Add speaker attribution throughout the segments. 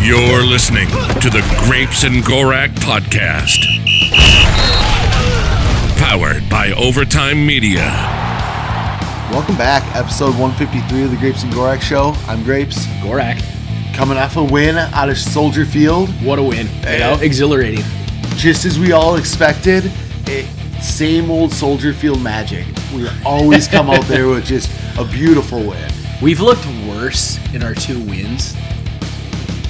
Speaker 1: You're listening to the Grapes and Gorak podcast, powered by Overtime Media.
Speaker 2: Welcome back, episode 153 of the Grapes and Gorak Show. I'm Grapes,
Speaker 3: Gorak,
Speaker 2: coming off a win out of Soldier Field,
Speaker 3: what a win. You know, exhilarating.
Speaker 2: just as we all expected. It, same old Soldier Field magic. We always come out there with just a beautiful win.
Speaker 3: We've looked worse in our two wins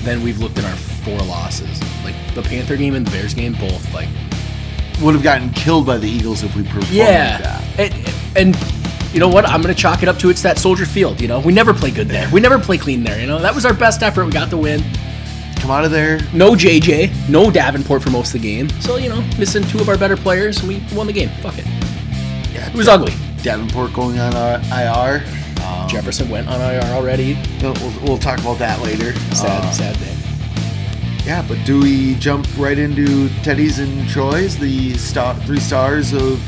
Speaker 3: than we've looked in our four losses. Like the Panther game and the Bears game, both like
Speaker 2: Would have gotten killed by the Eagles if we performed like
Speaker 3: yeah.
Speaker 2: that.
Speaker 3: And, and you know what? I'm gonna chalk it up to it's that Soldier Field. You know, we never play good there. We never play clean there. You know, that was our best effort. We got the win.
Speaker 2: Come out of there.
Speaker 3: No JJ, no Davenport for most of the game. So you know, missing two of our better players, we won the game. Fuck it.
Speaker 2: Yeah,
Speaker 3: It was ugly.
Speaker 2: Davenport going on our IR. Um,
Speaker 3: Jefferson went on IR already.
Speaker 2: we'll, we'll talk about that later.
Speaker 3: Sad,
Speaker 2: Uh,
Speaker 3: sad day.
Speaker 2: Yeah, but do we jump right into Teddy's and Troy's, the star, three stars of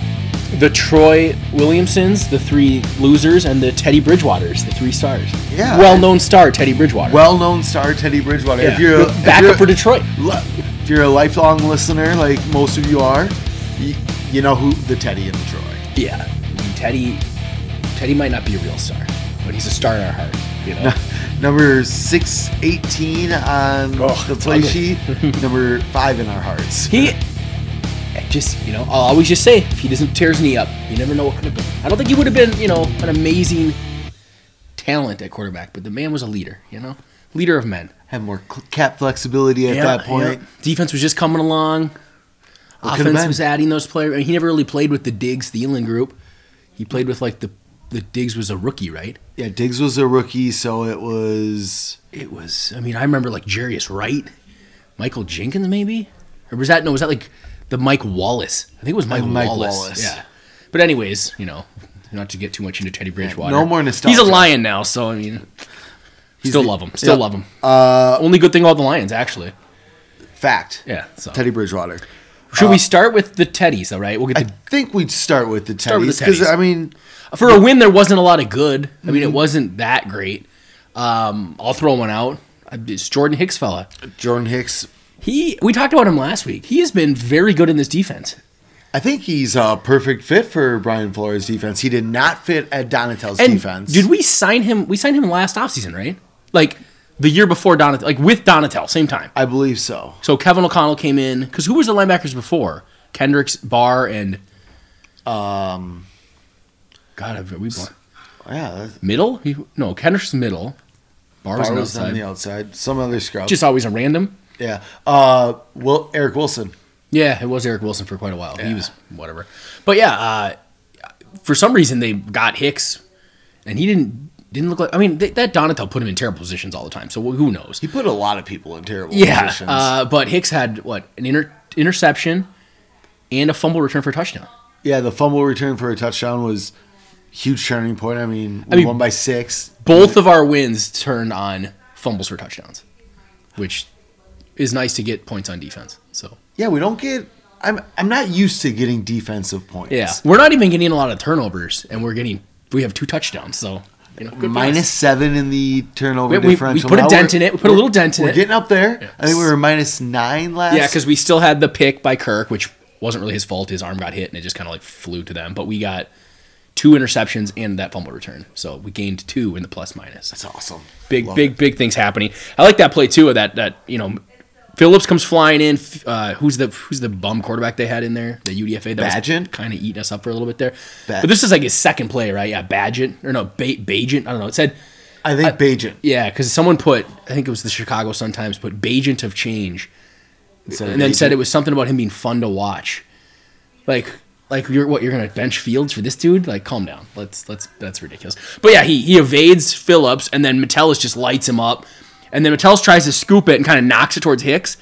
Speaker 3: the Troy Williamsons, the three losers, and the Teddy Bridgewaters, the three stars.
Speaker 2: Yeah.
Speaker 3: Well-known star Teddy Bridgewater.
Speaker 2: well-known star Teddy Bridgewater?
Speaker 3: yeah.
Speaker 2: If you're a, if you're,
Speaker 3: backup for Detroit.
Speaker 2: Detroit, if you're a lifelong listener, like most of you are, you, you know who the Teddy and the Troy.
Speaker 3: Yeah. I mean, Teddy, Teddy might not be a real star, but he's a star in our heart. You know.
Speaker 2: Number six eighteen on
Speaker 3: Oh,
Speaker 2: the play
Speaker 3: ugly.
Speaker 2: sheet. number five in our hearts.
Speaker 3: he I just, you know, I'll always just say if he doesn't tear his knee up, you never know what could have been. I don't think he would have been, you know, an amazing talent at quarterback, but the man was a leader. You know, leader of men.
Speaker 2: Had more cl- cap flexibility at that point.
Speaker 3: yeah. Defense was just coming along.
Speaker 2: What could've
Speaker 3: Offense
Speaker 2: been?
Speaker 3: was adding those players. I mean, he never really played with the Diggs Thielen group. He played with like the the Diggs was a rookie, right?
Speaker 2: Yeah, Diggs was a rookie, so it was
Speaker 3: It was. I mean, I remember like Jarius Wright, Michael Jenkins, maybe, or was that no? Was that like the Mike Wallace? I think it was Mike,
Speaker 2: Mike
Speaker 3: Wallace.
Speaker 2: Wallace.
Speaker 3: Yeah. But anyways, you know, not to get too much into Teddy Bridgewater.
Speaker 2: no more nostalgia.
Speaker 3: He's a lion now, so I mean, still
Speaker 2: the-
Speaker 3: love him.
Speaker 2: yeah. Uh,
Speaker 3: Still love him. Only good thing all the Lions actually.
Speaker 2: fact.
Speaker 3: Yeah. So.
Speaker 2: Teddy Bridgewater.
Speaker 3: Should we start with the Teddies though? Right. We'll get
Speaker 2: Uh, I
Speaker 3: the
Speaker 2: think we'd start with the
Speaker 3: Start with
Speaker 2: Teddies
Speaker 3: the
Speaker 2: because
Speaker 3: Teddies.
Speaker 2: I mean,
Speaker 3: for a win, there wasn't a lot of good. I
Speaker 2: Mm-hmm.
Speaker 3: mean, it wasn't that great. Um, I'll throw one out. Uh, It's Jordan Hicks fella.
Speaker 2: Jordan Hicks.
Speaker 3: He we talked about him last week. He has been very good in this defense.
Speaker 2: I think he's a perfect fit for Brian Flores' defense. He did not fit at Donatel's
Speaker 3: And
Speaker 2: defense.
Speaker 3: did we sign him? We signed him last offseason, right? Like the year before Donatel, like with Donatel, same time.
Speaker 2: I believe so.
Speaker 3: So Kevin O'Connell came in because who was the linebackers before Kendricks, Barr, and um,
Speaker 2: Um,
Speaker 3: God, I've- we blank-
Speaker 2: Yeah, that-
Speaker 3: middle? He, no, Kendricks middle. Barr was,
Speaker 2: Barr
Speaker 3: on the
Speaker 2: was on
Speaker 3: outside.
Speaker 2: the outside. Some other scrub.
Speaker 3: Just always a random.
Speaker 2: yeah. Uh, well, Eric Wilson.
Speaker 3: Yeah, it was Eric Wilson for quite a while. He was whatever. But yeah, uh, for some reason they got Hicks, and he didn't didn't look like. I mean, th- that Donatel put him in terrible positions all the time. So who knows?
Speaker 2: He put a lot of people in terrible
Speaker 3: Yeah,
Speaker 2: positions.
Speaker 3: uh, but Hicks had what an inter- interception and a fumble return for a touchdown.
Speaker 2: yeah, the fumble return for a touchdown was huge turning point. I mean, we
Speaker 3: mean-
Speaker 2: won by six.
Speaker 3: Both of our wins turned on fumbles for touchdowns, which is nice to get points on defense. So
Speaker 2: Yeah, we don't get. I'm I'm not used to getting defensive points.
Speaker 3: yeah, we're not even getting a lot of turnovers, and we're getting we have two touchdowns. So you know, good for us.
Speaker 2: minus seven in the turnover
Speaker 3: We- we- we
Speaker 2: differential.
Speaker 3: put a
Speaker 2: Now
Speaker 3: dent
Speaker 2: we're-
Speaker 3: in it. We put a
Speaker 2: we're-
Speaker 3: little dent in
Speaker 2: we're
Speaker 3: it.
Speaker 2: getting up there. I think we were minus nine last.
Speaker 3: Yeah, because we still had the pick by Kirk, which wasn't really his fault. His arm got hit and it just kind of like flew to them. But we got two interceptions and that fumble return, so we gained two in the plus minus.
Speaker 2: it's awesome.
Speaker 3: Big,
Speaker 2: Love
Speaker 3: big,
Speaker 2: it.
Speaker 3: big things happening. I like that play too. Of that, that you know, Phillips comes flying in. F- Uh, who's the who's the bum quarterback they had in there? The UDFA that
Speaker 2: Badgett?
Speaker 3: kind of eating us up for a little bit there.
Speaker 2: Ba-
Speaker 3: but this is like his second play, right? Yeah, Badgett or no, ba- Bajent. I don't know. It said
Speaker 2: I think Bajan.
Speaker 3: yeah, because someone put, I think it was the Chicago Sun Times, put Bajent of Change,
Speaker 2: Instead of
Speaker 3: and then said
Speaker 2: Bajan.
Speaker 3: it was something about him being fun to watch. Like, like you're what you're gonna bench Fields for this dude? Like, calm down. Let's let's that's ridiculous. But yeah, he he evades Phillips, and then Metellus just lights him up, and then Metellus tries to scoop it and kind of knocks it towards Hicks.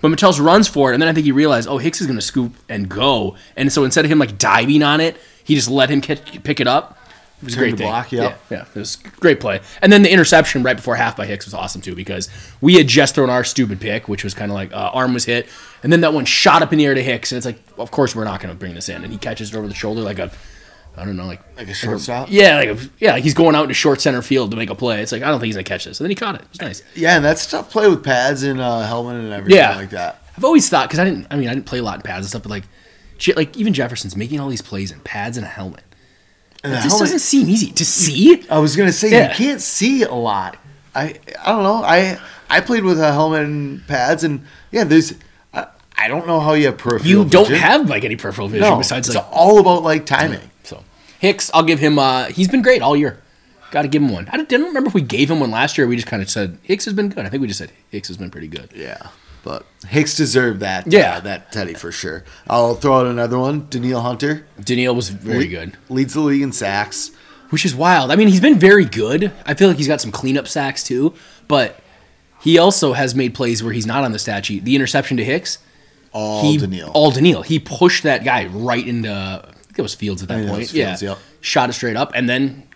Speaker 3: But Metellus runs for it, and then I think he realized, oh, Hicks is gonna scoop and go, and so instead of him like diving on it, he just let him catch, pick it up. It was a
Speaker 2: Turned
Speaker 3: great
Speaker 2: the
Speaker 3: thing.
Speaker 2: block, yep.
Speaker 3: Yeah, yeah, it was a great play. And then the interception right before half by Hicks was awesome too because we had just thrown our stupid pick, which was kind of like uh, arm was hit, and then that one shot up in the air to Hicks, and it's like, of course we're not going to bring this in, and he catches it over the shoulder like a I don't know, like
Speaker 2: Like a shortstop?
Speaker 3: yeah, like a, yeah, like he's going out to short center field to make a play. It's like I don't think he's gonna catch this, and then he caught it. It's nice.
Speaker 2: Yeah, and that's tough play with pads and uh, helmet and everything
Speaker 3: Yeah.
Speaker 2: like that.
Speaker 3: I've always thought because I didn't. I mean, I didn't play a lot in pads and stuff, but like, Je- like even Jefferson's making all these plays in pads and a helmet.
Speaker 2: And the
Speaker 3: This
Speaker 2: helmet-
Speaker 3: doesn't seem easy to see.
Speaker 2: I was gonna say
Speaker 3: Yeah.
Speaker 2: you can't see a lot. I I don't know. I I played with a helmet and pads, and yeah, there's. I, I don't know how you have peripheral.
Speaker 3: You don't
Speaker 2: vision.
Speaker 3: have like any peripheral vision
Speaker 2: no.
Speaker 3: besides
Speaker 2: it's
Speaker 3: like
Speaker 2: all about like timing.
Speaker 3: so. Hicks, I'll give him. uh He's been great all year. Got to give him one. I don't, didn't remember if we gave him one last year. We just kind of said Hicks has been good. I think we just said Hicks has been pretty good.
Speaker 2: Yeah, but Hicks deserved that.
Speaker 3: Yeah.
Speaker 2: uh, that Teddy for sure. I'll throw out another one. Daniil Hunter
Speaker 3: Daniil was very
Speaker 2: Le-
Speaker 3: good,
Speaker 2: Leads the league in sacks.
Speaker 3: which is wild. I mean, he's been very good. I feel like he's got some cleanup sacks too, but he also has made plays where he's not on the stat sheet. The interception to Hicks,
Speaker 2: All
Speaker 3: he,
Speaker 2: Daniil.
Speaker 3: All Daniil. He pushed that guy right into. I think it was Fields at that
Speaker 2: think it
Speaker 3: point.
Speaker 2: was Fields,
Speaker 3: yeah.
Speaker 2: yep.
Speaker 3: Shot it straight up, and then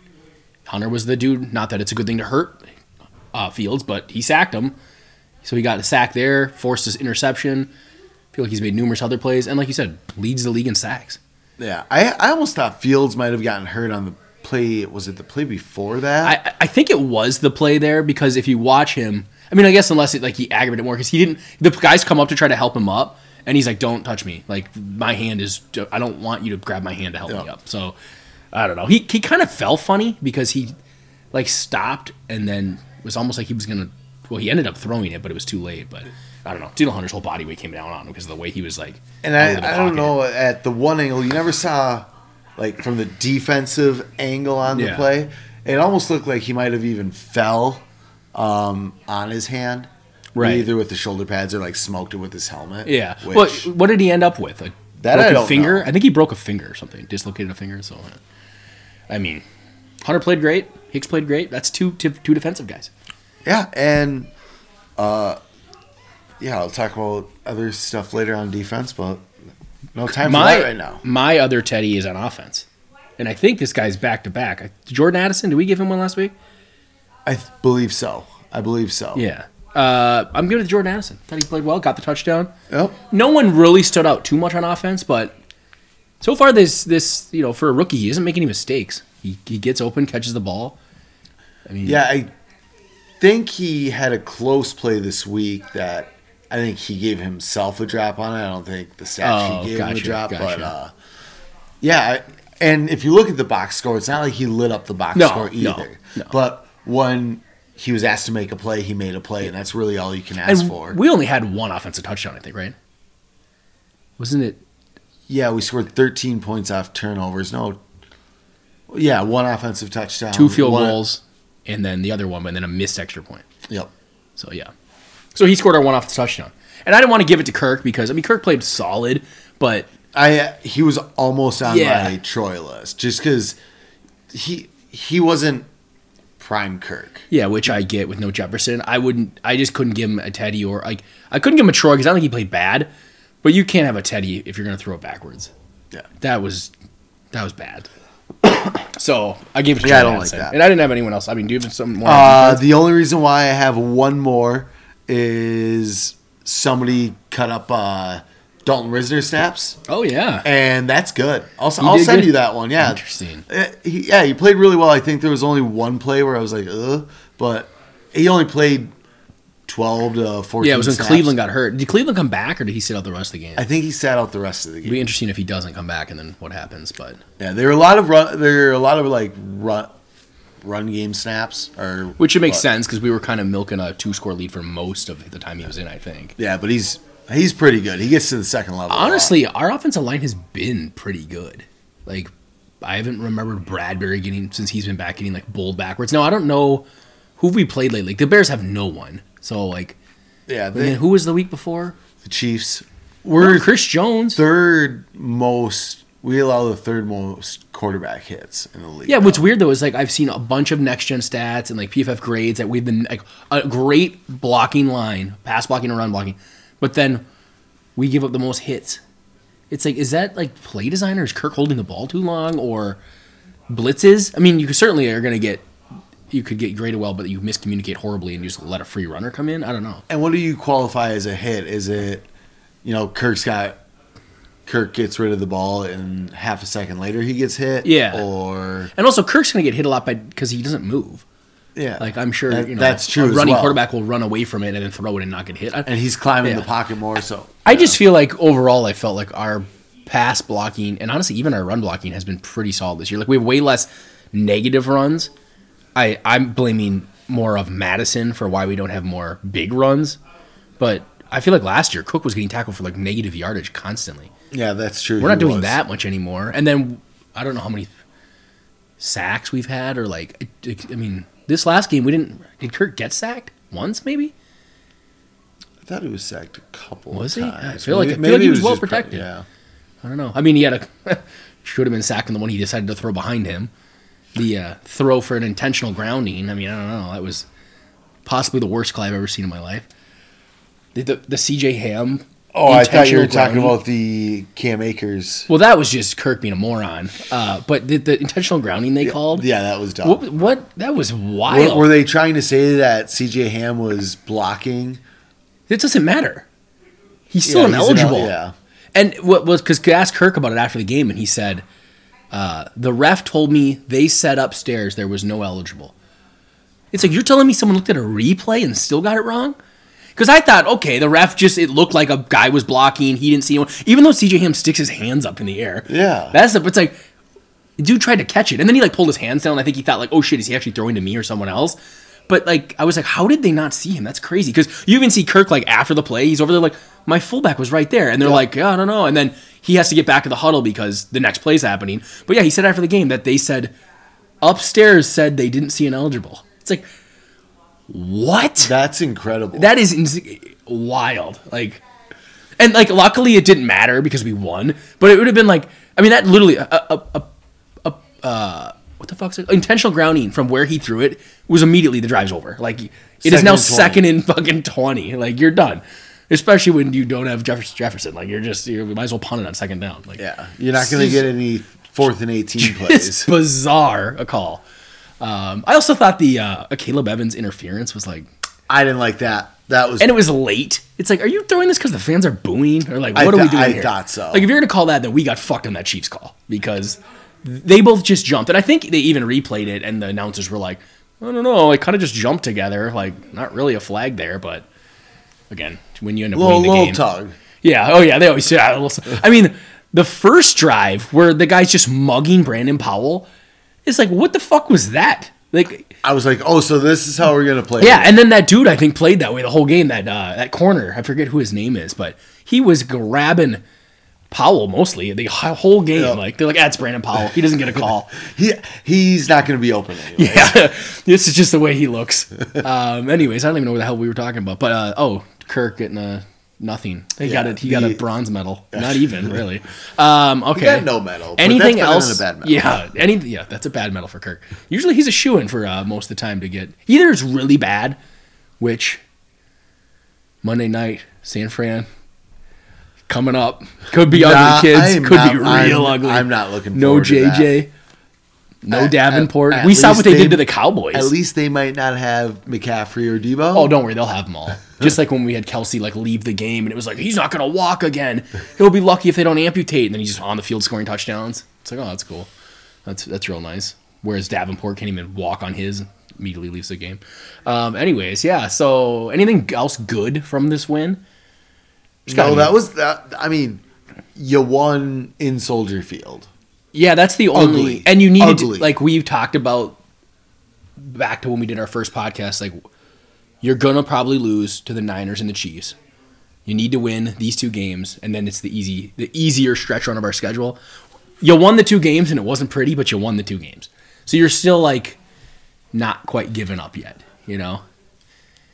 Speaker 3: Hunter was the dude. Not that it's a good thing to hurt uh, Fields, but he sacked him, so he got a sack there, forced his interception. I feel like he's made numerous other plays, and like you said, leads the league in sacks.
Speaker 2: yeah, I I almost thought Fields might have gotten hurt on the play. Was it the play before that?
Speaker 3: I, I think it was the play there because if you watch him, I mean, I guess unless it like he aggravated it more because he didn't. The guys come up to try to help him up, and he's like, "Don't touch me! Like my hand is. I don't want you to grab my hand to help me
Speaker 2: Yeah.
Speaker 3: up." So I don't know. He he kind of fell funny because he like stopped and then was almost like he was gonna. Well, he ended up throwing it, but it was too late. But I don't know. Dino Hunter's whole body weight came down on him because of the way he was like.
Speaker 2: And
Speaker 3: out of the
Speaker 2: I, I don't
Speaker 3: pocket.
Speaker 2: know at the one angle you never saw, like from the defensive angle on the
Speaker 3: Yeah.
Speaker 2: play, it almost looked like he might have even fell um, on his hand,
Speaker 3: Right.
Speaker 2: Either with the shoulder pads or like smoked it with his helmet.
Speaker 3: Yeah.
Speaker 2: which
Speaker 3: what what did he end up with? Like
Speaker 2: That I
Speaker 3: broken
Speaker 2: don't
Speaker 3: finger?
Speaker 2: know.
Speaker 3: I think he broke a finger or something, dislocated a finger. So, uh, I mean, Hunter played great. Hicks played great. That's two two, two defensive guys.
Speaker 2: Yeah, and uh, yeah, I'll talk about other stuff later on defense, but no time for
Speaker 3: My
Speaker 2: that right now.
Speaker 3: my other Teddy is on offense, and I think this guy's back to back. Jordan Addison. Did we give him one last week?
Speaker 2: I th- believe so. I believe so.
Speaker 3: Yeah. Uh, I'm good with Jordan Addison. Thought he played well. Got the touchdown.
Speaker 2: Yep.
Speaker 3: No one really stood out too much on offense, but so far this this you know for a rookie he doesn't make any mistakes. He he gets open, catches the ball. I mean,
Speaker 2: Yeah, I think he had a close play this week that I think he gave himself a drop on it. I don't think the stat
Speaker 3: Oh,
Speaker 2: sheet gave him
Speaker 3: gotcha,
Speaker 2: a drop, but
Speaker 3: gotcha.
Speaker 2: uh, yeah. I- And if you look at the box score, it's not like he lit up the box
Speaker 3: No,
Speaker 2: score
Speaker 3: no,
Speaker 2: either.
Speaker 3: no.
Speaker 2: But when he was asked to make a play, he made a play, and that's really all you can ask
Speaker 3: And
Speaker 2: for.
Speaker 3: we only had one offensive touchdown, I think, right? Wasn't it?
Speaker 2: yeah, we scored 13 points off turnovers. No, yeah, one offensive touchdown,
Speaker 3: Two field
Speaker 2: one-
Speaker 3: goals, and then the other one, and then a missed extra point.
Speaker 2: Yep.
Speaker 3: So yeah, so he scored our one off the touchdown, and I didn't want to give it to Kirk because I mean Kirk played solid, but
Speaker 2: I he was almost on
Speaker 3: Yeah.
Speaker 2: my Troy list just because he he wasn't prime Kirk.
Speaker 3: yeah, which I get with no Jefferson, I wouldn't. I just couldn't give him a Teddy or like I couldn't give him a Troy because I don't think he played bad, but you can't have a Teddy if you're gonna throw it backwards.
Speaker 2: Yeah,
Speaker 3: That was that was bad. so I gave it to
Speaker 2: Yeah, I don't
Speaker 3: Jordan
Speaker 2: like
Speaker 3: Addison.
Speaker 2: that.
Speaker 3: and I didn't have anyone else. I mean, do you have some more?
Speaker 2: Uh, the only reason why I have one more is somebody cut up uh, Dalton Risner snaps,
Speaker 3: oh yeah.
Speaker 2: and that's good. Also,
Speaker 3: He
Speaker 2: I'll
Speaker 3: did
Speaker 2: send
Speaker 3: good.
Speaker 2: you that one. Yeah,
Speaker 3: Interesting.
Speaker 2: Uh, he- yeah, he played really well. I think there was only one play where I was like, ugh, but he only played twelve to fourteen.
Speaker 3: Yeah, it was when
Speaker 2: snaps.
Speaker 3: Cleveland got hurt. Did Cleveland come back or did he sit out the rest of the game?
Speaker 2: I think he sat out the rest of the game.
Speaker 3: It'd be interesting if he doesn't come back and then what happens. But
Speaker 2: Yeah, there are a lot of run. There are a lot of like run, run game snaps, or
Speaker 3: which it makes
Speaker 2: but-
Speaker 3: sense because we were kind of milking a two-score lead for most of the time he was in. I think
Speaker 2: Yeah, but he's he's pretty good. He gets to the second level. a lot.
Speaker 3: honestly, our offensive line has been pretty good. Like I haven't remembered Bradbury getting since he's been back getting like bowled backwards. Now I don't know who we played lately. Like, the Bears have no one. So like,
Speaker 2: yeah,
Speaker 3: and
Speaker 2: they,
Speaker 3: then who was the week before?
Speaker 2: the Chiefs
Speaker 3: Or
Speaker 2: were
Speaker 3: Chris Jones.
Speaker 2: third most. We allow the third most quarterback hits in the league.
Speaker 3: Yeah, what's weird though is like I've seen a bunch of next gen stats and like PFF grades that we've been like a great blocking line, pass blocking and run blocking, but then we give up the most hits. It's like is that like play design or is Kirk holding the ball too long or blitzes? I mean, you certainly are going to get you could get graded well, but you miscommunicate horribly and you just let a free runner come in. I don't know.
Speaker 2: and what do you qualify as a hit? Is it you know Kirk's got Kirk gets rid of the ball and half a second later he gets hit.
Speaker 3: Yeah.
Speaker 2: Or
Speaker 3: And also, Kirk's going to get hit a lot by because he doesn't move.
Speaker 2: yeah,
Speaker 3: Like I'm sure
Speaker 2: That-
Speaker 3: you know
Speaker 2: that's true.
Speaker 3: A
Speaker 2: as
Speaker 3: running
Speaker 2: well.
Speaker 3: quarterback will run away from it and then throw it and not get hit. I,
Speaker 2: and he's climbing
Speaker 3: Yeah.
Speaker 2: the pocket more. So
Speaker 3: I just feel like overall, I felt like our pass blocking and honestly even our run blocking has been pretty solid this year. Like we have way less negative runs. I I'm blaming more of Madison for why we don't have more big runs, but I feel like last year Cook was getting tackled for like negative yardage constantly.
Speaker 2: yeah, that's true.
Speaker 3: We're not
Speaker 2: He
Speaker 3: doing
Speaker 2: was.
Speaker 3: that much anymore. And then I don't know how many sacks we've had or like I I mean this last game we didn't did Kirk get sacked once maybe?
Speaker 2: I thought he was sacked a couple.
Speaker 3: Was he?
Speaker 2: of
Speaker 3: I
Speaker 2: times.
Speaker 3: feel like- I feel like he was well
Speaker 2: just pre-
Speaker 3: protected.
Speaker 2: yeah.
Speaker 3: I don't know. I mean, he had a should have been sacked on the one he decided to throw behind him. The uh, throw for an intentional grounding. I mean, I don't know. That was possibly the worst call I've ever seen in my life. The the, the CJ Ham.
Speaker 2: Oh, I thought you were
Speaker 3: intentional
Speaker 2: talking
Speaker 3: grounding.
Speaker 2: about the Cam Akers.
Speaker 3: Well, that was just Kirk being a moron. Uh, but the, the intentional grounding they called.
Speaker 2: Yeah, that was dumb.
Speaker 3: What, what? That was wild.
Speaker 2: Were, were they trying to say that CJ Ham was blocking?
Speaker 3: it doesn't matter. He's still
Speaker 2: Yeah, he's an-
Speaker 3: ineligible.
Speaker 2: yeah.
Speaker 3: And what was because asked Kirk about it after the game, and he said, uh, "The ref told me they said upstairs there was no eligible." It's like you're telling me someone looked at a replay and still got it wrong. Because I thought, okay, the ref just it looked like a guy was blocking. He didn't see him, even though CJ Ham sticks his hands up in the air.
Speaker 2: Yeah.
Speaker 3: that's the. It's like dude tried to catch it, and then he like pulled his hands down. I think he thought like, oh shit, is he actually throwing to me or someone else? But like, I was like, how did they not see him? That's crazy. Because you even see Kirk like after the play, he's over there like, my fullback was right there, and they're like, yeah, I don't know. And then he has to get back to the huddle because the next play's happening. But yeah, he said after the game that they said upstairs said they didn't see an eligible. It's like, what?
Speaker 2: That's incredible.
Speaker 3: That is ins- wild. Like, and like, luckily it didn't matter because we won. But it would have been like, I mean, that literally a a a, a uh, what the fuck's it? Intentional grounding from where he threw it was immediately the drive's over. Like, it is
Speaker 2: Second
Speaker 3: now
Speaker 2: and 20.
Speaker 3: second in fucking twenty. Like, you're done. Especially when you don't have Jefferson. Jefferson. Like, you're just you might as well punt it on second down. Like,
Speaker 2: yeah, you're not going to get any fourth and eighteen
Speaker 3: it's
Speaker 2: plays.
Speaker 3: bizarre a call. Um, I also thought the uh, Caleb Evans interference was like
Speaker 2: I didn't like that. That was
Speaker 3: and it was late. It's like, are you throwing this because the fans are booing, or like,
Speaker 2: I
Speaker 3: what are we
Speaker 2: thought-
Speaker 3: doing
Speaker 2: I
Speaker 3: here?
Speaker 2: thought so.
Speaker 3: Like, if you're gonna call that, then we got fucked on that Chiefs call because they both just jumped, and I think they even replayed it, and the announcers were like, I don't know, like kind of just jumped together, like not really a flag there, but again, when you end up
Speaker 2: little
Speaker 3: winning the
Speaker 2: little
Speaker 3: game,
Speaker 2: tug.
Speaker 3: yeah. Oh yeah. They always say. I also- I mean, the first drive where the guy's just mugging Brandon Powell, it's like, what the fuck was that? Like,
Speaker 2: I was like, oh, so this is how we're going to play.
Speaker 3: yeah, and then that dude I think played that way the whole game. That uh, that corner, I forget who his name is, but he was grabbing Powell mostly the hi- whole game.
Speaker 2: Yeah.
Speaker 3: Like they're like, that's Brandon Powell. He doesn't get a call.
Speaker 2: he he's not going to be open. Anyway.
Speaker 3: yeah, this is just the way he looks. Um, anyways, I don't even know what the hell we were talking about, but uh, oh, Kirk getting a nothing. He got
Speaker 2: Yeah,
Speaker 3: it. He got a
Speaker 2: the-
Speaker 3: bronze medal. Not even really. Um, okay,
Speaker 2: got no medal, but
Speaker 3: Anything
Speaker 2: that's better
Speaker 3: else?
Speaker 2: than a bad medal.
Speaker 3: Yeah, any yeah, that's a bad medal for Kirk. Usually he's a shoe in for uh, most of the time to get. Either it's really bad, which Monday night San Fran coming up could be
Speaker 2: Nah,
Speaker 3: ugly
Speaker 2: I
Speaker 3: kids.
Speaker 2: am
Speaker 3: Could be real
Speaker 2: not- I'm-
Speaker 3: ugly.
Speaker 2: I'm not looking
Speaker 3: No
Speaker 2: forward to that.
Speaker 3: JJ. No
Speaker 2: At-
Speaker 3: Davenport.
Speaker 2: at-
Speaker 3: we
Speaker 2: at
Speaker 3: saw what
Speaker 2: least
Speaker 3: they, did to the Cowboys.
Speaker 2: At least they might not have McCaffrey or Debo.
Speaker 3: Oh, don't worry, they'll have them all. Just like when we had Kelsey like leave the game, and it was like he's not gonna walk again. He'll be lucky if they don't amputate. And then he's just on the field scoring touchdowns. It's like, oh, that's cool. That's that's real nice. Whereas Davenport can't even walk on his. Immediately leaves the game. Um, anyways, yeah. So anything else good from this win?
Speaker 2: no, that was that. I mean, you won in Soldier Field.
Speaker 3: Yeah, that's the only.
Speaker 2: Ugly.
Speaker 3: And you needed to-
Speaker 2: Ugly.
Speaker 3: like we've talked about back to when we did our first podcast. Like you're gonna probably lose to the Niners and the Chiefs. You need to win these two games, and then it's the easy, the easier stretch run of our schedule. You won the two games, and it wasn't pretty, but you won the two games. So you're still like not quite given up yet. You know,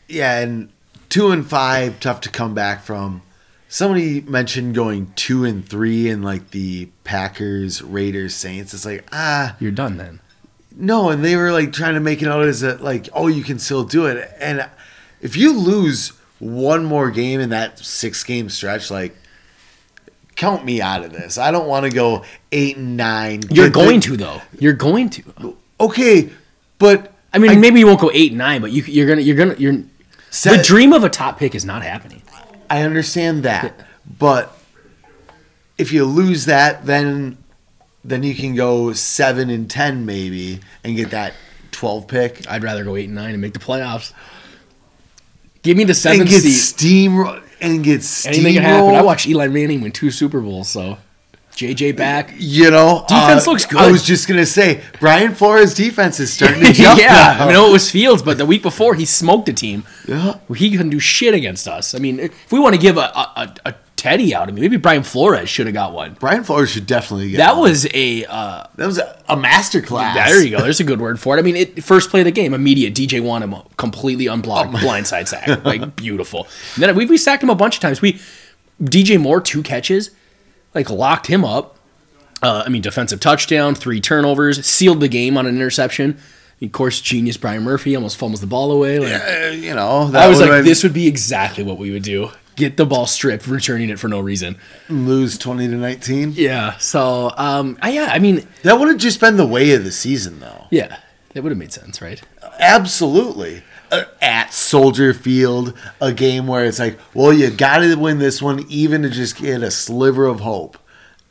Speaker 2: Yeah, and two and five tough to come back from. Somebody mentioned going two and three in like the Packers, Raiders, Saints. It's like ah
Speaker 3: you're done then.
Speaker 2: no, and they were like trying to make it out as a like oh you can still do it. And if you lose one more game in that six game stretch, like count me out of this. I don't want to go eight and nine.
Speaker 3: You're
Speaker 2: Get the-
Speaker 3: going to though. You're going to.
Speaker 2: okay, but
Speaker 3: I mean, maybe you won't go eight and nine, but you, you're gonna, you're gonna, you're.
Speaker 2: Set-
Speaker 3: the dream of a top pick is not happening.
Speaker 2: I understand that, but if you lose that, then then you can go seven and ten maybe and get that twelve pick
Speaker 3: I'd rather go eight and nine and make the playoffs. Give me the
Speaker 2: and
Speaker 3: seventh
Speaker 2: get
Speaker 3: seed.
Speaker 2: steamroll and get
Speaker 3: Anything can happen. I
Speaker 2: steamrolled.
Speaker 3: watched Eli Manning win two Super Bowls, so JJ back.
Speaker 2: You know, uh,
Speaker 3: Defense looks
Speaker 2: I
Speaker 3: good.
Speaker 2: was just gonna say Brian Flores' defense is starting to jump.
Speaker 3: yeah,
Speaker 2: now.
Speaker 3: I know it was Fields, but the week before he smoked a team.
Speaker 2: Yeah.
Speaker 3: where he couldn't do shit against us. I mean, if we want to give a a, a, a Teddy out, I mean, maybe Brian Flores should have got one.
Speaker 2: Brian Flores should definitely get
Speaker 3: That
Speaker 2: one.
Speaker 3: was a uh,
Speaker 2: that was a, a master class.
Speaker 3: there you go. There's a good word for it. I mean, it first play of the game, immediate DJ won him completely
Speaker 2: Oh
Speaker 3: unblocked, blindside sack, like beautiful. And then we we sacked him a bunch of times. We DJ Moore two catches, like locked him up. Uh, I mean, defensive touchdown, three turnovers, sealed the game on an interception. Of course, genius Brian Murphy almost fumbles the ball away. Like,
Speaker 2: Uh, you know, that
Speaker 3: I was
Speaker 2: would've
Speaker 3: like,
Speaker 2: been-
Speaker 3: this would be exactly what we would do. Get the ball stripped, returning it for no reason.
Speaker 2: lose twenty to nineteen.
Speaker 3: Yeah. So, um, I, yeah, I mean,
Speaker 2: That would have just been the way of the season, though.
Speaker 3: yeah, that would have made sense, right?
Speaker 2: Absolutely. Uh, at Soldier Field, a game where it's like, well, you got to win this one, even to just get a sliver of hope,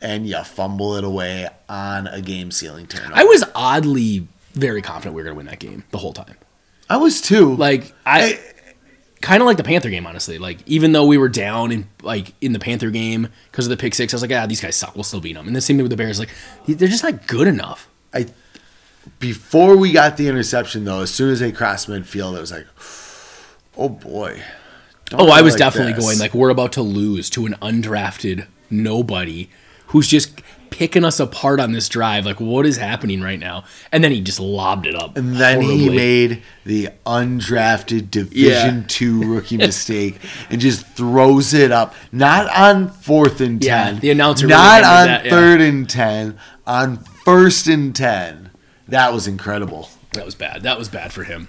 Speaker 2: and you fumble it away on a game ceiling turnover.
Speaker 3: I was oddly very confident we were going to win that game the whole time.
Speaker 2: I was too.
Speaker 3: Like, I kind of like the Panther game, honestly. Like, even though we were down in like in the Panther game because of the pick six, I was like, ah, these guys suck. We'll still beat them. And the same thing with the Bears. Like, they're just not good enough.
Speaker 2: I before we got the interception though, as soon as they crossed midfield, it was like, oh boy. Don't
Speaker 3: Oh,
Speaker 2: go
Speaker 3: I was
Speaker 2: like
Speaker 3: definitely
Speaker 2: this.
Speaker 3: going like we're about to lose to an undrafted nobody who's just picking us apart on this drive. Like, what is happening right now? And then he just lobbed it up.
Speaker 2: And then he
Speaker 3: horribly.
Speaker 2: made the undrafted Division
Speaker 3: Yeah.
Speaker 2: Two rookie mistake and just throws it up, not on fourth and
Speaker 3: Yeah,
Speaker 2: ten,
Speaker 3: the announcer really
Speaker 2: not
Speaker 3: remembered
Speaker 2: on
Speaker 3: that, yeah.
Speaker 2: third and ten, on first and ten. That was incredible.
Speaker 3: that was bad. That was bad for him.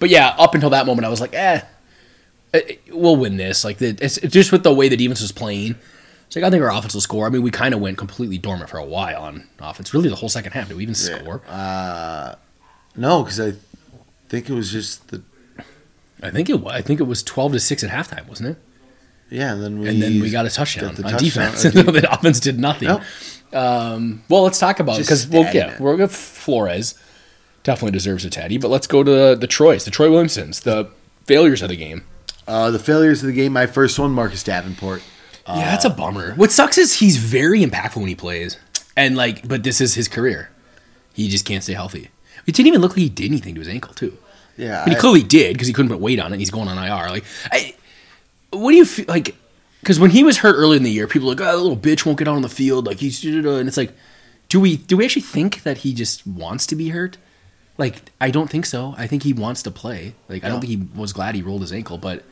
Speaker 3: But yeah, up until that moment, I was like, eh, eh, we'll win this. Like, the, it's it's just with the way the defense was playing. It's like I think our offense will score. I mean, we kind of went completely dormant for a while on offense. Really, the whole second half. Did we even score?
Speaker 2: No, because I think it was just the
Speaker 3: I think it. wa- I think it was twelve to six at halftime, wasn't it?
Speaker 2: yeah. And then we
Speaker 3: and then we got a touchdown
Speaker 2: got the
Speaker 3: on
Speaker 2: touchdown.
Speaker 3: defense.
Speaker 2: Okay.
Speaker 3: the offense did nothing.
Speaker 2: Nope.
Speaker 3: Um, well, let's talk about it
Speaker 2: Just
Speaker 3: because we'll yeah,
Speaker 2: stagnant.
Speaker 3: we're gonna Flores definitely deserves a teddy, but let's go to the, the Troys, the Troy Williamsons, the failures of the game.
Speaker 2: uh, the failures of the game. My first one, Marcus Davenport.
Speaker 3: yeah,
Speaker 2: Uh,
Speaker 3: that's a bummer. What sucks is he's very impactful when he plays, and like, but this is his career. He just can't stay healthy. It didn't even look like he did anything to his ankle too.
Speaker 2: Yeah,
Speaker 3: But he
Speaker 2: I-
Speaker 3: clearly did because he couldn't put weight on it. and He's going on IR. Like, I, what do you feel like? Because when he was hurt early in the year, people were like, "Oh, that little bitch won't get out on the field." Like he's, and it's like, do we do we actually think that he just wants to be hurt? Like, I don't think so. I think he wants to play. Like, I don't think he was glad he rolled his ankle, but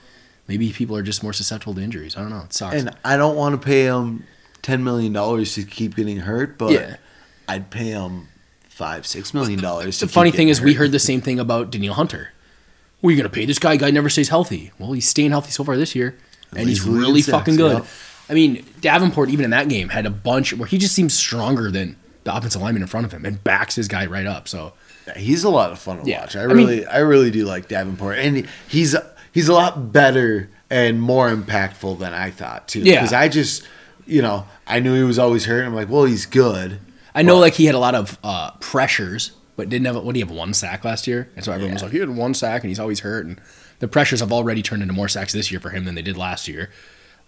Speaker 3: maybe people are just more susceptible to injuries. I don't know. It sucks.
Speaker 2: and I don't want to pay him ten million dollars to keep getting hurt, but
Speaker 3: Yeah.
Speaker 2: I'd pay him five, six million dollars.
Speaker 3: the funny thing is, we heard the same thing about Daniel Hunter. Well, you're gonna pay this guy. Guy never stays healthy. Well, he's staying healthy so far this year, and
Speaker 2: least
Speaker 3: he's
Speaker 2: Williams
Speaker 3: really
Speaker 2: sacks,
Speaker 3: fucking good.
Speaker 2: yep.
Speaker 3: I mean, Davenport even in that game had a bunch where he just seems stronger than the offensive lineman in front of him and backs his guy right up. So
Speaker 2: he's a lot of fun to
Speaker 3: Yeah.
Speaker 2: watch. I
Speaker 3: I mean-
Speaker 2: really, I really do like Davenport, and he's he's a lot better and more impactful than I thought too.
Speaker 3: Yeah.
Speaker 2: because I just, you know, I knew he was always hurt. I'm like, well, he's good.
Speaker 3: I know like he had a lot of uh, pressures, but didn't have. What did he have one sack last year? And so everyone was like, he had one sack, and he's always hurt. And the pressures have already turned into more sacks this year for him than they did last year.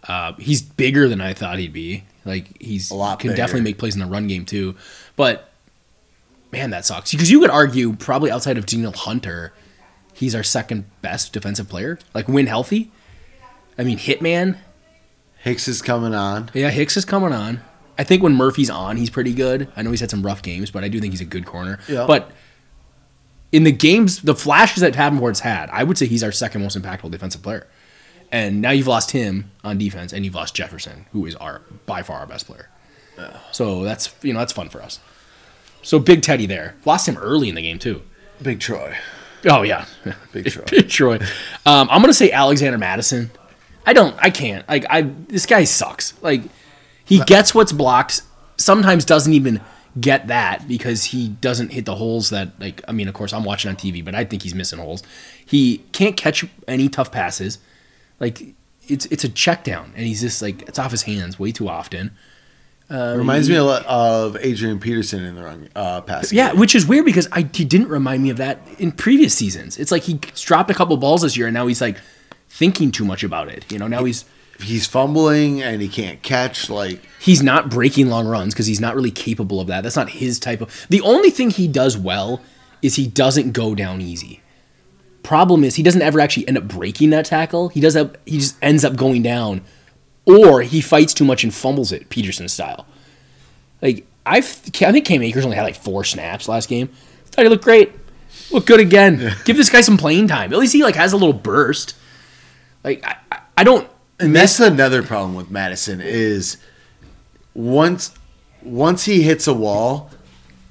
Speaker 3: Uh, he's bigger than I thought he'd be. Like he's a
Speaker 2: lot
Speaker 3: can
Speaker 2: bigger.
Speaker 3: definitely make plays in the run game too. But man, that sucks because you could argue probably outside of Daniel Hunter, he's our second best defensive player. Like when healthy, I mean Hitman.
Speaker 2: Hicks is coming on.
Speaker 3: Yeah, Hicks is coming on. I think when Murphy's on, he's pretty good. I know he's had some rough games, but I do think he's a good corner.
Speaker 2: Yeah.
Speaker 3: But in the games, the flashes that Davenport's had, I would say he's our second most impactful defensive player. And now you've lost him on defense, and you've lost Jefferson, who is our by far our best player. So that's you know that's fun for us. So big Teddy there lost him early in the game too.
Speaker 2: Big Troy,
Speaker 3: Oh yeah,
Speaker 2: Big Troy.
Speaker 3: Big Troy. Um, I'm gonna say Alexander Madison. I don't. I can't. Like I. This guy sucks. Like he gets what's blocked. Sometimes doesn't even get that because he doesn't hit the holes that. Like I mean, of course, I'm watching on TV, but I think he's missing holes. He can't catch any tough passes. Like it's it's a check down, and he's just like it's off his hands way too often.
Speaker 2: Reminds me a lot of Adrian Peterson in the wrong uh, pass.
Speaker 3: Yeah,
Speaker 2: game.
Speaker 3: which is weird because I he didn't remind me of that in previous seasons. It's like he dropped a couple balls this year, and now he's like thinking too much about it. You know, now he's
Speaker 2: he's fumbling and he can't catch. Like
Speaker 3: he's not breaking long runs because he's not really capable of that. That's not his type of. The only thing he does well is he doesn't go down easy. Problem is he doesn't ever actually end up breaking that tackle. He does up he just ends up going down, or he fights too much and fumbles it Peterson style. Like I've I think Cam Akers only had like four snaps last game. Thought he looked great. Look good again. Give this guy some playing time. At least he like has a little burst. Like I, I, I don't.
Speaker 2: and that's another problem with Madison is once once he hits a wall,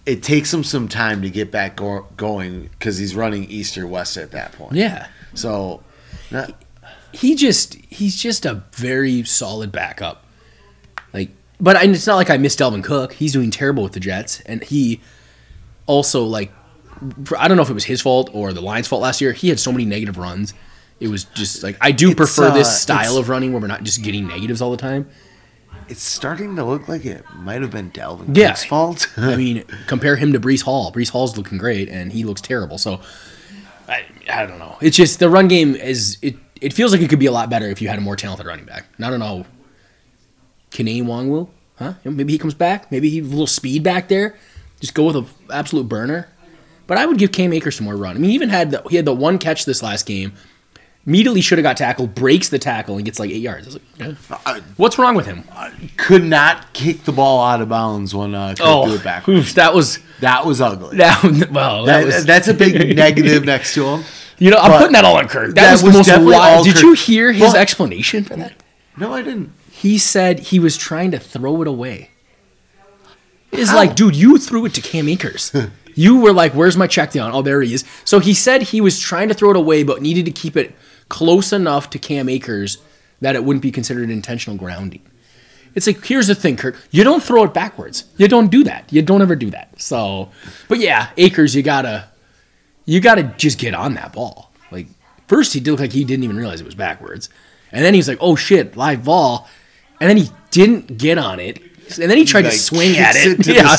Speaker 2: it takes him some time to get back go- going because he's running east or west at that point.
Speaker 3: Yeah.
Speaker 2: So, not,
Speaker 3: he just he's just a very solid backup. Like, but I, it's not like I miss Delvin Cook. He's doing terrible with the Jets, and he also like for- I don't know if it was his fault or the Lions' fault last year. He had so many negative runs. It was just like I do prefer
Speaker 2: uh,
Speaker 3: this style
Speaker 2: it's-
Speaker 3: of running where we're not just getting negatives all the time.
Speaker 2: it's starting to look like it might have been Delvin
Speaker 3: Yeah.
Speaker 2: Cook's fault.
Speaker 3: I mean, compare him to Brees Hall. Brees Hall's looking great, and he looks terrible. So I, I don't know. It's just the run game is it. It feels like it could be a lot better if you had a more talented running back. And I don't know. Kane Wongwu, huh? You know, Maybe he comes back. Maybe he a little speed back there. Just go with an absolute burner. But I would give Cam Akers some more run. I mean, he even had the, he had the one catch this last game. Immediately should have got tackled, breaks the tackle, and gets like eight yards. I was like, eh.
Speaker 2: I
Speaker 3: what's wrong with him?
Speaker 2: could not kick the ball out of bounds when uh, Cook threw it back.
Speaker 3: oof, that was
Speaker 2: That was ugly.
Speaker 3: Oh. that. Well, that
Speaker 2: That-
Speaker 3: was
Speaker 2: that's a big negative next to him.
Speaker 3: You know, I'm
Speaker 2: But
Speaker 3: putting that all on Kirk. That,
Speaker 2: that
Speaker 3: was,
Speaker 2: was
Speaker 3: the most
Speaker 2: definitely
Speaker 3: wild.
Speaker 2: all
Speaker 3: Did
Speaker 2: Kirk.
Speaker 3: you hear his
Speaker 2: Well-
Speaker 3: explanation for that?
Speaker 2: No, I didn't.
Speaker 3: He said he was trying to throw it away. It's
Speaker 2: How?
Speaker 3: like, dude, you threw it to Cam Akers. you were like, "Where's my check down?" Oh, there he is. So he said he was trying to throw it away, but needed to keep it close enough to Cam Akers that it wouldn't be considered intentional grounding. It's like, here's the thing, Kirk. You don't throw it backwards. You don't do that. You don't ever do that. So, but yeah, Akers, you gotta, you gotta just get on that ball. Like first, he did look like he didn't even realize it was backwards, and then he was like, oh shit, live ball, and then he didn't get on it, and then he tried to
Speaker 2: Like,
Speaker 3: swing at
Speaker 2: kicks
Speaker 3: it.
Speaker 2: to
Speaker 3: Yeah, yeah.
Speaker 2: the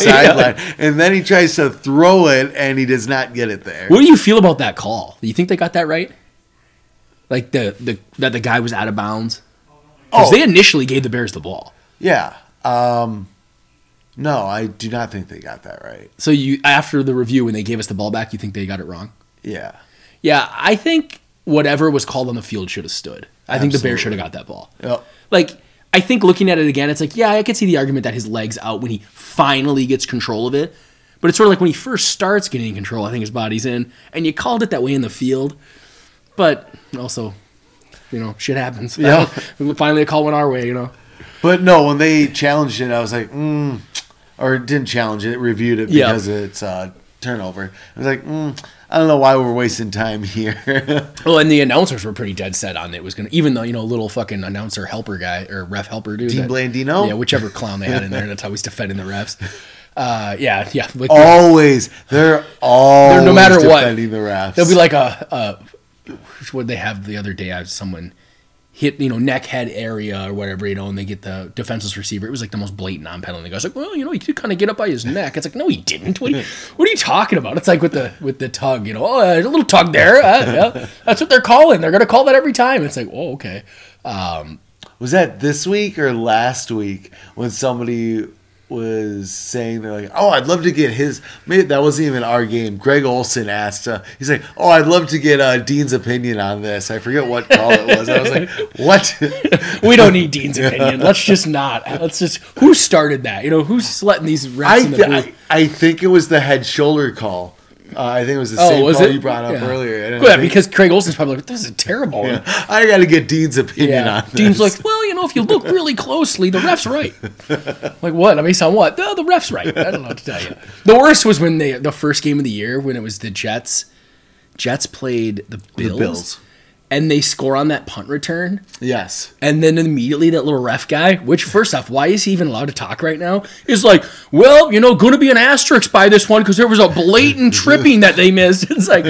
Speaker 2: sideline, and then he tries to throw it, and he does not get it there.
Speaker 3: What do you feel about that call? Do you think they got that right? Like the the that the guy was out of bounds because
Speaker 2: Oh.
Speaker 3: they initially gave the Bears the ball.
Speaker 2: Yeah. Um, no, I do not think they got that right.
Speaker 3: So you after the review when they gave us the ball back, you think they got it wrong?
Speaker 2: Yeah.
Speaker 3: Yeah, I think whatever was called on the field should have stood. I think the Bears should
Speaker 2: Absolutely.
Speaker 3: have got that ball.
Speaker 2: Yep.
Speaker 3: Like, I think looking at it again, it's like, yeah, I could see the argument that his leg's out when he finally gets control of it. But it's sort of like when he first starts getting control, I think his body's in. And you called it that way in the field. But also, you know, shit happens.
Speaker 2: Yeah.
Speaker 3: finally, a call went our way, you know.
Speaker 2: But no, when they challenged it, I was like, mm, or didn't challenge it, reviewed it
Speaker 3: Yeah.
Speaker 2: because it's uh, turnover. I was like, mm, I don't know why we're wasting time here.
Speaker 3: Well, and the announcers were pretty dead set on it was going to, even though, you know, little fucking announcer helper guy or ref helper dude.
Speaker 2: Dean
Speaker 3: that-
Speaker 2: Blandino?
Speaker 3: Yeah, whichever clown they had in there. That's how he's defending the refs. Uh, yeah, yeah. Like,
Speaker 2: always, they're always
Speaker 3: no matter what,
Speaker 2: defending the refs.
Speaker 3: There'll be like a, a what they have the other day? I someone hit you know neck head area or whatever you know, and they get the defenseless receiver. It was like the most blatant non-penalty. The guy's like, well, you know, he did kind of get up by his neck. It's like, no, he didn't. What are you, what are you talking about? It's like with the with the tug, you know, oh, a little tug there. Uh, yeah, that's what they're calling. They're gonna call that every time. It's like, oh, okay.
Speaker 2: was that this week or last week when somebody was saying they're like, oh, I'd love to get his. Maybe that wasn't even our game. Greg Olson asked. Uh, he's like, oh, I'd love to get uh, Dean's opinion on this. I forget what call it was. I was like, what?
Speaker 3: We don't need Dean's opinion. Let's just not. Let's just. Who started that? You know, who's letting these refs
Speaker 2: I,
Speaker 3: in the
Speaker 2: th-
Speaker 3: booth?
Speaker 2: I I think it was the head shoulder call. Uh, I think it was the
Speaker 3: Oh,
Speaker 2: same
Speaker 3: was
Speaker 2: call
Speaker 3: it?
Speaker 2: you brought up
Speaker 3: Yeah.
Speaker 2: earlier. And I
Speaker 3: yeah,
Speaker 2: think-
Speaker 3: because Craig Olsen's probably like, this is a terrible. one.
Speaker 2: I got to get Dean's opinion on this.
Speaker 3: Dean's like, well, you know, if you look really closely, the ref's right. like what? I mean, on what? No, the ref's right. I don't know what to tell you. The worst was when they the first game of the year when it was the Jets. Jets played the Bills,
Speaker 2: Bills.
Speaker 3: and they score on that punt return,
Speaker 2: yes.
Speaker 3: and then immediately that little ref guy, which first off, why is he even allowed to talk right now? Is like, well, you know, going to be an asterisk by this one because there was a blatant tripping that they missed. It's like.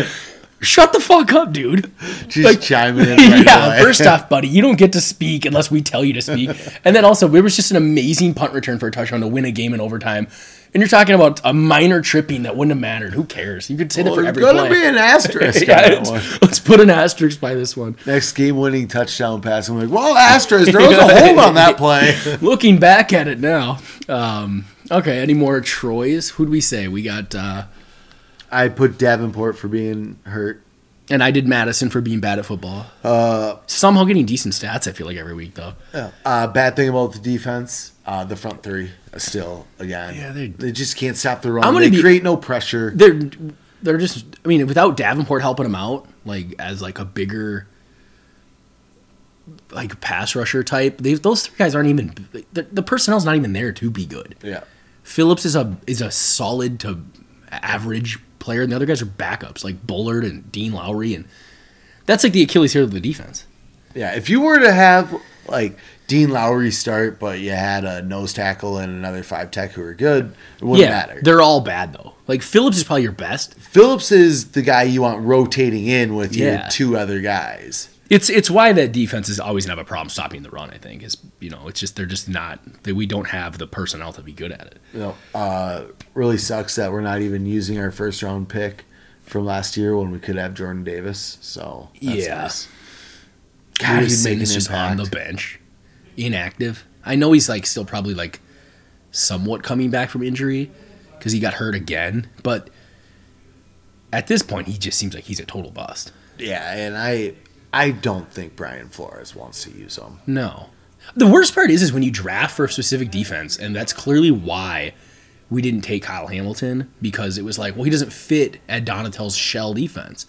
Speaker 3: shut the fuck up, dude.
Speaker 2: Just chiming in. Right
Speaker 3: yeah,
Speaker 2: away.
Speaker 3: first off, buddy, you don't get to speak unless we tell you to speak. and then also, it was just an amazing punt return for a touchdown to win a game in overtime. And you're talking about a minor tripping that wouldn't have mattered. Who cares? You could say that for
Speaker 2: there's
Speaker 3: every
Speaker 2: Oh, gonna
Speaker 3: play.
Speaker 2: be an asterisk.
Speaker 3: yeah,
Speaker 2: on that
Speaker 3: it's-
Speaker 2: one.
Speaker 3: let's put an asterisk by this one.
Speaker 2: Next game-winning touchdown pass. I'm like, well, asterisk. There was a hold on that play.
Speaker 3: Looking back at it now, um, okay. Any more Troys? Who'd we say we got? Uh,
Speaker 2: I put Davenport for being hurt.
Speaker 3: and I did Madison for being bad at football. Uh, Somehow getting decent stats. I feel like every week though.
Speaker 2: Uh, bad thing about the defense, uh, the front three still again.
Speaker 3: Yeah,
Speaker 2: they
Speaker 3: they-
Speaker 2: just can't stop the run.
Speaker 3: I'm gonna
Speaker 2: they
Speaker 3: be-
Speaker 2: create no pressure.
Speaker 3: they're they're just I mean without Davenport helping him out like as like a bigger like pass rusher type they those three guys aren't even the, the personnel's not even there to be good.
Speaker 2: Yeah,
Speaker 3: Phillips is a is a solid to average player and the other guys are backups like Bullard and Dean Lowry and that's like the Achilles heel of the defense.
Speaker 2: yeah. If you were to have like Dean Lowry start, but you had a nose tackle and another five tech who are good, it wouldn't
Speaker 3: yeah,
Speaker 2: matter.
Speaker 3: they're all bad though. Like Phillips is probably your best.
Speaker 2: Phillips is the guy you want rotating in with
Speaker 3: Yeah.
Speaker 2: your two other guys.
Speaker 3: It's it's why that defense is always gonna have a problem stopping the run. I think is you know it's just they're just not that we don't have the personnel to be good at it.
Speaker 2: You know, uh, really sucks that we're not even using our first round pick from last year when we could have Jordan Davis. So
Speaker 3: Yeah.
Speaker 2: God, he'd
Speaker 3: Peterson
Speaker 2: make an
Speaker 3: is just
Speaker 2: impact.
Speaker 3: on the bench, inactive. I know he's like still probably like somewhat coming back from injury because he got hurt again, but at this point he just seems like he's a total bust.
Speaker 2: Yeah, and I I don't think Brian Flores wants to use him.
Speaker 3: No. The worst part is is when you draft for a specific defense, and that's clearly why we didn't take Kyle Hamilton because it was like, well, he doesn't fit at Donatel's shell defense.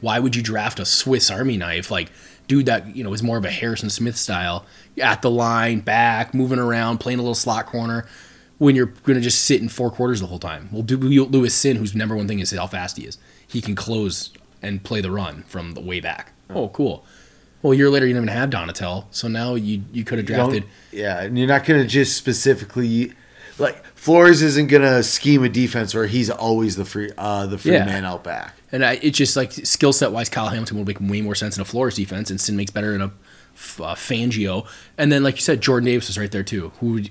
Speaker 3: Why would you draft a Swiss Army knife like dude that you know is more of a Harrison Smith style at the line, back, moving around, playing a little slot corner when you're going to just sit in four quarters the whole time? Well, do Lewis Sin, whose number one thing is how fast he is, he can close and play the run from the way back. Oh, cool. Well, a year later, you don't even have Donatel, so now you you could have
Speaker 2: You don't-
Speaker 3: drafted.
Speaker 2: yeah, and you're not gonna just specifically like Flores isn't gonna scheme a defense where he's always the free uh the free
Speaker 3: Yeah.
Speaker 2: man out back.
Speaker 3: And I, it's just like skill set wise, Kyle Hamilton would make way more sense in a Flores defense, and Sin makes better in a f- uh, Fangio. And then, like you said, Jordan Davis was right there too, who would,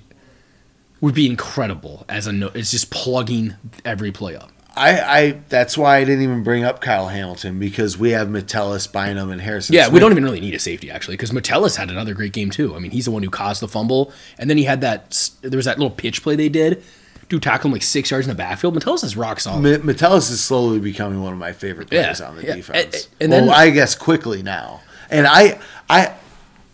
Speaker 3: would be incredible as a no. It's just plugging every play up.
Speaker 2: I, I that's why I didn't even bring up Kyle Hamilton because we have Metellus, Bynum, and Harrison.
Speaker 3: Yeah,
Speaker 2: Smith.
Speaker 3: we don't even really need a safety actually, because Metellus had another great game too. I mean, he's the one who caused the fumble, and then he had that. s- There was that little pitch play they did. Dude tackled him like six yards in the backfield. Metellus is rock solid.
Speaker 2: Ma- Metellus is slowly becoming one of my favorite players
Speaker 3: Yeah,
Speaker 2: on the
Speaker 3: yeah.
Speaker 2: defense.
Speaker 3: A- a- and
Speaker 2: well,
Speaker 3: then-
Speaker 2: I guess quickly now, and I, I,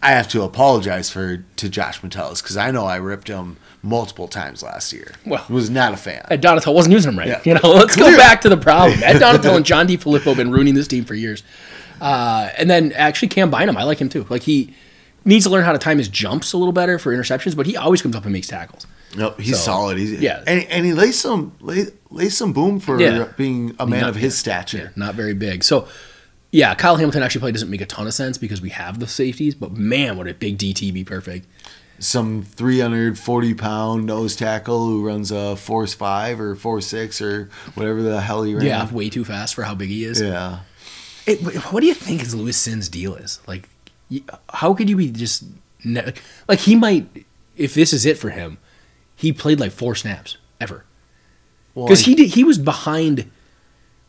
Speaker 2: I have to apologize for to Josh Metellus because I know I ripped him multiple times last year.
Speaker 3: Well-
Speaker 2: was not a fan.
Speaker 3: Ed Donatel wasn't using him right.
Speaker 2: Yeah.
Speaker 3: You know, let's
Speaker 2: Clear.
Speaker 3: go back to the problem. Ed Donatel and John D. Filippo have been ruining this team for years. Uh, and then actually Cam Bynum, I like him too. Like he needs to learn how to time his jumps a little better for interceptions, but he always comes up and makes tackles.
Speaker 2: no, he's
Speaker 3: So,
Speaker 2: solid. He's,
Speaker 3: yeah.
Speaker 2: and, and he lays some lay, lays some boom for
Speaker 3: Yeah.
Speaker 2: being a man
Speaker 3: not-
Speaker 2: of his stature.
Speaker 3: Not very big. So yeah, Kyle Hamilton actually probably doesn't make a ton of sense because we have the safeties, but man, would a big DT be perfect.
Speaker 2: Some three hundred forty pound nose tackle who runs a force five or four six or whatever the hell he ran.
Speaker 3: Yeah, way too fast for how big he is.
Speaker 2: yeah.
Speaker 3: It, what do you think is Lewis Sin's deal is? Like, you, how could you be just ne- like he might? If this is it for him, he played like four snaps ever
Speaker 2: Well,
Speaker 3: because he did, he was behind.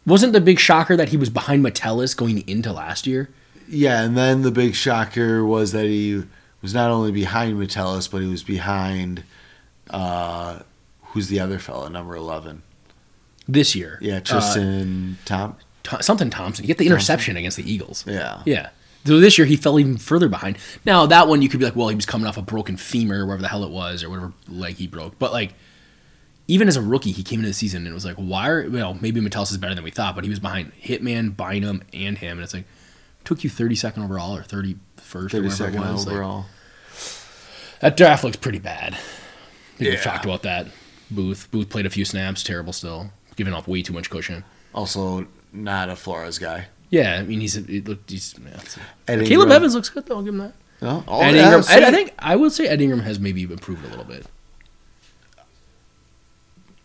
Speaker 3: Wasn't the big shocker that he was behind Metellus going into last year?
Speaker 2: Yeah, and then the big shocker was that he was not only behind Metellus, but he was behind uh who's the other fella, number eleven.
Speaker 3: This year,
Speaker 2: Yeah,
Speaker 3: Uh,
Speaker 2: Tristan Tom.
Speaker 3: Tho- something Thompson. He got the interception against the Eagles.
Speaker 2: Yeah.
Speaker 3: Yeah. So this year he fell even further behind. Now that one you could be like, well, he was coming off a broken femur, wherever the hell it was, or whatever leg he broke. But like, even as a rookie, he came into the season and it was like, why are well, maybe Metellus is better than we thought, but he was behind Hitman, Bynum, and him, and it's like took you thirty second overall or thirty first or
Speaker 2: Thirty
Speaker 3: whatever it
Speaker 2: second
Speaker 3: was. Like,
Speaker 2: overall.
Speaker 3: that draft looks pretty bad. I think
Speaker 2: Yeah.
Speaker 3: We've talked about that. Booth Booth played a few snaps, terrible still, giving off way too much cushion.
Speaker 2: Also not a Flores guy.
Speaker 3: Yeah, I mean he's it looked he's yeah, it's-
Speaker 2: Ed
Speaker 3: Caleb
Speaker 2: Ingram.
Speaker 3: Evans looks good though. I'll give him that.
Speaker 2: No? Oh,
Speaker 3: Ed
Speaker 2: yeah,
Speaker 3: Ingram,
Speaker 2: see,
Speaker 3: Ed, I think I would say Ed Ingram has maybe improved a little bit.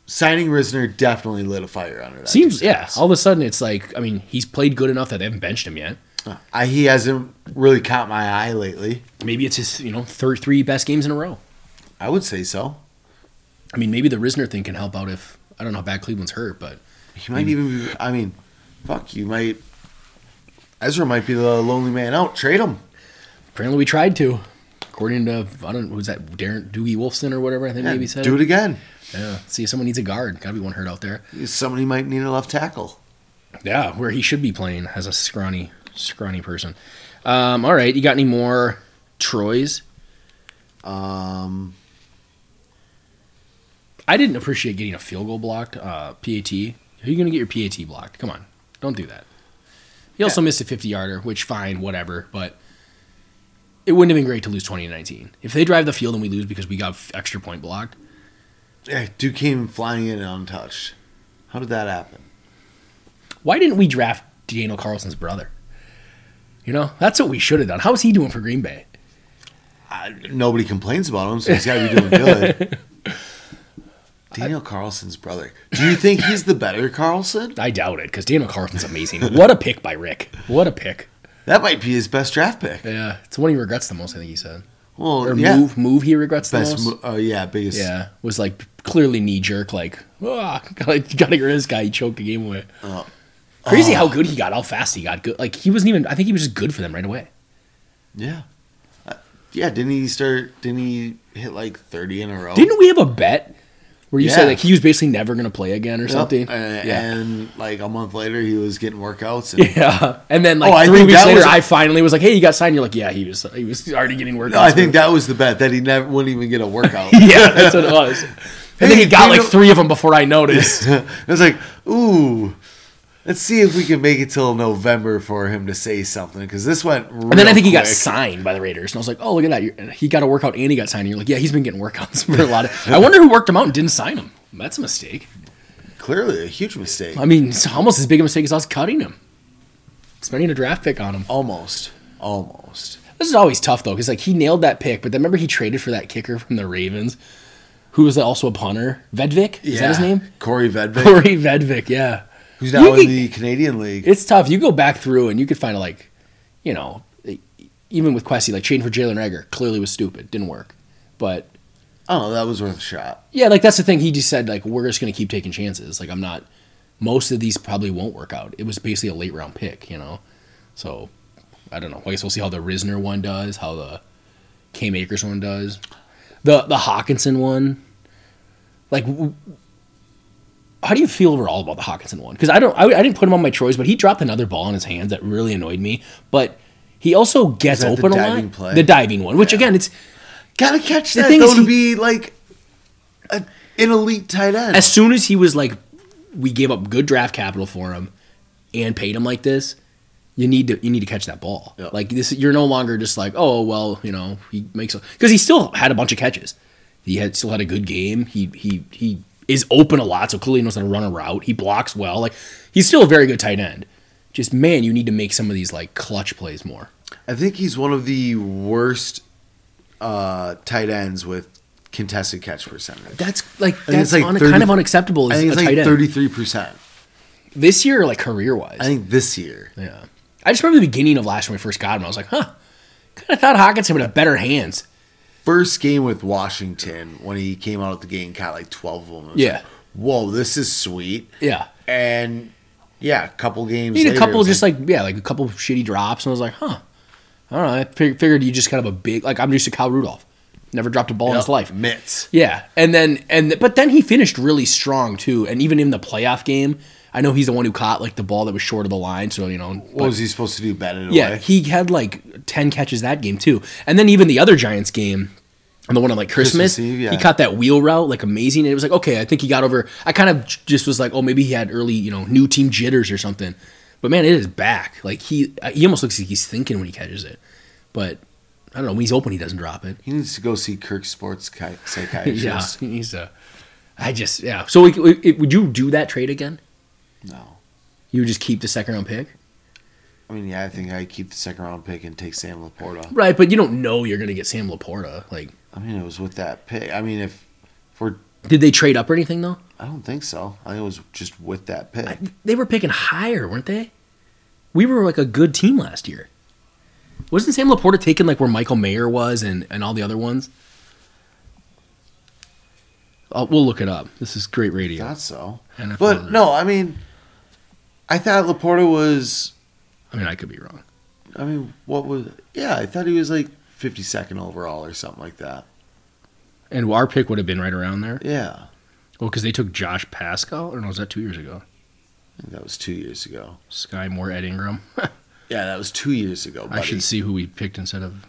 Speaker 2: signing Risner definitely lit a fire under that.
Speaker 3: Seems yeah.
Speaker 2: defense.
Speaker 3: All of a sudden, it's like I mean, he's played good enough that they haven't benched him yet.
Speaker 2: I, Uh, he hasn't really caught my eye lately.
Speaker 3: Maybe it's his you know third three best games in a row.
Speaker 2: I would say so.
Speaker 3: I mean, maybe the Risner thing can help out if I don't know how bad Cleveland's hurt, but
Speaker 2: He might even be. I mean, fuck, you might. Ezra might be the lonely man out. Trade him.
Speaker 3: apparently we tried to. According to I don't who's that Darren Doogie Wolfson or whatever I think maybe said.
Speaker 2: Do
Speaker 3: it.
Speaker 2: it again.
Speaker 3: Yeah. See if someone needs a guard. Gotta be one hurt out there.
Speaker 2: Somebody might need a left tackle.
Speaker 3: Yeah, where he should be playing as a scrawny, scrawny person. Um, all right, you got any more Troys?
Speaker 2: Um,
Speaker 3: I didn't appreciate getting a field goal blocked. Uh, PAT. Who are you gonna get your PAT blocked? Come on, don't do that. He also missed a 50 yarder, which fine, whatever. But it wouldn't have been great to lose 20 to 19. If they drive the field and we lose because we got f- extra point blocked,
Speaker 2: yeah, dude came flying in untouched. How did that happen?
Speaker 3: why didn't we draft Daniel Carlson's brother? You know, that's what we should have done. How is he doing for Green Bay?
Speaker 2: I, nobody complains about him, so he's got to be doing good. Daniel Carlson's brother. Do you think he's the better Carlson?
Speaker 3: I doubt it because Daniel Carlson's amazing. what a pick by Rick. What a pick.
Speaker 2: That might be his best draft pick.
Speaker 3: Yeah, it's the one he regrets the most. I think he said.
Speaker 2: Well,
Speaker 3: Or
Speaker 2: yeah,
Speaker 3: move, move. He regrets the
Speaker 2: best.
Speaker 3: most.
Speaker 2: Mo- uh, yeah, biggest.
Speaker 3: Yeah, was like clearly knee jerk. Like, ah, gotta, gotta get rid of this guy. He choked the game away.
Speaker 2: Oh.
Speaker 3: Crazy how good he got. How fast he got. Good. Like he wasn't even. I think he was just good for them right away.
Speaker 2: Yeah. Uh, yeah, didn't he start? Didn't he hit like 30 in a row?
Speaker 3: Didn't we have a bet where you said
Speaker 2: Yeah.
Speaker 3: like he was basically never gonna play again or
Speaker 2: Yep.
Speaker 3: something?
Speaker 2: Uh,
Speaker 3: yeah.
Speaker 2: And like a month later, he was getting workouts. And
Speaker 3: yeah, and then
Speaker 2: Oh, I
Speaker 3: like three
Speaker 2: think
Speaker 3: weeks
Speaker 2: that
Speaker 3: later,
Speaker 2: was-
Speaker 3: I finally was like, "Hey, you got signed." You're like, "Yeah, he was. He was already getting workouts."
Speaker 2: No, I think that was the bet that he never wouldn't even get a workout.
Speaker 3: yeah, that's what it was. And then
Speaker 2: Hey,
Speaker 3: he got
Speaker 2: you
Speaker 3: like
Speaker 2: know-
Speaker 3: three of them before I noticed.
Speaker 2: I was like, ooh, let's see if we can make it till November for him to say something because this went. Real
Speaker 3: And then I think he got
Speaker 2: quick.
Speaker 3: signed by the Raiders, and I was like, "Oh, look at that! You're, he got a workout and he got signed." And you're like, "Yeah, he's been getting workouts for a lot of." I wonder who worked him out and didn't sign him. That's a mistake.
Speaker 2: clearly a huge mistake.
Speaker 3: I mean, it's almost as big a mistake as us cutting him, spending a draft pick on him.
Speaker 2: Almost, almost.
Speaker 3: This is always tough though, because like he nailed that pick, but then remember he traded for that kicker from the Ravens, who was also a punter. Vedvik is that his name?
Speaker 2: Corey Vedvik,
Speaker 3: Corey Vedvik. Yeah,
Speaker 2: who's now
Speaker 3: You
Speaker 2: in
Speaker 3: could-
Speaker 2: the Canadian League.
Speaker 3: it's tough. You go back through and you could find like, you know, e, even with Questy, like trading for Jalen Rager clearly was stupid, didn't work, but.
Speaker 2: Oh, that was worth a shot.
Speaker 3: Yeah, like that's the thing. He just said like we're just gonna keep taking chances. Like I'm not. Most of these probably won't work out. It was basically a late round pick, you know. So I don't know. I guess we'll see how the Risner one does, how the K Makers one does, the the Hawkinson one. Like, w- how do you feel overall about the Hawkinson one? Because I don't. I, I didn't put him on my choice, but he dropped another ball in his hands that really annoyed me. But he also gets
Speaker 2: that the
Speaker 3: open a
Speaker 2: diving
Speaker 3: lot.
Speaker 2: play?
Speaker 3: The diving one, which again, it's
Speaker 2: Gotta catch
Speaker 3: The
Speaker 2: that
Speaker 3: thing is
Speaker 2: though to
Speaker 3: he-
Speaker 2: be like a, an elite tight end.
Speaker 3: as soon as he was like, we gave up good draft capital for him and paid him like this. You need to you need to catch that ball.
Speaker 2: Yeah.
Speaker 3: Like this, you're no longer just like, oh well, you know, he makes because he still had a bunch of catches. He had still had a good game. He he he is open a lot, so clearly knows how to run a route. He blocks well. Like he's still a very good tight end. Just man, you need to make some of these like clutch plays more.
Speaker 2: I think he's one of the worst uh, tight ends with contested catch percentage.
Speaker 3: That's like
Speaker 2: think it's,
Speaker 3: that's
Speaker 2: like,
Speaker 3: on,
Speaker 2: 30
Speaker 3: kind of unacceptable
Speaker 2: I
Speaker 3: as
Speaker 2: think
Speaker 3: a
Speaker 2: it's
Speaker 3: tight
Speaker 2: like
Speaker 3: end
Speaker 2: thirty-three percent.
Speaker 3: this year, like career wise.
Speaker 2: I think this year.
Speaker 3: Yeah. I just remember the beginning of last year when we first got him. I was like, huh, kind of thought Hawkinson would have better hands.
Speaker 2: first game with Washington when he came out of the game, caught like twelve of them. It was
Speaker 3: Yeah.
Speaker 2: like, Whoa, this is sweet.
Speaker 3: Yeah.
Speaker 2: And yeah, a couple games.
Speaker 3: He had a
Speaker 2: later, it
Speaker 3: couple
Speaker 2: was
Speaker 3: just like, yeah, like a couple shitty drops. And I was like, huh, I don't know. I fig- figured you just kind of a big, like I'm used to Kyle Rudolph. Never dropped a ball in his
Speaker 2: Yeah,
Speaker 3: life.
Speaker 2: mitts.
Speaker 3: Yeah. And then, and, th- but then he finished really strong too. And even in the playoff game, I know he's the one who caught like the ball that was short of the line. So, you know,
Speaker 2: What was he supposed to do? Bat it
Speaker 3: Yeah,
Speaker 2: away.
Speaker 3: he had like ten catches that game too, and then even the other Giants game, and the one on like Christmas,
Speaker 2: Christmas Eve, yeah.
Speaker 3: he caught that wheel route like amazing, and it was like okay, I think he got over. I kind of j- just was like, oh, maybe he had early you know new team jitters or something, but man, it is back. Like he uh, he almost looks like he's thinking when he catches it, but I don't know when he's open, he doesn't drop it.
Speaker 2: He needs to go see Kirk Sports chi- psychiatrist.
Speaker 3: Yeah, he's a. I just yeah. So we, we, would you do that trade again?
Speaker 2: No.
Speaker 3: You would just keep the second round pick,
Speaker 2: I mean, yeah, I think I keep the second round pick and take Sam Laporta.
Speaker 3: right? But you don't know you're gonna get Sam Laporta. Like
Speaker 2: I mean, it was with that pick. I mean, if, if we're
Speaker 3: Did they trade up or anything though?
Speaker 2: I don't think so. I think it was just with that pick.
Speaker 3: They were picking higher, weren't they? We were like a good team last year. Wasn't Sam Laporta taken like where Michael Mayer was and, and all the other ones? Oh, we'll look it up. This is great radio.
Speaker 2: Thought so.
Speaker 3: NFL
Speaker 2: But no, I mean, I thought Laporta was.
Speaker 3: I mean, I could be wrong.
Speaker 2: I mean, what was? Yeah, I thought he was like 52nd overall or something like that.
Speaker 3: And our pick would have been right around there.
Speaker 2: Yeah,
Speaker 3: Well, because they took Josh Pascal, or no, was that two years ago?
Speaker 2: I think that was two years ago.
Speaker 3: Sky Moore, Ed Ingram.
Speaker 2: Yeah, that was two years ago. Buddy.
Speaker 3: I should see who we picked instead of.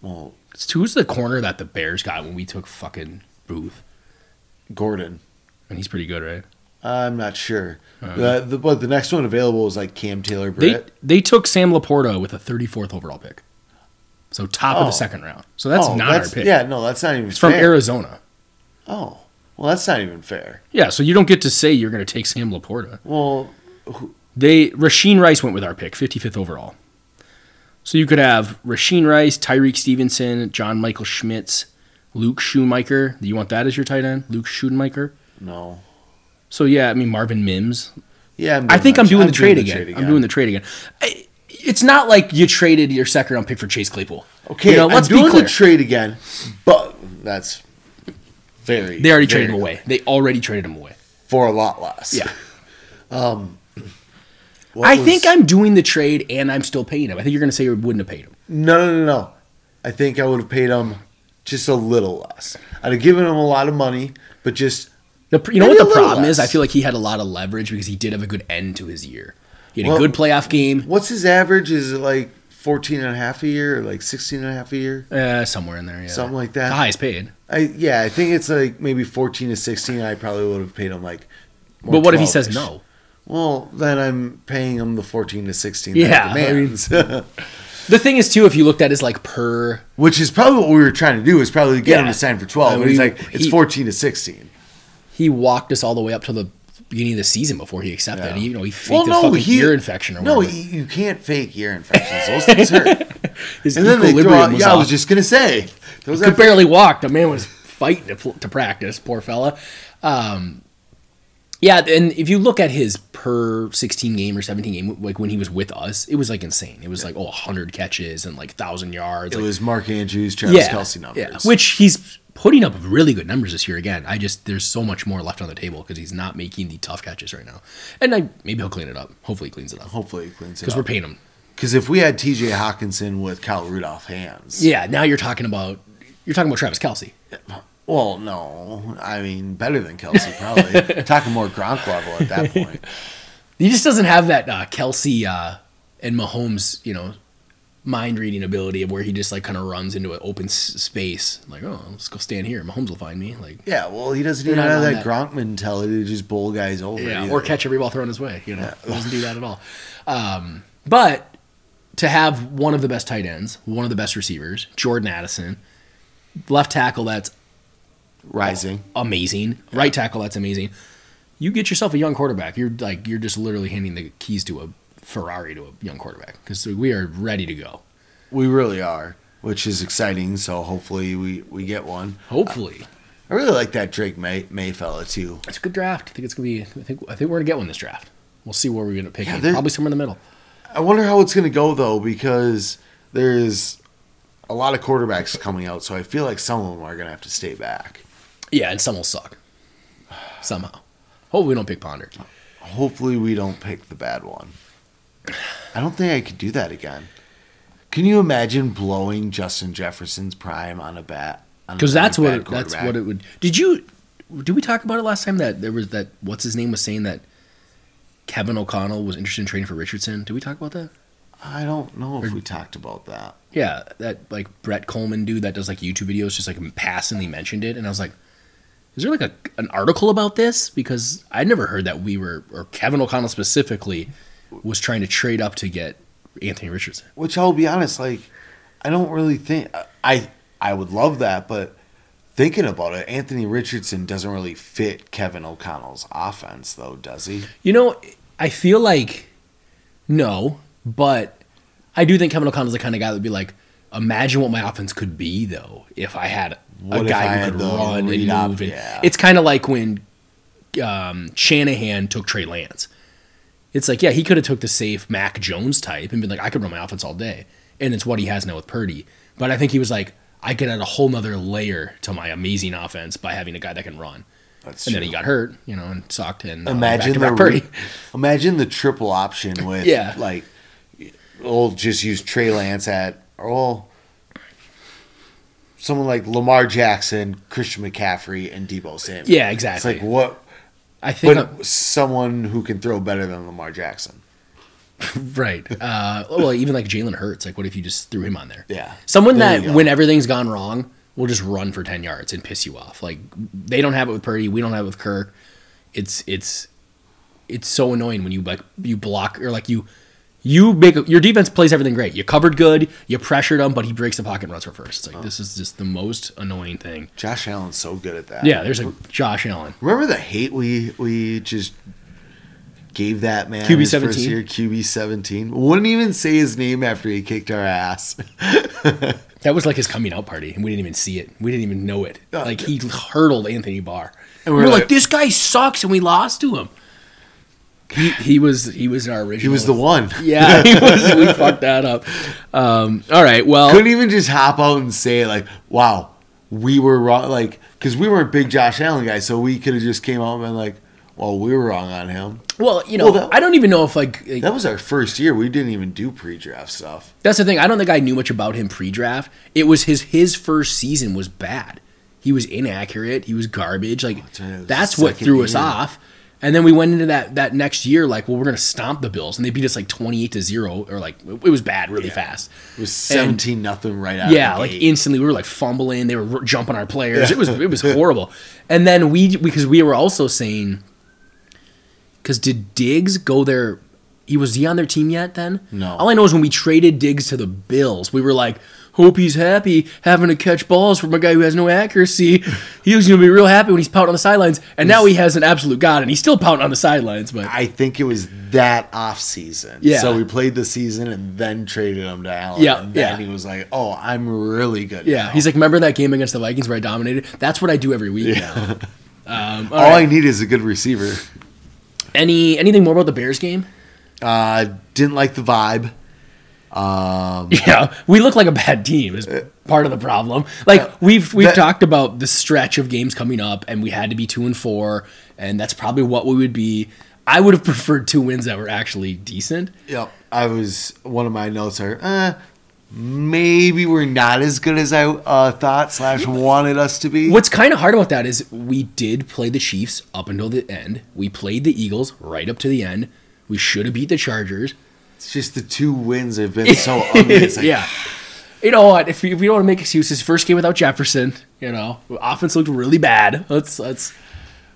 Speaker 2: Well,
Speaker 3: It's two- Who's the corner that the Bears got when we took fucking Booth?
Speaker 2: Gordon.
Speaker 3: And he's pretty good, right?
Speaker 2: I'm not sure.
Speaker 3: Uh,
Speaker 2: Uh, the, but the next one available is like Cam Taylor
Speaker 3: They
Speaker 2: Britt.
Speaker 3: they took Sam Laporta with a 34th overall pick, so top of
Speaker 2: Oh.
Speaker 3: the second round. So that's
Speaker 2: Oh,
Speaker 3: not
Speaker 2: that's-
Speaker 3: our pick.
Speaker 2: Yeah, no, that's not even
Speaker 3: it's from
Speaker 2: fair.
Speaker 3: Arizona.
Speaker 2: Oh, well, that's not even fair.
Speaker 3: Yeah, so you don't get to say you're going to take Sam Laporta.
Speaker 2: Well,
Speaker 3: They Rasheen Rice went with our pick, 55th overall. So you could have Rasheen Rice, Tyreek Stevenson, John Michael Schmitz, Luke Schumacher. Do you want that as your tight end, Luke Schumacher?
Speaker 2: no.
Speaker 3: So yeah, I mean Marvin Mims.
Speaker 2: Yeah, I'm
Speaker 3: I think I'm
Speaker 2: that-
Speaker 3: doing the trade again. I'm doing the trade again. I, it's not like you traded your second round pick for Chase Claypool.
Speaker 2: Okay,
Speaker 3: you know,
Speaker 2: I'm
Speaker 3: let's be
Speaker 2: doing
Speaker 3: clear.
Speaker 2: the trade again, but that's very.
Speaker 3: They already
Speaker 2: very
Speaker 3: traded him away. They already traded him away.
Speaker 2: for a lot less. Um,
Speaker 3: Yeah.
Speaker 2: What
Speaker 3: I
Speaker 2: was-
Speaker 3: think I'm doing the trade and I'm still paying him. I think you're going to say you wouldn't have paid him.
Speaker 2: No, no, no, no. I think I would have paid him just a little less. I'd have given him a lot of money, but just
Speaker 3: The, pr- you know
Speaker 2: Maybe a
Speaker 3: what the
Speaker 2: little
Speaker 3: problem is? I
Speaker 2: less.
Speaker 3: feel like he had a lot of leverage because he did have a good end to his year. He had
Speaker 2: Well-
Speaker 3: a good playoff game,
Speaker 2: what's his average? Is it like 14 and a half a year or like 16 and a half a year?
Speaker 3: uh, somewhere in there, yeah.
Speaker 2: Something like
Speaker 3: The
Speaker 2: that.
Speaker 3: highest paid.
Speaker 2: I yeah, I think it's like maybe 14 to 16. I probably would have paid him like. more
Speaker 3: But what if he says
Speaker 2: 12-ish.
Speaker 3: no?
Speaker 2: Well, then I'm paying him the 14 to 16. Yeah,
Speaker 3: Yeah, I The thing is, too, if you looked at his like per
Speaker 2: which is probably what we were trying to do is probably get him
Speaker 3: Yeah.
Speaker 2: to sign for 12
Speaker 3: Uh,
Speaker 2: but he's
Speaker 3: we-
Speaker 2: like it's
Speaker 3: he-
Speaker 2: 14 to 16
Speaker 3: he walked us all the way up to the beginning of the season before he accepted. He, you know, he faked
Speaker 2: well
Speaker 3: a
Speaker 2: no
Speaker 3: fucking
Speaker 2: he,
Speaker 3: ear infection or
Speaker 2: no
Speaker 3: whatever.
Speaker 2: he, you can't fake ear infections those things hurt
Speaker 3: His
Speaker 2: and then they
Speaker 3: equilibrium
Speaker 2: throw out,
Speaker 3: was
Speaker 2: yeah i
Speaker 3: off.
Speaker 2: was just gonna say those
Speaker 3: could
Speaker 2: are
Speaker 3: barely walk. The man was fighting to, pl- to practice. Poor fella. Um, yeah, and if you look at his per 16 game or 17 game, like when he was with us, it was like insane. It was like oh, 100 catches and like 1,000 yards.
Speaker 2: it
Speaker 3: like,
Speaker 2: was mark andrews travis
Speaker 3: yeah,
Speaker 2: kelsey numbers
Speaker 3: Yeah, which he's putting up really good numbers this year again. I just there's so much more left on the table because he's not making the tough catches right now. And I maybe he'll clean it up. Hopefully he cleans it up
Speaker 2: hopefully it cleans it
Speaker 3: because
Speaker 2: up
Speaker 3: we're paying him.
Speaker 2: because if we had tj hawkinson with kyle rudolph hands
Speaker 3: Yeah, now you're talking about you're talking about Travis Kelsey.
Speaker 2: well no i mean better than kelsey probably talking more gronk level at that point
Speaker 3: He just doesn't have that uh, Kelsey uh, and Mahomes, you know, mind reading ability of where he just like kind of runs into an open s- space, like oh, let's go stand here. Mahomes will find me, like
Speaker 2: yeah well he doesn't
Speaker 3: They're
Speaker 2: even
Speaker 3: not
Speaker 2: have
Speaker 3: on
Speaker 2: that,
Speaker 3: that.
Speaker 2: gronk mentality to just bowl guys over
Speaker 3: yeah,
Speaker 2: either.
Speaker 3: or catch every ball thrown his way. You know, he doesn't do that at all. Um, but to have one of the best tight ends, one of the best receivers, Jordan Addison, left tackle that's
Speaker 2: rising
Speaker 3: amazing, right tackle that's amazing. You get yourself a young quarterback. You're like you're just literally handing the keys to a Ferrari to a young quarterback because we are ready to go.
Speaker 2: We really are, which is exciting. So hopefully we, we get one.
Speaker 3: Hopefully,
Speaker 2: I really like that Drake May, May fella too.
Speaker 3: Uh, it's a good draft. I think it's gonna be. I think I think we're gonna get one this draft. We'll see where we're gonna pick.
Speaker 2: Yeah,
Speaker 3: him.
Speaker 2: there-
Speaker 3: Probably somewhere in the middle.
Speaker 2: I wonder how it's going to go though, because there's a lot of quarterbacks coming out. So I feel like some of them are going to have to stay back.
Speaker 3: Yeah, and some will suck somehow. Hopefully, we don't pick Ponder.
Speaker 2: Hopefully we don't pick the bad one. I don't think I could do that again. Can you imagine blowing Justin Jefferson's prime on a bat? on a
Speaker 3: Because
Speaker 2: really
Speaker 3: that's what
Speaker 2: bad
Speaker 3: it, that's
Speaker 2: quarterback?
Speaker 3: what it would. Did you? Did we talk about it last time that there was that what's his name was saying that Kevin O'Connell was interested in trading for Richardson? Did we talk about that?
Speaker 2: I don't know if we talked about that.
Speaker 3: Yeah, that like Brett Coleman dude that does like YouTube videos just like passingly mentioned it, and I was like, is there like a an article about this? Because I never heard that we were or Kevin O'Connell specifically was trying to trade up to get Anthony Richardson.
Speaker 2: which I'll be honest, like I don't really think I I would love that, but thinking about it, Anthony Richardson doesn't really fit Kevin O'Connell's offense, though, does he?
Speaker 3: You know, I feel like no, but I do think Kevin O'Connell's the kind of guy that would be like, imagine what my offense could be though if I had
Speaker 2: What
Speaker 3: a
Speaker 2: if I
Speaker 3: guy who
Speaker 2: had
Speaker 3: could
Speaker 2: the
Speaker 3: run and
Speaker 2: read
Speaker 3: move.
Speaker 2: op-
Speaker 3: and-
Speaker 2: yeah.
Speaker 3: It's kind of like when um, Shanahan took Trey Lance. It's like, yeah, he could have took the safe Mac Jones type and been like, I could run my offense all day. And it's what he has now with Purdy. But I think he was like, I could add a whole nother layer to my amazing offense by having a guy that can run.
Speaker 2: That's
Speaker 3: and
Speaker 2: true.
Speaker 3: then he got hurt, you know, and sucked. And uh,
Speaker 2: imagine the
Speaker 3: back-to-back Purdy.
Speaker 2: re- imagine the triple option with
Speaker 3: Yeah.
Speaker 2: like we'll just use Trey Lance at or well, someone like Lamar Jackson, Christian McCaffrey, and Debo Samuel.
Speaker 3: Yeah,
Speaker 2: It's
Speaker 3: exactly.
Speaker 2: like what,
Speaker 3: I think I'm-
Speaker 2: but someone who can throw better than Lamar Jackson.
Speaker 3: Right. Uh, well, even like Jalen Hurts. Like, what if you just threw him on there?
Speaker 2: Yeah.
Speaker 3: Someone
Speaker 2: There you
Speaker 3: that,
Speaker 2: go.
Speaker 3: when everything's gone wrong, will just run for ten yards and piss you off. Like, they don't have it with Purdy. We don't have it with Kirk. It's it's it's so annoying when you like you block or like you you make your defense plays everything great. You covered good. You pressured him, but he breaks the pocket and runs for first. It's like this is just the most annoying thing.
Speaker 2: Josh Allen's so good at that.
Speaker 3: Yeah. There's a Josh Allen.
Speaker 2: Remember the hate we we just gave that man
Speaker 3: QB
Speaker 2: his first
Speaker 3: 17?
Speaker 2: year, QB seventeen. Wouldn't even say his name after he kicked our ass.
Speaker 3: That was like his coming out party, and we didn't even see it. We didn't even know it.
Speaker 2: Uh,
Speaker 3: Like he hurdled Anthony Barr, and
Speaker 2: And
Speaker 3: we
Speaker 2: we're
Speaker 3: were, like,
Speaker 2: like-
Speaker 3: "This guy sucks," and we lost to him. He, he was he was our original.
Speaker 2: He was the one.
Speaker 3: yeah. He was, we fucked that up. Um, all right, well,
Speaker 2: couldn't even just hop out and say like, "Wow, we were wrong." Like, because we weren't big Josh Allen guys, so we could have just came out and been like, "Well, we were wrong on him."
Speaker 3: well, you know,
Speaker 2: Well, that-
Speaker 3: I don't even know if like, like
Speaker 2: That was our first year. We didn't even do pre-draft stuff.
Speaker 3: that's the thing. I don't think I knew much about him pre-draft. It was his his first season was bad. He was inaccurate. He was garbage. Like
Speaker 2: That's right, Oh, it was
Speaker 3: that's
Speaker 2: his
Speaker 3: what
Speaker 2: second
Speaker 3: threw us
Speaker 2: year.
Speaker 3: off. And then we went into that that next year like, well, we're gonna stomp the Bills, and they beat us like twenty eight to zero, or like it was bad really fast.
Speaker 2: It was seventeen nothing right out.
Speaker 3: Yeah,
Speaker 2: of the
Speaker 3: like
Speaker 2: gate.
Speaker 3: instantly we were like fumbling. They were r- jumping our players. It was it was horrible. And then we because we were also saying because did Diggs go there? He was he on their team yet? Then
Speaker 2: No.
Speaker 3: All I know is when we traded Diggs to the Bills, we were like, hope he's happy having to catch balls from a guy who has no accuracy. He was gonna be real happy when he's pouting on the sidelines. And now he has an absolute god, and he's still pouting on the sidelines. But
Speaker 2: I think it was that off season.
Speaker 3: Yeah.
Speaker 2: So we played the season and then traded him to Allen.
Speaker 3: Yeah,
Speaker 2: And then
Speaker 3: yeah.
Speaker 2: he was like, "Oh, I'm really good."
Speaker 3: yeah,
Speaker 2: now."
Speaker 3: he's like, remember that game against the Vikings where I dominated? That's what I do every week now. Um, all
Speaker 2: "All
Speaker 3: right.
Speaker 2: I need is a good receiver."
Speaker 3: Any anything more about the Bears game?
Speaker 2: Uh, didn't like the vibe.
Speaker 3: Yeah, we look like a bad team is part of the problem. Like we've we've
Speaker 2: that-
Speaker 3: talked about the stretch of games coming up, and we had to be two and four, and that's probably what we would be. I would have preferred two wins that were actually decent.
Speaker 2: Yep. I was one of my notes are uh, maybe we're not as good as I uh, thought slash wanted us to be.
Speaker 3: What's kind of hard about that is we did play the Chiefs up until the end. We played the Eagles right up to the end. We should have beat the Chargers.
Speaker 2: It's just the two wins have been so ugly. It's like,
Speaker 3: yeah. You know what? If we, if we don't want to make excuses, first game without Jefferson, you know, offense looked really bad. Let's let's.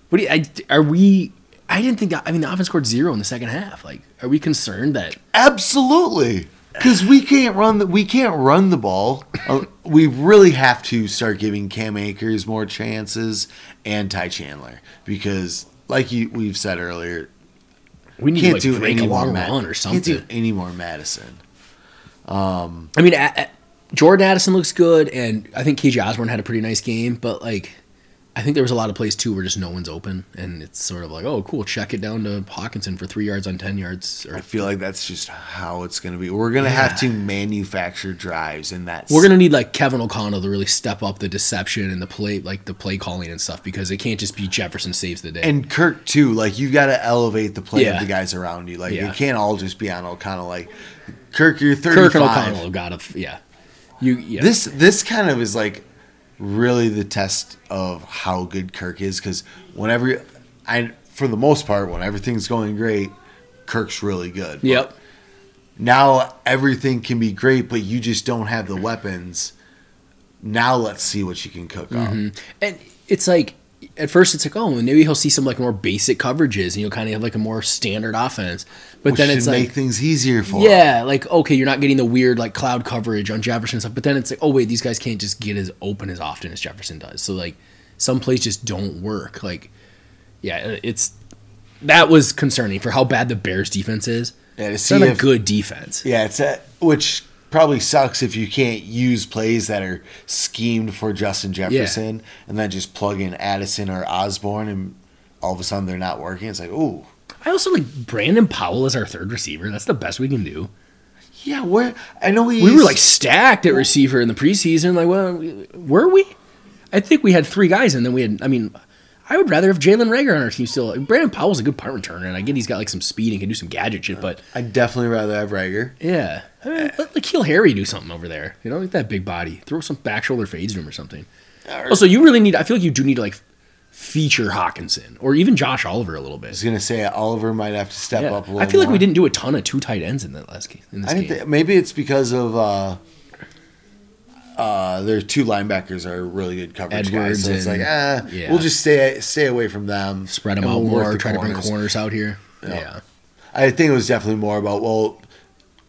Speaker 3: What do you, I, are we? I didn't think. I mean, the offense scored zero in the second half. Like, are we concerned that?
Speaker 2: Absolutely. Because we can't run the we can't run the ball. Uh, we really have to start giving Cam Akers more chances and Ty Chandler because, like you, we've said earlier,
Speaker 3: We need
Speaker 2: can't
Speaker 3: to
Speaker 2: do
Speaker 3: like, break a
Speaker 2: any more
Speaker 3: long
Speaker 2: Mad-
Speaker 3: run or
Speaker 2: Can't do
Speaker 3: something.
Speaker 2: any more Madison.
Speaker 3: I mean, a a- Jordan Addison looks good, and I think KJ Osborne had a pretty nice game. But like, I think there was a lot of plays too where just no one's open, and it's sort of like, oh, cool, check it down to Hawkinson for three yards on ten yards, or
Speaker 2: I feel like that's just how it's going to be. We're going to have to manufacture drives, and that's
Speaker 3: We're gonna need like Kevin O'Connell to really step up the deception and the play, like the play calling and stuff, because it can't just be Jefferson saves the day.
Speaker 2: and Kirk too. Like you've got to elevate the play
Speaker 3: Yeah.
Speaker 2: of the guys around you. Like
Speaker 3: Yeah.
Speaker 2: it can't all just be on O'Connell. Like Kirk, you're
Speaker 3: Kirk
Speaker 2: thirty-five.
Speaker 3: and O'Connell got a yeah. You yeah.
Speaker 2: This this kind of is like really the test of how good Kirk is because whenever I for the most part when everything's going great, Kirk's really good. But
Speaker 3: yep.
Speaker 2: Now everything can be great, but you just don't have the weapons. Now let's see what you can cook
Speaker 3: Mm-hmm.
Speaker 2: up.
Speaker 3: And it's like at first it's like oh maybe he'll see some like more basic coverages and you'll kind of have like a more standard offense, but
Speaker 2: Which
Speaker 3: then
Speaker 2: should
Speaker 3: it's
Speaker 2: make
Speaker 3: like
Speaker 2: things easier for. him.
Speaker 3: yeah like okay you're not getting the weird like cloud coverage on Jefferson and stuff, but then it's like oh wait these guys can't just get as open as often as Jefferson does, so like some plays just don't work like yeah it's that was concerning for how bad the Bears defense is.
Speaker 2: Yeah, to
Speaker 3: it's
Speaker 2: see
Speaker 3: not a
Speaker 2: if-
Speaker 3: good defense.
Speaker 2: Yeah, it's a, which probably sucks if you can't use plays that are schemed for Justin Jefferson and then just plug in Addison or Osborne and all of a sudden they're not working. It's like, ooh,
Speaker 3: I also like Brandon Powell as our third receiver. That's the best we can do.
Speaker 2: yeah, where I know we
Speaker 3: We were like stacked at receiver in the preseason. Like, well, were we? I think we had three guys, and then we had. I mean, I would rather have Jalen Rager on our team still. Brandon Powell's a good punt returner, and I get he's got like some speed and can do some gadget shit. But
Speaker 2: I'd definitely rather have Rager.
Speaker 3: yeah, I mean, let, let Keel Harry do something over there. You know, like that big body. Throw some back shoulder fades to him or something. Also, you really need. I feel like you do need to like feature Hawkinson or even Josh Oliver a little
Speaker 2: I
Speaker 3: bit.
Speaker 2: was gonna say Oliver might have to step
Speaker 3: Yeah.
Speaker 2: up a little.
Speaker 3: I feel like we
Speaker 2: more.
Speaker 3: didn't do a ton of two tight ends in that last game. In this
Speaker 2: I
Speaker 3: game.
Speaker 2: didn't think, maybe it's because of uh, uh, their two linebackers are really good coverage
Speaker 3: Edwards
Speaker 2: guys. So it's
Speaker 3: and-
Speaker 2: like, ah,
Speaker 3: yeah.
Speaker 2: we'll just stay stay away from them.
Speaker 3: spread them
Speaker 2: and
Speaker 3: out
Speaker 2: we'll work
Speaker 3: more,
Speaker 2: the
Speaker 3: try to bring
Speaker 2: corners.
Speaker 3: corners out here. Yeah.
Speaker 2: I think it was definitely more about well,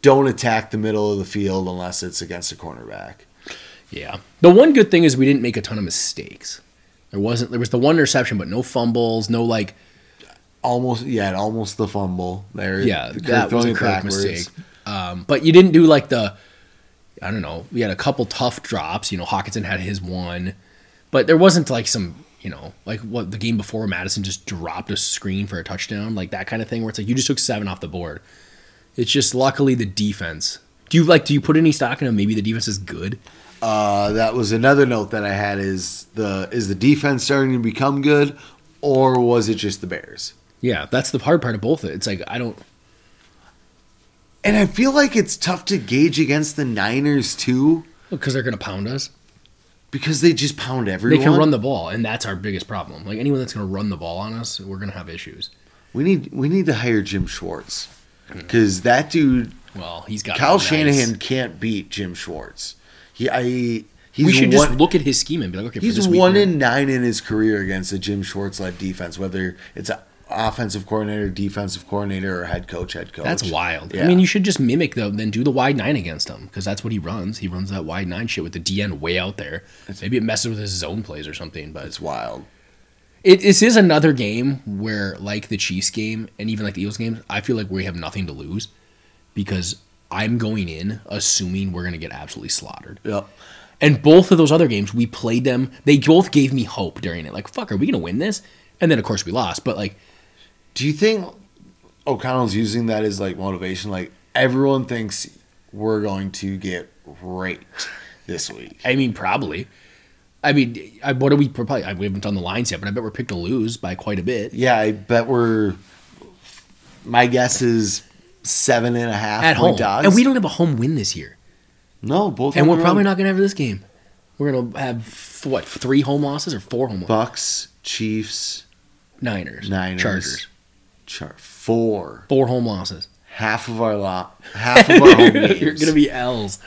Speaker 2: don't attack the middle of the field unless it's against a cornerback.
Speaker 3: Yeah. The one good thing is we didn't make a ton of mistakes. There wasn't there was the one interception, but no fumbles, no like
Speaker 2: Almost, yeah, and almost the fumble there.
Speaker 3: yeah,
Speaker 2: the Kirk
Speaker 3: that was a
Speaker 2: throwing it
Speaker 3: Kirk
Speaker 2: backwards.
Speaker 3: mistake. Um, but you didn't do like the I don't know. We had a couple tough drops. You know, Hawkinson had his one, but there wasn't like some you know like what the game before Madison just dropped a screen for a touchdown, like that kind of thing where it's like you just took seven off the board. It's just luckily the defense. Do you like? Do you put any stock in them? Maybe the defense is good.
Speaker 2: Uh, that was another note that I had is the is the defense starting to become good, or was it just the Bears?
Speaker 3: Yeah, that's the hard part of both. It's like I don't.
Speaker 2: And I feel like it's tough to gauge against the Niners too
Speaker 3: because they're going to pound us.
Speaker 2: because they just pound
Speaker 3: They
Speaker 2: everyone.
Speaker 3: can run the ball, and that's our biggest problem. Like anyone that's going to run the ball on us, we're going to have issues.
Speaker 2: we need we need to hire Jim Schwartz because that dude
Speaker 3: Well, he's got
Speaker 2: Kyle
Speaker 3: nice-
Speaker 2: Shanahan can't beat Jim Schwartz. He I he's
Speaker 3: we should
Speaker 2: one,
Speaker 3: just look at his scheme and be like, okay, for
Speaker 2: he's
Speaker 3: this week,
Speaker 2: one
Speaker 3: we're-
Speaker 2: in nine in his career against a Jim Schwartz led defense, whether it's an offensive coordinator, defensive coordinator, or head coach. Head coach.
Speaker 3: That's wild. I
Speaker 2: Yeah.
Speaker 3: mean, you should just mimic though, then do the wide nine against him because that's what he runs. He runs that wide nine shit with the DN way out there. Maybe it messes with his zone plays or something, but
Speaker 2: It's wild.
Speaker 3: it, this is another game where, like the Chiefs game and even like the Eagles games, I feel like we have nothing to lose because I'm going in assuming we're going to get absolutely slaughtered.
Speaker 2: Yep.
Speaker 3: And both of those other games, we played them. They both gave me hope during it. Like, fuck, are we going to win this? And then, of course, we lost. But, like,
Speaker 2: Do you think O'Connell's using that as like motivation? Like everyone thinks we're going to get raped this week.
Speaker 3: I mean, probably. I mean, I, what are we? Probably, I, we haven't done the lines yet, but I bet we're picked to lose by quite a bit.
Speaker 2: Yeah, I bet we're. My guess is seven and a half
Speaker 3: At
Speaker 2: point
Speaker 3: home.
Speaker 2: dogs.
Speaker 3: And we don't have a home win this year.
Speaker 2: No, both.
Speaker 3: And
Speaker 2: on
Speaker 3: we're
Speaker 2: the
Speaker 3: probably
Speaker 2: road.
Speaker 3: not going to have this game. We're going to have, f- what, three home losses or four home losses?
Speaker 2: Bucks, Chiefs,
Speaker 3: Niners.
Speaker 2: Niners,
Speaker 3: Chargers.
Speaker 2: Char- four.
Speaker 3: Four home losses.
Speaker 2: Half of our lot. Half of our home games.
Speaker 3: You're going to be L's.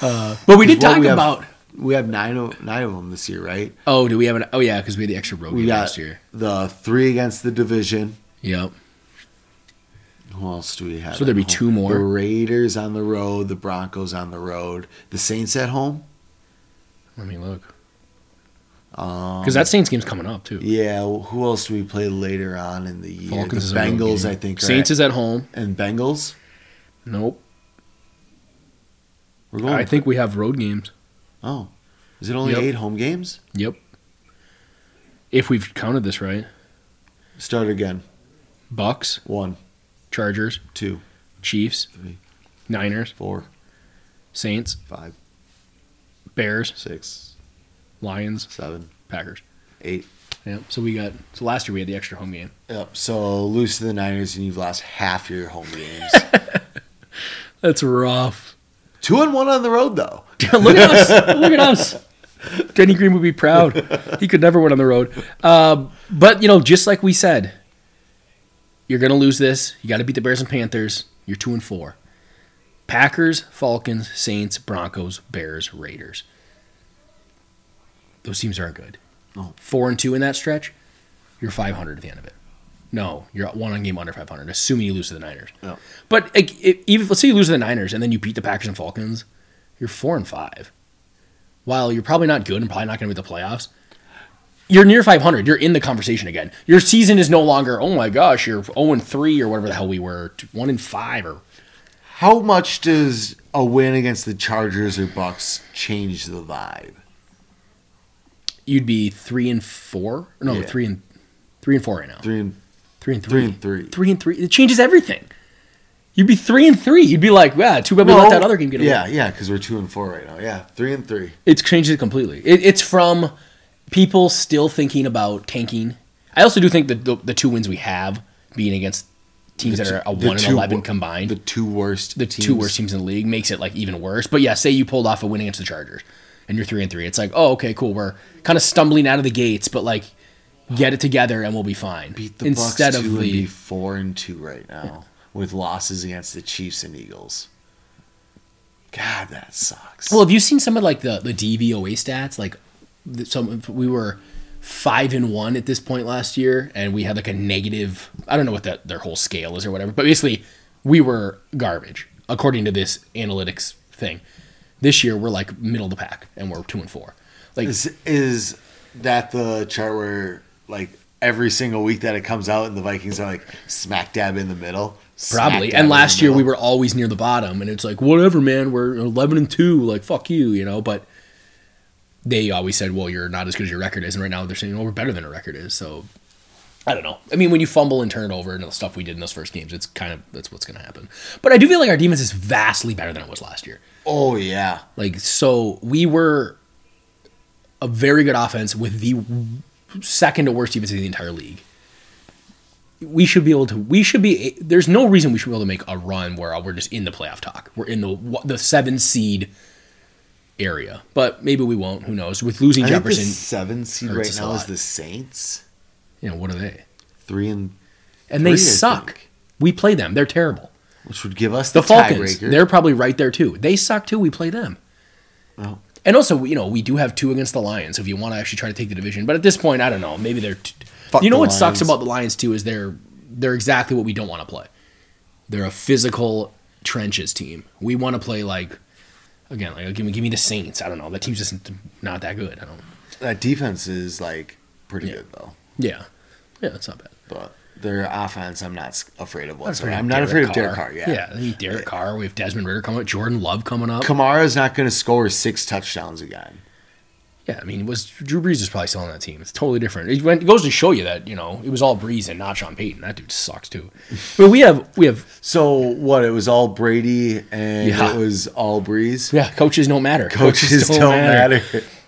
Speaker 3: Uh, but we did
Speaker 2: Well,
Speaker 3: talk
Speaker 2: we have-
Speaker 3: about.
Speaker 2: We have nine of nine of them this year, right?
Speaker 3: Oh, do we have an? Oh yeah, because we had the extra road
Speaker 2: We
Speaker 3: game
Speaker 2: got
Speaker 3: last year.
Speaker 2: the three against the division.
Speaker 3: Yep.
Speaker 2: Who else do we have?
Speaker 3: So there'd be
Speaker 2: at home?
Speaker 3: two more.
Speaker 2: The Raiders on the road, the Broncos on the road, the Saints at home.
Speaker 3: Let me look.
Speaker 2: Um,
Speaker 3: Because that Saints game's coming up too.
Speaker 2: yeah, who else do we play later on in the year?
Speaker 3: Falcons is
Speaker 2: the
Speaker 3: a road
Speaker 2: Bengals,
Speaker 3: game.
Speaker 2: I think.
Speaker 3: Saints
Speaker 2: right?
Speaker 3: is at home.
Speaker 2: and Bengals.
Speaker 3: Nope.
Speaker 2: We're going.
Speaker 3: I think we have road games.
Speaker 2: Oh, is it only
Speaker 3: Yep.
Speaker 2: eight home games?
Speaker 3: Yep. If we've counted this right,
Speaker 2: Start again.
Speaker 3: Bucks,
Speaker 2: One,
Speaker 3: Chargers,
Speaker 2: two,
Speaker 3: Chiefs,
Speaker 2: Three.
Speaker 3: Niners,
Speaker 2: four,
Speaker 3: Saints,
Speaker 2: five,
Speaker 3: Bears,
Speaker 2: six,
Speaker 3: Lions,
Speaker 2: seven,
Speaker 3: Packers.
Speaker 2: eight.
Speaker 3: Yep. So we got. So last year we had the extra home game.
Speaker 2: Yep. So lose to the Niners, and you've lost half your home games.
Speaker 3: That's rough.
Speaker 2: two and one on the road, though.
Speaker 3: look at us. Look at us. Denny Green would be proud. He could never win on the road. Um, but, you know, just like we said, you're going to lose this. You got to beat the Bears and Panthers. You're 2 and 4. Packers, Falcons, Saints, Broncos, Bears, Raiders. Those teams aren't good.
Speaker 2: No.
Speaker 3: 4 and 2 in that stretch, you're 500 at the end of it. No, you're at one on game under 500, assuming you lose to the Niners.
Speaker 2: No.
Speaker 3: But like, if, even let's say you lose to the Niners and then you beat the Packers and Falcons, you're four and five. While you're probably not good and probably not going to make the playoffs, you're near 500. You're in the conversation again. Your oh season is no longer oh my gosh, you're 0 and three or whatever the hell we were, t- one and five or
Speaker 2: How much does a win against the Chargers or Bucks change the vibe?
Speaker 3: You'd be three and four. No,
Speaker 2: Yeah.
Speaker 3: three and three and four right now. Three,
Speaker 2: Three and
Speaker 3: and three.
Speaker 2: three and three.
Speaker 3: Three and three. It changes everything. You'd be three and three. You'd be like, yeah, too bad we let that other game get away.
Speaker 2: Yeah, yeah, because we're two and four right now. Yeah, three and three.
Speaker 3: It's changed it completely. It, it's from people still thinking about tanking. I also do think that the, the two wins we have being against teams that are a
Speaker 2: The
Speaker 3: one and
Speaker 2: two
Speaker 3: eleven
Speaker 2: wor-
Speaker 3: combined,
Speaker 2: The
Speaker 3: the,
Speaker 2: two worst.
Speaker 3: two worst teams in the league, makes it like even worse. But yeah, say you pulled off a win against the Chargers and you're three and three. It's like, oh, okay, cool. We're kind of stumbling out of the gates, but like, get it together and we'll be fine.
Speaker 2: beat the Bucks two and be four and two right now with losses against the Chiefs and Eagles. God, that sucks.
Speaker 3: Well, have you seen some of like the the DVOA stats? Like, the, some we were five and one at this point last year, and we had like a negative. I don't know what that their whole scale is or whatever, but basically, we were garbage according to this analytics thing. This year, we're like middle of the pack, and we're two and four. Like,
Speaker 2: is, is that the chart where like every single week that it comes out and the Vikings are like smack dab in the middle? Smack
Speaker 3: Probably.
Speaker 2: dab in
Speaker 3: And
Speaker 2: the
Speaker 3: last year we
Speaker 2: middle?
Speaker 3: were always near the bottom, and it's like whatever, man. We're eleven and two. Like fuck you, you know. But they always said, well, you're not as good as your record is, and right now they're saying, well, we're better than our record is. So I don't know. I mean, when you fumble and turn it over and the stuff we did in those first games, it's kind of that's what's going to happen. But I do feel like our defense is vastly better than it was last year.
Speaker 2: Oh yeah,
Speaker 3: Like so, we were a very good offense with the second to worst defense in the entire league. We should be able to. We should be. There's no reason we should be able to make a run where we're just in the playoff talk. We're in the the seven seed area, but maybe we won't. Who knows? With losing
Speaker 2: I think the
Speaker 3: Jefferson,
Speaker 2: seven seed
Speaker 3: hurts
Speaker 2: right
Speaker 3: us a
Speaker 2: now is
Speaker 3: lot.
Speaker 2: the Saints.
Speaker 3: you know what are they?
Speaker 2: Three and
Speaker 3: And
Speaker 2: Three, I
Speaker 3: they suck.
Speaker 2: think.
Speaker 3: We play them. They're terrible.
Speaker 2: which would give us the,
Speaker 3: The Falcons.
Speaker 2: tiebreaker.
Speaker 3: They're probably right there too. They suck too. We play them.
Speaker 2: Oh.
Speaker 3: And also, you know, we do have two against the Lions. If you want to actually try to take the division, but at this point, I don't know. Maybe they're. T-
Speaker 2: Fuck
Speaker 3: you know
Speaker 2: the
Speaker 3: what
Speaker 2: Lions.
Speaker 3: sucks about the Lions too is they're they're exactly what we don't want to play. They're a physical trenches team. We want to play like again, like give me give me the Saints. I don't know. That team's just not that good. I don't.
Speaker 2: that defense is like pretty good though.
Speaker 3: Yeah, yeah, that's not bad.
Speaker 2: but their offense, I'm not s- afraid of
Speaker 3: That's
Speaker 2: whatsoever.
Speaker 3: pretty
Speaker 2: I'm not afraid of Derek Carr. Yeah.
Speaker 3: yeah. I mean, Derek Carr. We have Desmond Ritter coming up. Jordan Love coming up.
Speaker 2: Kamara's not going to score six touchdowns again.
Speaker 3: Yeah, I mean, it was Drew Brees is probably still on that team. It's totally different. It, went, it goes to show you that you know it was all Brees and not Sean Payton. That dude sucks too. But we have we have
Speaker 2: So what? It was all Brady and
Speaker 3: Yeah.
Speaker 2: it was all Breeze.
Speaker 3: yeah, coaches don't matter.
Speaker 2: Coaches don't, matter.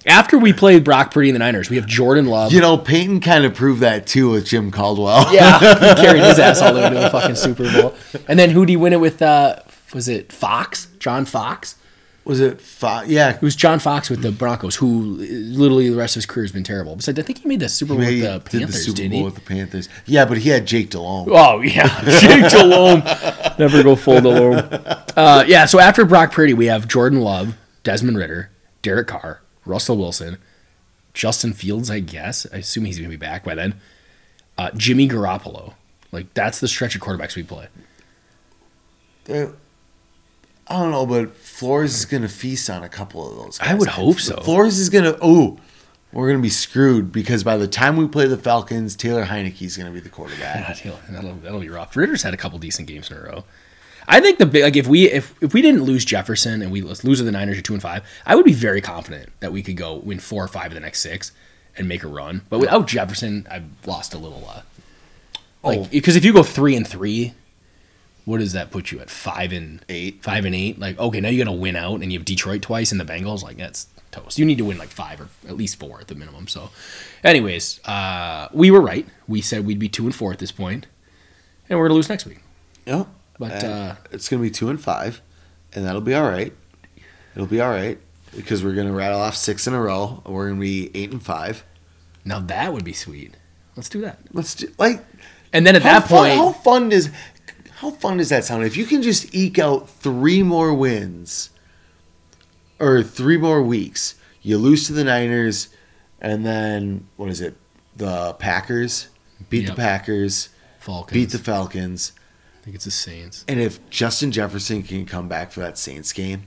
Speaker 3: After we played Brock Purdy and the Niners, we have Jordan Love.
Speaker 2: You know, Peyton kind of proved that too with Jim Caldwell.
Speaker 3: yeah, he carried his ass all the way to the fucking Super Bowl. And then who do you win it with? Uh, was it Fox? John Fox?
Speaker 2: Was it five? Yeah.
Speaker 3: It was John Fox with the Broncos, who uh, literally the rest of his career has been terrible. Besides, I think he made the Super Bowl
Speaker 2: He
Speaker 3: with the
Speaker 2: did
Speaker 3: Panthers,
Speaker 2: the Super
Speaker 3: didn't he?
Speaker 2: Bowl with the Panthers. Yeah, but he had Jake DeLong.
Speaker 3: Oh yeah, Jake Delhomme. Never go full Delhomme. Uh, yeah. So after Brock Purdy, we have Jordan Love, Desmond Ritter, Derek Carr, Russell Wilson, Justin Fields. I guess. I assume he's gonna be back by then. Uh, Jimmy Garoppolo. Like that's the stretch of quarterbacks we play.
Speaker 2: Uh, I don't know, but Flores is going to feast on a couple of those. Guys.
Speaker 3: I would hope so.
Speaker 2: Flores is gonna. Oh, we're gonna be screwed because by the time we play the Falcons, Taylor Heineke is gonna be the quarterback.
Speaker 3: God, he'll- that'll, that'll be rough. Ritter's had a couple decent games in a row. I think the big like if we if, if we didn't lose Jefferson and we lose lose to the Niners at two and five, I would be very confident that we could go win four or five of the next six and make a run. But without Jefferson, I've lost a little. Uh,
Speaker 2: Oh.
Speaker 3: like because if you go three and three, what does that put you at five and
Speaker 2: Eight.
Speaker 3: Five and eight. Like okay, now you got to win out, and you have Detroit twice and the Bengals. Like that's toast. You need to win like five or at least four at the minimum. So, anyways, uh, we were right. We said we'd be two and four at this point, and we're gonna lose next week.
Speaker 2: Yep.
Speaker 3: But
Speaker 2: And
Speaker 3: uh,
Speaker 2: it's gonna be two and five, and that'll be all right. It'll be all right because we're gonna rattle off six in a row. We're gonna be eight and five.
Speaker 3: now that would be sweet. Let's do that.
Speaker 2: Let's do like
Speaker 3: And then at
Speaker 2: how
Speaker 3: that
Speaker 2: fun-
Speaker 3: point,
Speaker 2: how fun does how fun does that sound? If you can just eke out three more wins or three more weeks, you lose to the Niners, and then what is it? The Packers beat
Speaker 3: Yep.
Speaker 2: the Packers,
Speaker 3: Falcons.
Speaker 2: beat the Falcons,
Speaker 3: I think it's the Saints.
Speaker 2: and if Justin Jefferson can come back for that Saints game,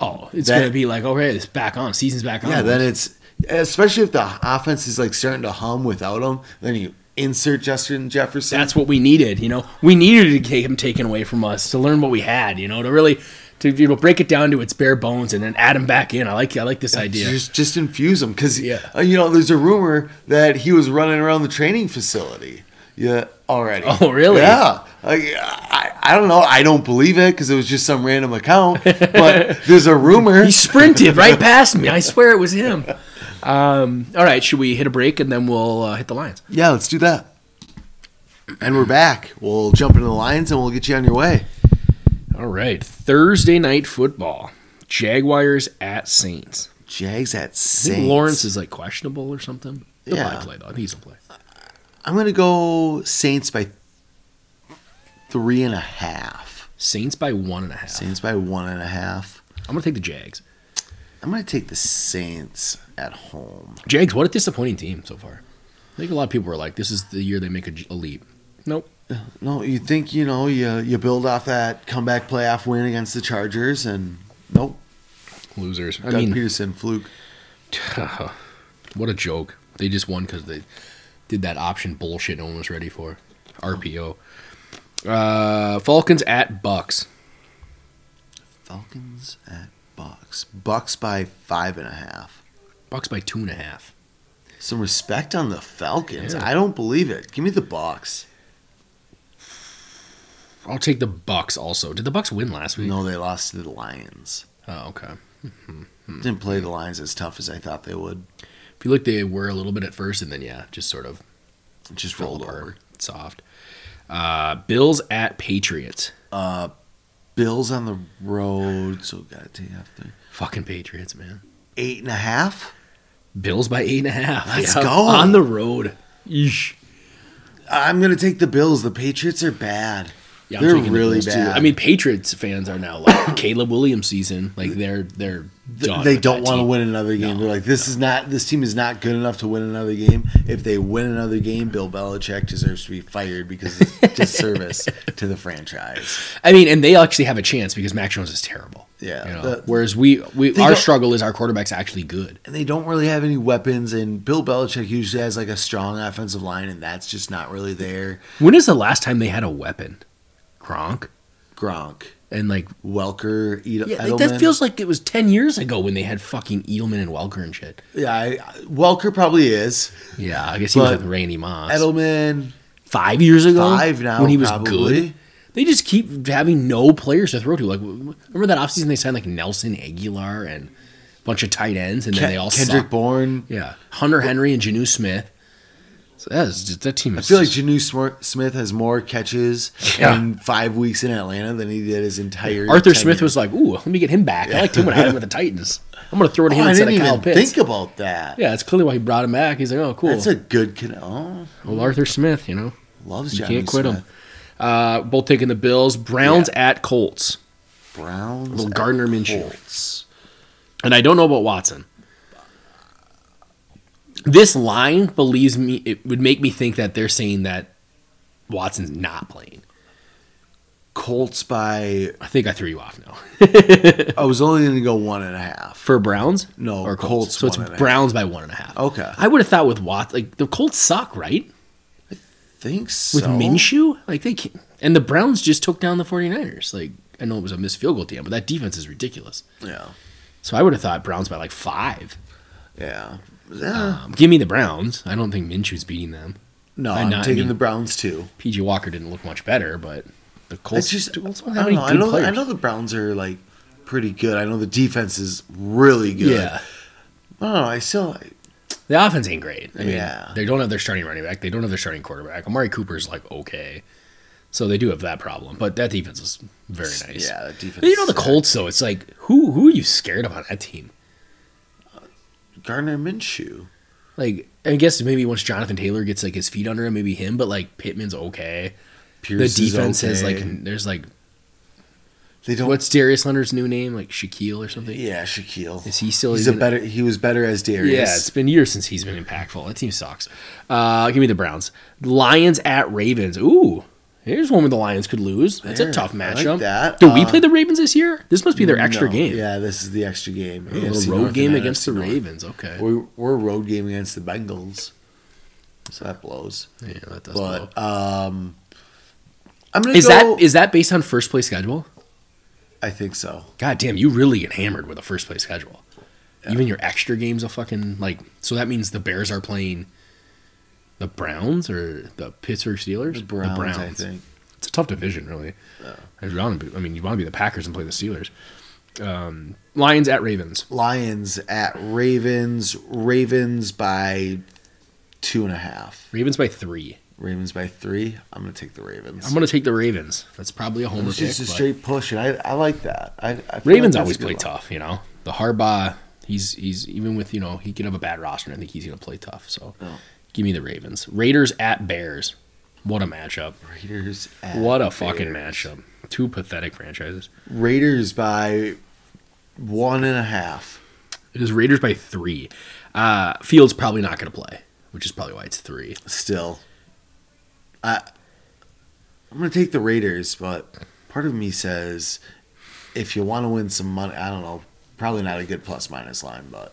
Speaker 3: Oh, it's
Speaker 2: That-
Speaker 3: gonna be like okay, it's back on. Season's back on.
Speaker 2: yeah, then it's especially if the offense is like starting to hum without him, then you insert Justin Jefferson.
Speaker 3: That's what we needed. You know, we needed to get him taken away from us to learn what we had. You know, to really to you know break it down to its bare bones and then add him back in. I like I like this idea.
Speaker 2: Just, just infuse him because
Speaker 3: Yeah.
Speaker 2: you know there's a rumor that he was running around the training facility. Yeah, already.
Speaker 3: Oh, really?
Speaker 2: Yeah. Like, I, I don't know. I don't believe it because it was just some random account. But there's a rumor.
Speaker 3: He sprinted right past me. I swear it was him. Um, all right, should we hit a break and then we'll uh, hit the lines?
Speaker 2: yeah, let's do that. And we're back. We'll jump into the lines and we'll get you on your way.
Speaker 3: All right, Thursday night football. Jaguars at Saints.
Speaker 2: Jags at
Speaker 3: I think
Speaker 2: Saints.
Speaker 3: Lawrence is like questionable or something. He'll
Speaker 2: Yeah.
Speaker 3: probably play though. I think he's gonna play.
Speaker 2: I'm gonna go Saints by three and a half.
Speaker 3: Saints by one and a half.
Speaker 2: Saints by one and a half.
Speaker 3: I'm gonna take the Jags.
Speaker 2: I'm gonna take the Saints at home.
Speaker 3: Jags, what a disappointing team so far. I think a lot of people were like, "This is the year they make a, j- a leap." Nope.
Speaker 2: No, you think you know you you build off that comeback playoff win against the Chargers and nope,
Speaker 3: Losers. I
Speaker 2: Doug
Speaker 3: mean,
Speaker 2: Peterson fluke.
Speaker 3: what a joke. They just won because they did that option bullshit no one was ready for. RPO. Uh, Falcons at Bucks.
Speaker 2: Falcons at Bucks. Bucks by five and a half.
Speaker 3: Bucks by two and a half.
Speaker 2: Some respect on the Falcons.
Speaker 3: Yeah.
Speaker 2: I don't believe it. Give me the Bucks.
Speaker 3: I'll take the Bucks. Also, did the Bucks win last week?
Speaker 2: No, they lost to the Lions.
Speaker 3: Oh, okay. Hmm.
Speaker 2: Didn't play the Lions as tough as I thought they would.
Speaker 3: If you look, they were a little bit at first, and then yeah, just sort of
Speaker 2: Just
Speaker 3: fell
Speaker 2: rolled
Speaker 3: apart.
Speaker 2: over.
Speaker 3: Soft. Uh, Bills at Patriots.
Speaker 2: Uh, Bills on the road, so gotta take off there.
Speaker 3: Fucking Patriots, man.
Speaker 2: Eight and a half.
Speaker 3: Bills by eight and a half.
Speaker 2: Let's go.
Speaker 3: on the road. Yeesh.
Speaker 2: I'm gonna take the Bills. The Patriots are bad.
Speaker 3: Yeah,
Speaker 2: They're
Speaker 3: taking the
Speaker 2: really
Speaker 3: Bills, too.
Speaker 2: bad.
Speaker 3: I mean, Patriots fans are now like Caleb Williams season. Like they're they're
Speaker 2: Th-
Speaker 3: done
Speaker 2: they
Speaker 3: with
Speaker 2: don't
Speaker 3: that
Speaker 2: want to
Speaker 3: team.
Speaker 2: win another game. They're like, this is not. This team is not good enough to win another game. If they win another game, Bill Belichick deserves to be fired because it's disservice to the franchise.
Speaker 3: I mean, and they actually have a chance because Mac Jones is terrible.
Speaker 2: Yeah,
Speaker 3: You know?
Speaker 2: the-
Speaker 3: Whereas we, we
Speaker 2: They
Speaker 3: our
Speaker 2: don't-
Speaker 3: struggle is our quarterback's actually good.
Speaker 2: And they don't really have any weapons. And Bill Belichick usually has like a strong offensive line, and that's just not really there.
Speaker 3: When is the last time they had a weapon? Gronk
Speaker 2: Gronk,
Speaker 3: and like
Speaker 2: Welker, Ed-
Speaker 3: yeah, like,
Speaker 2: Edelman.
Speaker 3: that feels like it was ten years ago when they had fucking Edelman and Welker and shit.
Speaker 2: yeah, I, Welker probably is.
Speaker 3: Yeah, I guess he
Speaker 2: But
Speaker 3: was with Randy Moss.
Speaker 2: Edelman,
Speaker 3: five years ago,
Speaker 2: five now.
Speaker 3: when he was
Speaker 2: probably.
Speaker 3: good. They just keep having no players to throw to. Like, w- remember that offseason they signed like Nelson Aguilar and a bunch of tight ends, and then
Speaker 2: Ken-
Speaker 3: they all
Speaker 2: Kendrick
Speaker 3: suck.
Speaker 2: Bourne.
Speaker 3: yeah, Hunter Henry and Janu Smith. So that, is just, that team.
Speaker 2: I
Speaker 3: Is
Speaker 2: feel like
Speaker 3: just-
Speaker 2: Janu Smor- Smith has more catches
Speaker 3: Yeah.
Speaker 2: in five weeks in Atlanta than he did his entire.
Speaker 3: Arthur
Speaker 2: tenure.
Speaker 3: Smith was like, "Ooh, let me get him back. I liked him when I had him with the Titans. I'm gonna throw it to
Speaker 2: Oh,
Speaker 3: him
Speaker 2: I
Speaker 3: instead
Speaker 2: didn't
Speaker 3: of
Speaker 2: even
Speaker 3: Kyle Pitts."
Speaker 2: think about that.
Speaker 3: yeah, that's clearly why he brought him back. He's like, "Oh, cool.
Speaker 2: That's a good. Con- oh,
Speaker 3: well, Arthur Smith, you know,
Speaker 2: loves
Speaker 3: you
Speaker 2: Johnny
Speaker 3: can't quit
Speaker 2: Smith.
Speaker 3: him." Uh, both taking the Bills, Browns at Colts,
Speaker 2: Browns.
Speaker 3: Little
Speaker 2: at
Speaker 3: Gardner Minshew.
Speaker 2: Colts.
Speaker 3: and I don't know about Watson. This line believes me; it would make me think that they're saying that Watson's not playing.
Speaker 2: Colts by.
Speaker 3: I think I threw you off now.
Speaker 2: I was only going to go one and a half.
Speaker 3: For Browns,
Speaker 2: No,
Speaker 3: or
Speaker 2: Colts
Speaker 3: Colts. so
Speaker 2: one and a
Speaker 3: it's
Speaker 2: half.
Speaker 3: Browns by one and a half.
Speaker 2: Okay.
Speaker 3: I would have thought with Watson, like the Colts suck, right?
Speaker 2: Thanks.
Speaker 3: With
Speaker 2: so.
Speaker 3: Minshew, like they can and the Browns just took down the 49ers. Like I know it was a missed field goal at the end, but that defense is ridiculous.
Speaker 2: Yeah.
Speaker 3: So I would have thought Browns by like five.
Speaker 2: Yeah. Yeah.
Speaker 3: Um, give me the Browns. I don't think Minshew's beating them.
Speaker 2: no,
Speaker 3: I
Speaker 2: I'm
Speaker 3: know, I
Speaker 2: taking
Speaker 3: mean-
Speaker 2: the Browns too.
Speaker 3: PG Walker didn't look much better, but the Colts.
Speaker 2: It's just. I
Speaker 3: the Colts
Speaker 2: don't
Speaker 3: don't have any
Speaker 2: know. I
Speaker 3: good
Speaker 2: know. I
Speaker 3: players.
Speaker 2: know the Browns are like pretty good. I know the defense is really good.
Speaker 3: Yeah,
Speaker 2: I don't know. I still.
Speaker 3: the offense ain't great. I mean,
Speaker 2: Yeah.
Speaker 3: they don't have their starting running back. They don't have their starting quarterback. Amari Cooper's like okay, so they do have that problem. But that defense is very nice.
Speaker 2: Yeah, uh, that defense.
Speaker 3: But you know the
Speaker 2: sucks.
Speaker 3: Colts though. It's like who who are you scared of on that team?
Speaker 2: Gardner Minshew.
Speaker 3: Like I guess maybe once Jonathan Taylor gets like his feet under him, maybe him. But like Pittman's okay.
Speaker 2: Pierce
Speaker 3: the
Speaker 2: is
Speaker 3: defense has
Speaker 2: okay.
Speaker 3: like there's like
Speaker 2: they don't.
Speaker 3: what's Darius Leonard's new name like Shaquille or something.
Speaker 2: yeah, Shaquille.
Speaker 3: Is he still
Speaker 2: He's a
Speaker 3: even-
Speaker 2: better. He was better as Darius.
Speaker 3: Yeah, it's been years since he's been impactful. That team sucks. Uh, give me the Browns. Lions at Ravens. Ooh, here's one where the Lions could lose. That's
Speaker 2: There,
Speaker 3: a tough
Speaker 2: I like
Speaker 3: matchup.
Speaker 2: that.
Speaker 3: Do we
Speaker 2: Uh,
Speaker 3: play the Ravens this year? This must be their extra
Speaker 2: No,
Speaker 3: game.
Speaker 2: Yeah, this is the extra game.
Speaker 3: A little road game against the Ravens. Okay.
Speaker 2: We're, we're road game against the Bengals. So that blows.
Speaker 3: Yeah, that does. blow.
Speaker 2: But um, I'm gonna
Speaker 3: Is
Speaker 2: go.
Speaker 3: that is that based on first place schedule?
Speaker 2: I think so.
Speaker 3: God damn, you really get hammered with a first place schedule. Even your extra games will fucking like. So that means the Bears are playing the Browns or the Pittsburgh Steelers.
Speaker 2: The Browns, I think.
Speaker 3: It's a tough division, really. I want to be- I mean, you want to be the Packers and play the Steelers. Um, Lions at Ravens.
Speaker 2: Lions at Ravens. Ravens by two and a half.
Speaker 3: Ravens by three.
Speaker 2: Ravens by three. I'm gonna take the Ravens.
Speaker 3: I'm gonna take the Ravens. That's probably a homer
Speaker 2: it's just a
Speaker 3: pick, but-
Speaker 2: straight push, and I, I like that. I, I feel like
Speaker 3: Ravens
Speaker 2: that's
Speaker 3: always
Speaker 2: a good
Speaker 3: play
Speaker 2: one.
Speaker 3: tough, you know. The Harbaugh, he's he's even with you know he could have a bad roster. and I think he's gonna play tough. So,
Speaker 2: Oh.
Speaker 3: give me the Ravens. Raiders at Bears. What a matchup!
Speaker 2: Raiders. At
Speaker 3: What a
Speaker 2: Bears.
Speaker 3: fucking matchup. Two pathetic franchises.
Speaker 2: Raiders by one and a half.
Speaker 3: It is Raiders by three. Uh, Fields probably not gonna play, which is probably why it's three.
Speaker 2: Still, I I'm gonna take the Raiders, but part of me says if you want to win some money, I don't know. Probably not a good plus minus line, but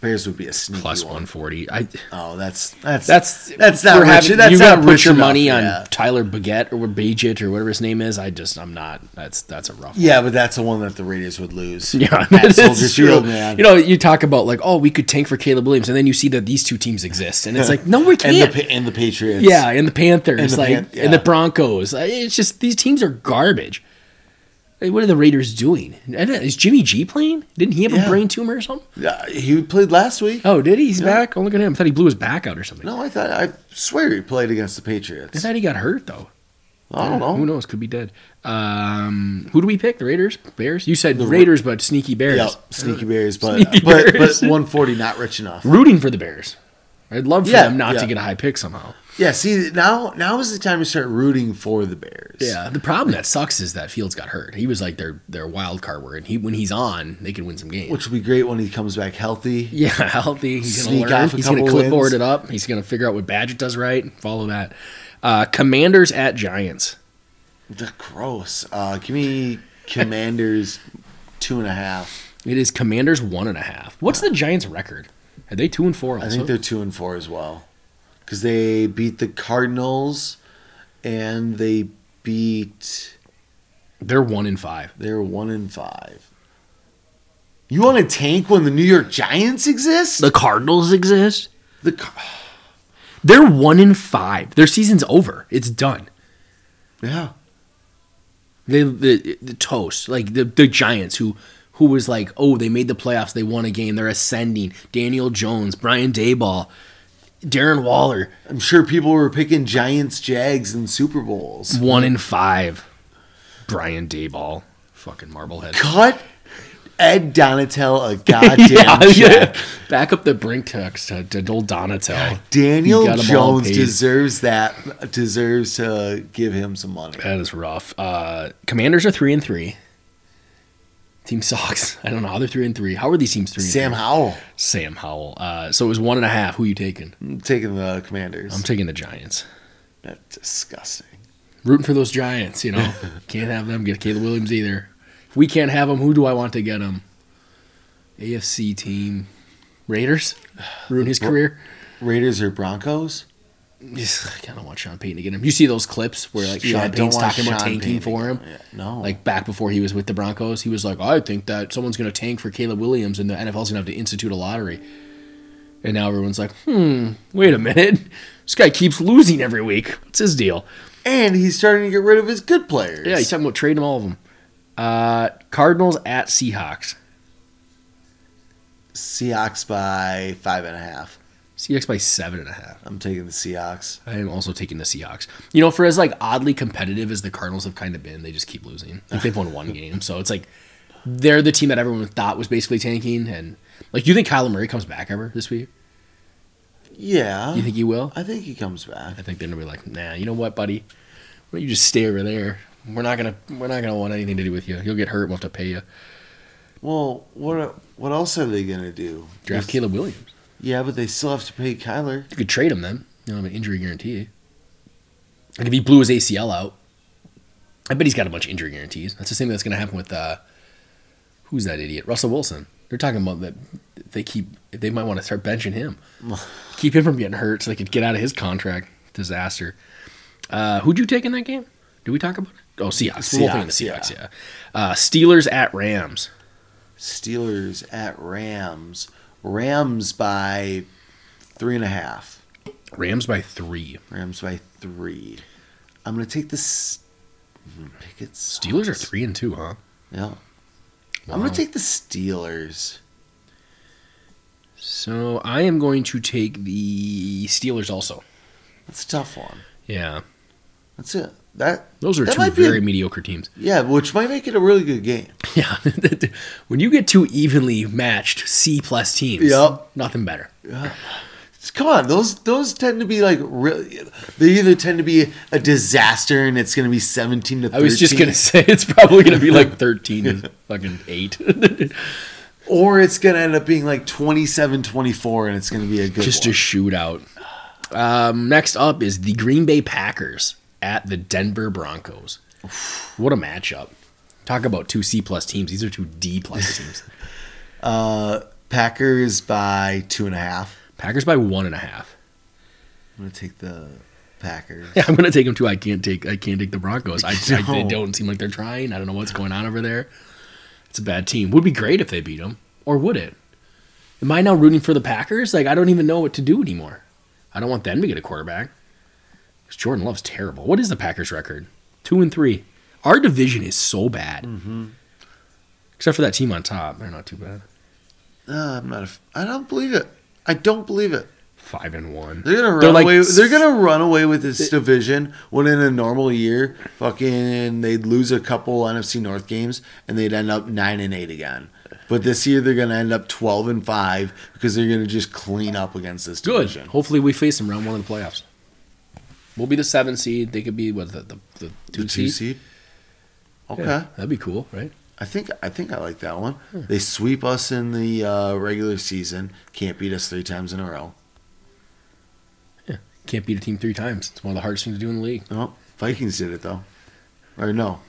Speaker 2: Bears would be a sneaky
Speaker 3: Plus
Speaker 2: one.
Speaker 3: one forty. I
Speaker 2: Oh, that's that's
Speaker 3: that's
Speaker 2: that's not
Speaker 3: for
Speaker 2: rich.
Speaker 3: having-
Speaker 2: that's
Speaker 3: you
Speaker 2: not
Speaker 3: gotta put
Speaker 2: rich
Speaker 3: your
Speaker 2: enough,
Speaker 3: money on
Speaker 2: Yeah.
Speaker 3: Tyler Baguette or Bajit or whatever his name is. I just I'm not. That's that's a rough.
Speaker 2: yeah, but that's the one that the Raiders would lose.
Speaker 3: Yeah,
Speaker 2: at
Speaker 3: that's
Speaker 2: Soldier
Speaker 3: true.
Speaker 2: Field, man.
Speaker 3: You know, you talk about like, oh, we could tank for Caleb Williams, and then you see that these two teams exist, and it's like, no, we
Speaker 2: and
Speaker 3: can't.
Speaker 2: the Pa- and the Patriots.
Speaker 3: yeah, and the Panthers,
Speaker 2: And the
Speaker 3: like,
Speaker 2: Pan-
Speaker 3: and the
Speaker 2: yeah.
Speaker 3: Broncos. Like, It's just these teams are garbage. Like, what are the Raiders doing? I don't- Is Jimmy G playing? Didn't he have a
Speaker 2: Yeah.
Speaker 3: brain tumor or something?
Speaker 2: Yeah, he played last week.
Speaker 3: Oh, did he? He's back. Oh, look at him. I thought he blew his back out or something.
Speaker 2: No, I thought I swear he played against the
Speaker 3: I
Speaker 2: Patriots.
Speaker 3: thought he got hurt though.
Speaker 2: I don't
Speaker 3: Who
Speaker 2: know.
Speaker 3: knows? Could be dead. Um, who do we pick? The Raiders? Bears? You said Raiders, but sneaky Bears.
Speaker 2: Yeah, sneaky Bears, but
Speaker 3: Sneaky
Speaker 2: but
Speaker 3: Bears.
Speaker 2: but 140 not rich enough.
Speaker 3: Rooting for the Bears. I'd love for
Speaker 2: Yeah,
Speaker 3: them not to
Speaker 2: yeah.
Speaker 3: get a high pick somehow.
Speaker 2: Yeah, see now now is the time to start rooting for the Bears.
Speaker 3: Yeah, the problem that sucks is that Fields got hurt. He was like their their wild card word. He when he's on, they can win some games.
Speaker 2: which will be great when he comes back healthy.
Speaker 3: yeah, healthy. He's gonna
Speaker 2: Sneak
Speaker 3: learn.
Speaker 2: off a
Speaker 3: He's gonna
Speaker 2: couple
Speaker 3: clipboard
Speaker 2: wins.
Speaker 3: it up. He's gonna figure out what Badgett does right. Follow that. Uh, commanders at Giants.
Speaker 2: The gross. Uh, give me Commanders two and a half.
Speaker 3: It is Commanders one and a half. What's the Giants record? Are they two and four? Also?
Speaker 2: I think they're two and four as well because they beat the Cardinals and they beat
Speaker 3: they're one and five.
Speaker 2: they're one and five. You want to tank when the New York Giants exist?
Speaker 3: The Cardinals exist.
Speaker 2: The Car-
Speaker 3: They're one in five. Their season's over. It's done.
Speaker 2: yeah.
Speaker 3: They the, the toast like the the Giants who who was like oh they made the playoffs they won a game they're ascending Daniel Jones Brian Dayball Darren Waller
Speaker 2: I'm sure people were picking Giants Jags in Super Bowls.
Speaker 3: one in five Brian Dayball fucking marblehead
Speaker 2: Cut Ed Donatel a goddamn check.
Speaker 3: back up the brink text to, to old Donatel You
Speaker 2: Daniel
Speaker 3: got 'em all
Speaker 2: Jones
Speaker 3: paid.
Speaker 2: deserves that. Deserves to give him some money.
Speaker 3: that is rough uh, Commanders are three and three team sucks I don't know how they're three and three how are these teams three and
Speaker 2: Sam
Speaker 3: three?
Speaker 2: Howell
Speaker 3: Sam Howell uh, so it was one and a half who you taking
Speaker 2: I'm taking the Commanders.
Speaker 3: I'm taking the Giants.
Speaker 2: That's disgusting.
Speaker 3: rooting for those Giants. You know, can't have them get Caleb Williams either. If we can't have them, who do I want to get them? AFC team, Raiders, ruin his career.
Speaker 2: Raiders or Broncos?
Speaker 3: Yes, I kind of want Sean Payton to get him. You see those clips where like
Speaker 2: Yeah, I
Speaker 3: Sean
Speaker 2: don't
Speaker 3: Payton's
Speaker 2: want
Speaker 3: talking about
Speaker 2: Sean
Speaker 3: tanking
Speaker 2: Payton.
Speaker 3: for him.
Speaker 2: Yeah, no.
Speaker 3: Like back before he was with the Broncos, he was like, "I think that someone's going to tank for Caleb Williams, and the NFL's going to have to institute a lottery." And now everyone's like, "Hmm, wait a minute, this guy keeps losing every week. What's his deal?"
Speaker 2: And he's starting to get rid of his good players.
Speaker 3: Yeah, he's talking about trading all of them. Uh, Cardinals at Seahawks.
Speaker 2: Seahawks by five and a half.
Speaker 3: Seahawks by seven and a half.
Speaker 2: I'm taking the Seahawks.
Speaker 3: I am also taking the Seahawks. You know, for as like oddly competitive as the Cardinals have kind of been, they just keep losing. Like they've won one game, so it's like they're the team that everyone thought was basically tanking. And like, do you think Kyler Murray comes back ever this week?
Speaker 2: Yeah.
Speaker 3: You think he will?
Speaker 2: I think he comes back.
Speaker 3: I think they're gonna be like, nah. You know what, buddy? Why don't you just stay over there? We're not gonna we're not gonna want anything to do with you. You'll get hurt. We'll have to pay you.
Speaker 2: Well, what what else are they gonna do?
Speaker 3: Draft Caleb Williams.
Speaker 2: Yeah, but they still have to pay Kyler.
Speaker 3: You could trade him then. You don't have an injury guarantee. Like if he blew his ACL out, I bet he's got a bunch of injury guarantees. That's the same thing that's going to happen with uh, who's that idiot? Russell Wilson. They're talking about that if they keep if they might want to start benching him, keep him from getting hurt so they could get out of his contract. Disaster. Uh, who'd you take in that game? Did we talk about it? Oh, Seahawks. We're both thinking the
Speaker 2: Seahawks,
Speaker 3: Seahawks. Yeah. Uh, Steelers at Rams.
Speaker 2: Steelers at Rams. Rams by three and a half.
Speaker 3: Rams by three.
Speaker 2: Rams by three. I'm gonna take this. Pickett
Speaker 3: Steelers are three and two, huh?
Speaker 2: Yeah. I'm gonna
Speaker 3: Wow.
Speaker 2: take the Steelers.
Speaker 3: So I am going to take the Steelers also.
Speaker 2: That's a tough one.
Speaker 3: Yeah,
Speaker 2: That's it. That
Speaker 3: those are
Speaker 2: That
Speaker 3: two
Speaker 2: might be a-
Speaker 3: very mediocre teams.
Speaker 2: yeah, which might make it a really good game.
Speaker 3: Yeah, when you get two evenly matched C plus teams,
Speaker 2: Yep.
Speaker 3: nothing better.
Speaker 2: Come on, those those tend to be like really. They either tend to be a disaster and it's gonna be 17 to. 13,
Speaker 3: I was just gonna say it's probably gonna be like thirteen to fucking eight.
Speaker 2: or it's gonna end up being like 27-24 and it's gonna be a good.
Speaker 3: just a
Speaker 2: one.
Speaker 3: shootout. Um, next up is the Green Bay Packers at the Denver Broncos. What a matchup! Talk about two C plus teams. These are two D plus teams.
Speaker 2: uh, Packers by two and a half.
Speaker 3: Packers by one and a half.
Speaker 2: I'm gonna take the Packers.
Speaker 3: Yeah, I'm gonna take them too. I can't take I can't take the Broncos. I, I they
Speaker 2: No.
Speaker 3: don't seem like they're trying. I don't know what's going on over there. It's a bad team. Would be great if they beat them, or would it? Am I now rooting for the Packers? Like I don't even know what to do anymore. I don't want them to get a quarterback. 'Cause Jordan Love's terrible. What is the Packers record? Two and three. Our division is so bad. Except for that team on top, they're not too bad.
Speaker 2: Uh, I'm not. A, f- I don't believe it. I don't believe it.
Speaker 3: Five and one.
Speaker 2: They're gonna run
Speaker 3: They're like-
Speaker 2: away. They're gonna run away with this division when in a normal year, fucking, they'd lose a couple NFC North games and they'd end up nine and eight again. But this year they're gonna end up twelve and five because they're gonna just clean up against this
Speaker 3: Good.
Speaker 2: division.
Speaker 3: Hopefully, we face them round one of the playoffs. We'll be the seven seed. They could be what the the, the
Speaker 2: The
Speaker 3: two
Speaker 2: two
Speaker 3: seed.
Speaker 2: seed. Okay,
Speaker 3: Yeah, that'd be cool, right?
Speaker 2: I think I think I like that one. They sweep us in the uh, regular season. Can't beat us three times in a row.
Speaker 3: Can't beat a team three times. It's one of the hardest things to do in the league.
Speaker 2: No, Oh, Vikings did it though, or no.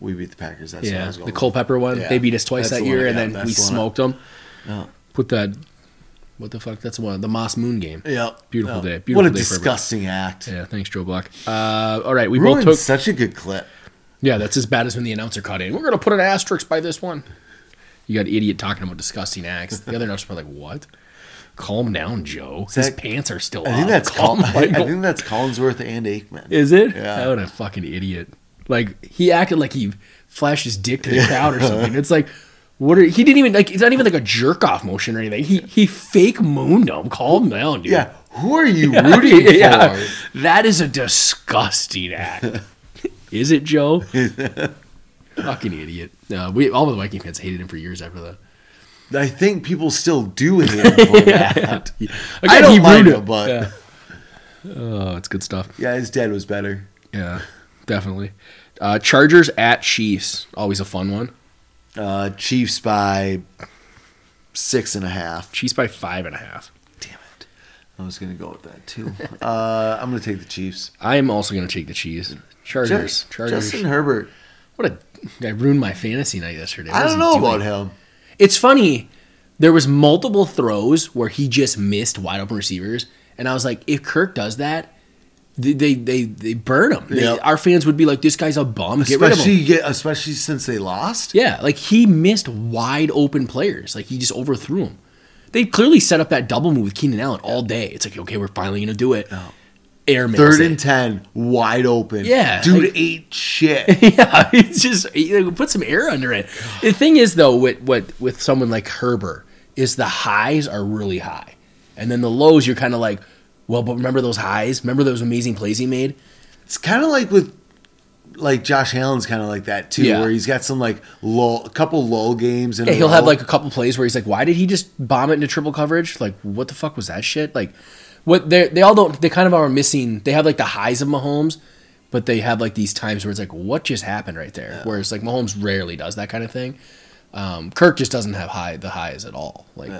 Speaker 2: We beat the Packers. That's what I
Speaker 3: yeah,
Speaker 2: was going
Speaker 3: the
Speaker 2: with.
Speaker 3: Culpepper one.
Speaker 2: Yeah,
Speaker 3: They beat us twice
Speaker 2: that's
Speaker 3: that
Speaker 2: the one,
Speaker 3: year, and
Speaker 2: yeah,
Speaker 3: then
Speaker 2: that's
Speaker 3: we
Speaker 2: the one.
Speaker 3: smoked them.
Speaker 2: Yeah.
Speaker 3: Put that. What the fuck? That's the one. The Moss Moon game.
Speaker 2: Yep.
Speaker 3: Beautiful
Speaker 2: Yep.
Speaker 3: day. Beautiful
Speaker 2: what a
Speaker 3: day for everybody.
Speaker 2: disgusting act.
Speaker 3: Yeah, thanks, Joe Block. Uh, all right, we
Speaker 2: Ruined
Speaker 3: both took.
Speaker 2: such a good clip.
Speaker 3: Yeah, that's as bad as when the announcer caught in. We're gonna put an asterisk by this one. You got an idiot talking about disgusting acts. The other announcer's probably like, "What? Calm down, Joe. His
Speaker 2: that-
Speaker 3: pants are still."
Speaker 2: I think
Speaker 3: up.
Speaker 2: that's Col-
Speaker 3: Calm
Speaker 2: I, I
Speaker 3: Oh, Michael
Speaker 2: think that's Collinsworth and Aikman.
Speaker 3: Is it?
Speaker 2: Yeah.
Speaker 3: What a fucking idiot. Like he acted like he flashed his dick to the crowd or something. It's like what are he didn't even like it's not even like a jerk off motion or anything. He he fake mooned him. Calm down, dude.
Speaker 2: yeah. Who are you rooting
Speaker 3: Yeah.
Speaker 2: for?
Speaker 3: That is a disgusting act. is it, Joe? fucking idiot. No, we all the Viking fans hated him for years after that.
Speaker 2: I think people still do hate him for that.
Speaker 3: Again,
Speaker 2: don't
Speaker 3: he
Speaker 2: mind
Speaker 3: ruined
Speaker 2: him, but-
Speaker 3: Yeah. Oh, it's good stuff.
Speaker 2: Yeah, his dad was better.
Speaker 3: Yeah, definitely. Uh, Chargers at Chiefs, always a fun one.
Speaker 2: Uh, Chiefs by six and a half.
Speaker 3: Chiefs by five and a half.
Speaker 2: Damn it. I was gonna go with that too. Uh, I'm gonna take the Chiefs.
Speaker 3: I am also going to take the cheese. Chargers.
Speaker 2: Ju-
Speaker 3: Chargers.
Speaker 2: Justin Herbert.
Speaker 3: What a. I ruined my fantasy night yesterday. What
Speaker 2: I
Speaker 3: is
Speaker 2: don't
Speaker 3: he
Speaker 2: know
Speaker 3: doing?
Speaker 2: about him.
Speaker 3: It's funny. There was multiple throws where he just missed wide open receivers, and I was like, if Kirk does that, they they they, they burn him. They-
Speaker 2: Yep.
Speaker 3: our fans would be like, this guy's a bum. Get rid of
Speaker 2: especially
Speaker 3: him.
Speaker 2: get, especially since they lost.
Speaker 3: Yeah, like he missed wide open players. Like he just overthrew him. They clearly set up that double move with Keenan Allen all day. It's like, okay, we're finally going to do it. Air mails
Speaker 2: Third
Speaker 3: it.
Speaker 2: and ten, wide open.
Speaker 3: Yeah,
Speaker 2: dude
Speaker 3: like-
Speaker 2: ate shit.
Speaker 3: yeah, it's just you know, put some air under it. The thing is, though, with what with someone like Herber is the highs are really high, and then the lows you're kind of like, well, but remember those highs? Remember those amazing plays he made?
Speaker 2: it's kind of like with like Josh Allen's kind of like that too,
Speaker 3: Yeah.
Speaker 2: where he's got some like lull, a couple lull games, and
Speaker 3: Yeah, he'll have like a couple plays where he's like, why did he just bomb it into triple coverage? Like, what the fuck was that shit? Like, what they they all don't they kind of are missing. They have like the highs of Mahomes. But they have like these times where it's like, what just happened right there? Whereas like Mahomes rarely does that kind of thing. Um, Kirk just doesn't have high the highs at all. Like,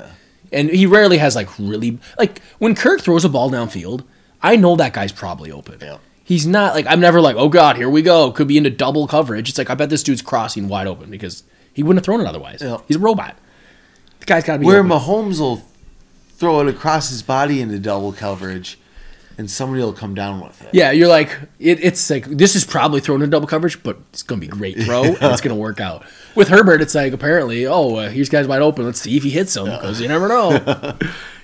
Speaker 3: and he rarely has like really like when Kirk throws a ball downfield, I know that guy's probably open.
Speaker 2: Yeah.
Speaker 3: He's not like I'm never like oh god here we go could be into double coverage. It's like I bet this dude's crossing wide open because He wouldn't have thrown it otherwise.
Speaker 2: Yeah.
Speaker 3: He's a robot. The guy's got to be
Speaker 2: Where
Speaker 3: open.
Speaker 2: Mahomes will throw it across his body into double coverage, and somebody will come down with it.
Speaker 3: Yeah, you're like it, it's like this is probably thrown in double coverage, but it's gonna be great throw. and it's gonna work out. With Herbert, it's like apparently, oh, uh, here's guys wide open. Let's see if he hits them because you never know.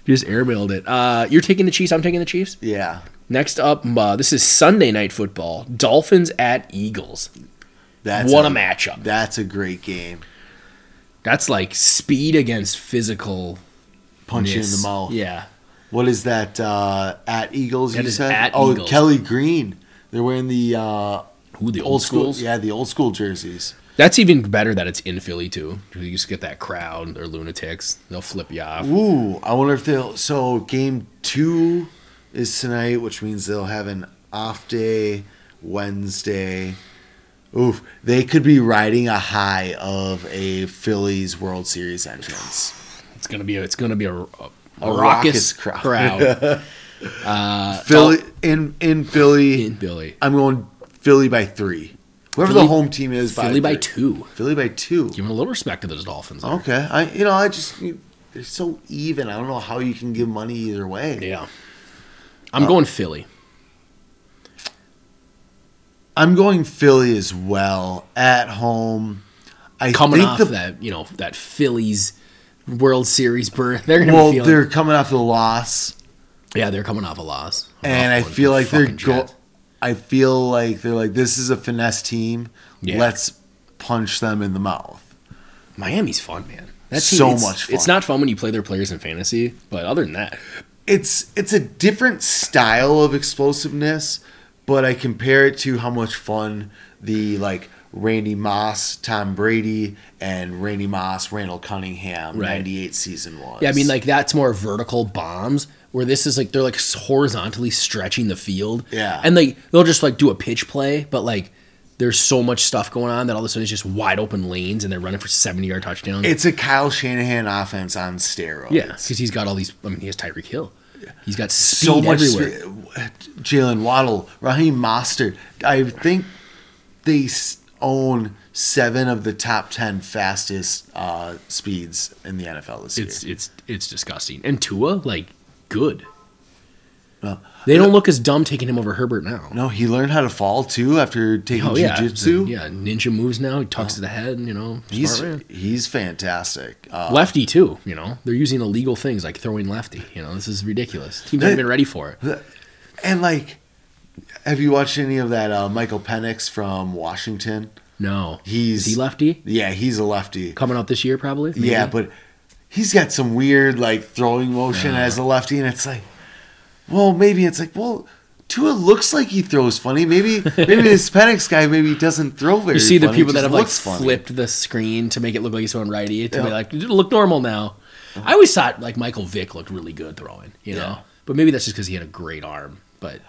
Speaker 3: you just airmailed it. Uh, you're taking the Chiefs. I'm taking the Chiefs.
Speaker 2: Yeah.
Speaker 3: Next up, uh, this is Sunday night football. Dolphins at Eagles.
Speaker 2: That's
Speaker 3: what a matchup.
Speaker 2: That's a great game.
Speaker 3: That's like speed against physical.
Speaker 2: Punch you in the mouth.
Speaker 3: Yeah.
Speaker 2: What is that uh, at Eagles?
Speaker 3: That
Speaker 2: you
Speaker 3: is
Speaker 2: said.
Speaker 3: at
Speaker 2: oh,
Speaker 3: Eagles.
Speaker 2: Kelly Green. They're wearing the uh,
Speaker 3: Ooh, the old,
Speaker 2: old school.
Speaker 3: schools.
Speaker 2: Yeah, the old school jerseys.
Speaker 3: That's even better that it's in Philly too. 'cause You just get that crowd. They're lunatics. They'll flip you off.
Speaker 2: Ooh, I wonder if they'll. So game two is tonight, which means they'll have an off day Wednesday. Oof, they could be riding a high of a Phillies World Series entrance.
Speaker 3: It's gonna be a, it's gonna be a, a, a
Speaker 2: raucous
Speaker 3: raucous,
Speaker 2: crowd.
Speaker 3: crowd,
Speaker 2: Philly in in Philly.
Speaker 3: Uh, in Philly.
Speaker 2: I'm going Philly by three. Whoever the
Speaker 3: Philly-
Speaker 2: home team is,
Speaker 3: Philly by
Speaker 2: three.
Speaker 3: two.
Speaker 2: Philly by two.
Speaker 3: Giving a little respect to those Dolphins. there.
Speaker 2: Okay, I you know I just you- they're so even. I don't know how you can give money either way.
Speaker 3: Yeah.
Speaker 2: Uh,
Speaker 3: I'm going Philly.
Speaker 2: I'm going Philly as well at home. I
Speaker 3: Coming
Speaker 2: think
Speaker 3: off
Speaker 2: the,
Speaker 3: that you know that Phillies World Series berth, they're gonna
Speaker 2: well,
Speaker 3: be feeling.
Speaker 2: they're coming off the loss,
Speaker 3: yeah, they're coming off a loss.
Speaker 2: and I
Speaker 3: Off one
Speaker 2: feel like they're
Speaker 3: fucking
Speaker 2: go-
Speaker 3: jet.
Speaker 2: I feel like they're like this is a finesse team.
Speaker 3: Yeah.
Speaker 2: Let's punch them in the mouth.
Speaker 3: Miami's fun, man. That's
Speaker 2: So much fun.
Speaker 3: It's not fun when you play their players in fantasy, but other than that,
Speaker 2: It's it's a different style of explosiveness, but I compare it to how much fun the like Randy Moss, Tom Brady, and Randy Moss, Randall Cunningham,
Speaker 3: Right.
Speaker 2: '98 season was.
Speaker 3: Yeah, I mean, like that's more vertical bombs. Where this is like they're like horizontally stretching the field.
Speaker 2: Yeah.
Speaker 3: and like they'll just like do a pitch play, but like there's so much stuff going on that all of a sudden it's just wide open lanes and they're running for 70 yard touchdowns.
Speaker 2: it's a Kyle Shanahan offense on steroids.
Speaker 3: yeah, because he's got all these. I mean, he has Tyreek Hill. He's got speed
Speaker 2: so much
Speaker 3: everywhere.
Speaker 2: spe- Jalen Waddle, Raheem Mostert. I think they s- own seven of the top ten fastest uh, speeds in the NFL this year.
Speaker 3: It's it's it's disgusting. And Tua, like, good.
Speaker 2: Well,
Speaker 3: They don't look as dumb taking him over Herbert now.
Speaker 2: no, he learned how to fall too after taking
Speaker 3: Oh yeah,
Speaker 2: jujitsu.
Speaker 3: yeah. Ninja moves now. He tucks the head. You
Speaker 2: Oh.
Speaker 3: know,
Speaker 2: He's
Speaker 3: smart man.
Speaker 2: he's fantastic. Uh,
Speaker 3: lefty too. You know, they're using illegal things like throwing lefty. You know, this is ridiculous. Teams aren't even ready for it.
Speaker 2: and like, have you watched any of that uh, Michael Penix from Washington?
Speaker 3: No,
Speaker 2: He's
Speaker 3: is he lefty
Speaker 2: Yeah, he's a lefty.
Speaker 3: coming out this year probably. Maybe.
Speaker 2: Yeah, but he's got some weird like throwing motion as a lefty, and it's like, well, maybe it's like, well, Tua looks like he throws funny. Maybe maybe this Penix guy maybe doesn't throw very.
Speaker 3: you see the
Speaker 2: funny,
Speaker 3: people that
Speaker 2: just
Speaker 3: have like
Speaker 2: looks funny.
Speaker 3: flipped the screen to make it look like he's throwing righty to
Speaker 2: Yeah.
Speaker 3: be like look normal now. I always thought like Michael Vick looked really good throwing. You know,
Speaker 2: Yeah.
Speaker 3: but maybe that's just because he had a great arm. But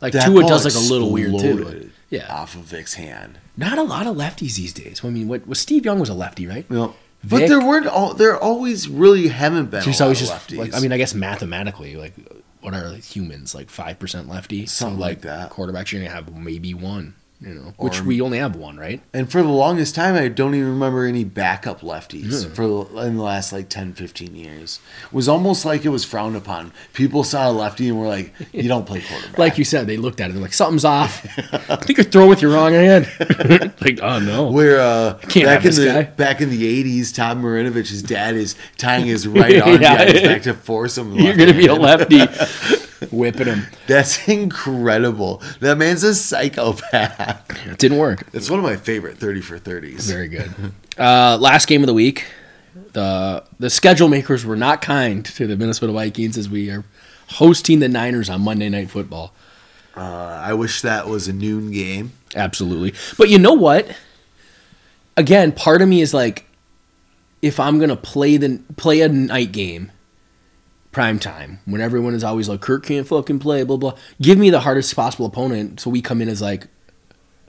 Speaker 3: like
Speaker 2: That
Speaker 3: Tua
Speaker 2: ball
Speaker 3: does like a little weird too.
Speaker 2: exploded
Speaker 3: Yeah,
Speaker 2: off of Vic's hand.
Speaker 3: not a lot of lefties these days. I mean, what was Steve Young was a lefty, right?
Speaker 2: No, but
Speaker 3: Vic-
Speaker 2: there weren't. All, there always really haven't been.
Speaker 3: She's
Speaker 2: a lot
Speaker 3: always
Speaker 2: of
Speaker 3: just
Speaker 2: lefties.
Speaker 3: like I mean, I guess mathematically, like what are like, humans like five percent lefty, So,
Speaker 2: Something like that.
Speaker 3: Quarterbacks, you're gonna have maybe one, you know, which
Speaker 2: Or-
Speaker 3: we only have one, right?
Speaker 2: and for the longest time, I don't even remember any backup lefties for the- in the last like 10, 15 years. It was almost like it was frowned upon. People saw a lefty and were like, "You don't play quarterback."
Speaker 3: Like you said, they looked at it, they're like, something's off. I think you're throwing with your wrong hand. like, oh no,
Speaker 2: Where uh, back
Speaker 3: can't have
Speaker 2: in
Speaker 3: this
Speaker 2: the
Speaker 3: guy.
Speaker 2: back in the eighties, Tom Marinovich's dad is tying his right arm
Speaker 3: Yeah.
Speaker 2: behind his back to force him.
Speaker 3: you're gonna be a lefty, whipping him.
Speaker 2: That's incredible. That man's a psychopath.
Speaker 3: It didn't work.
Speaker 2: It's one of my favorite thirty for thirties.
Speaker 3: Very good. Uh, last game of the week. The the schedule makers were not kind to the Minnesota Vikings as we are hosting the Niners on Monday Night Football.
Speaker 2: I wish that was a noon game.
Speaker 3: Absolutely. But you know what? Again, part of me is like, if I'm gonna play the play a night game, prime time, when everyone is always like, Kirk can't fucking play, blah blah. Give me the hardest possible opponent, so we come in as like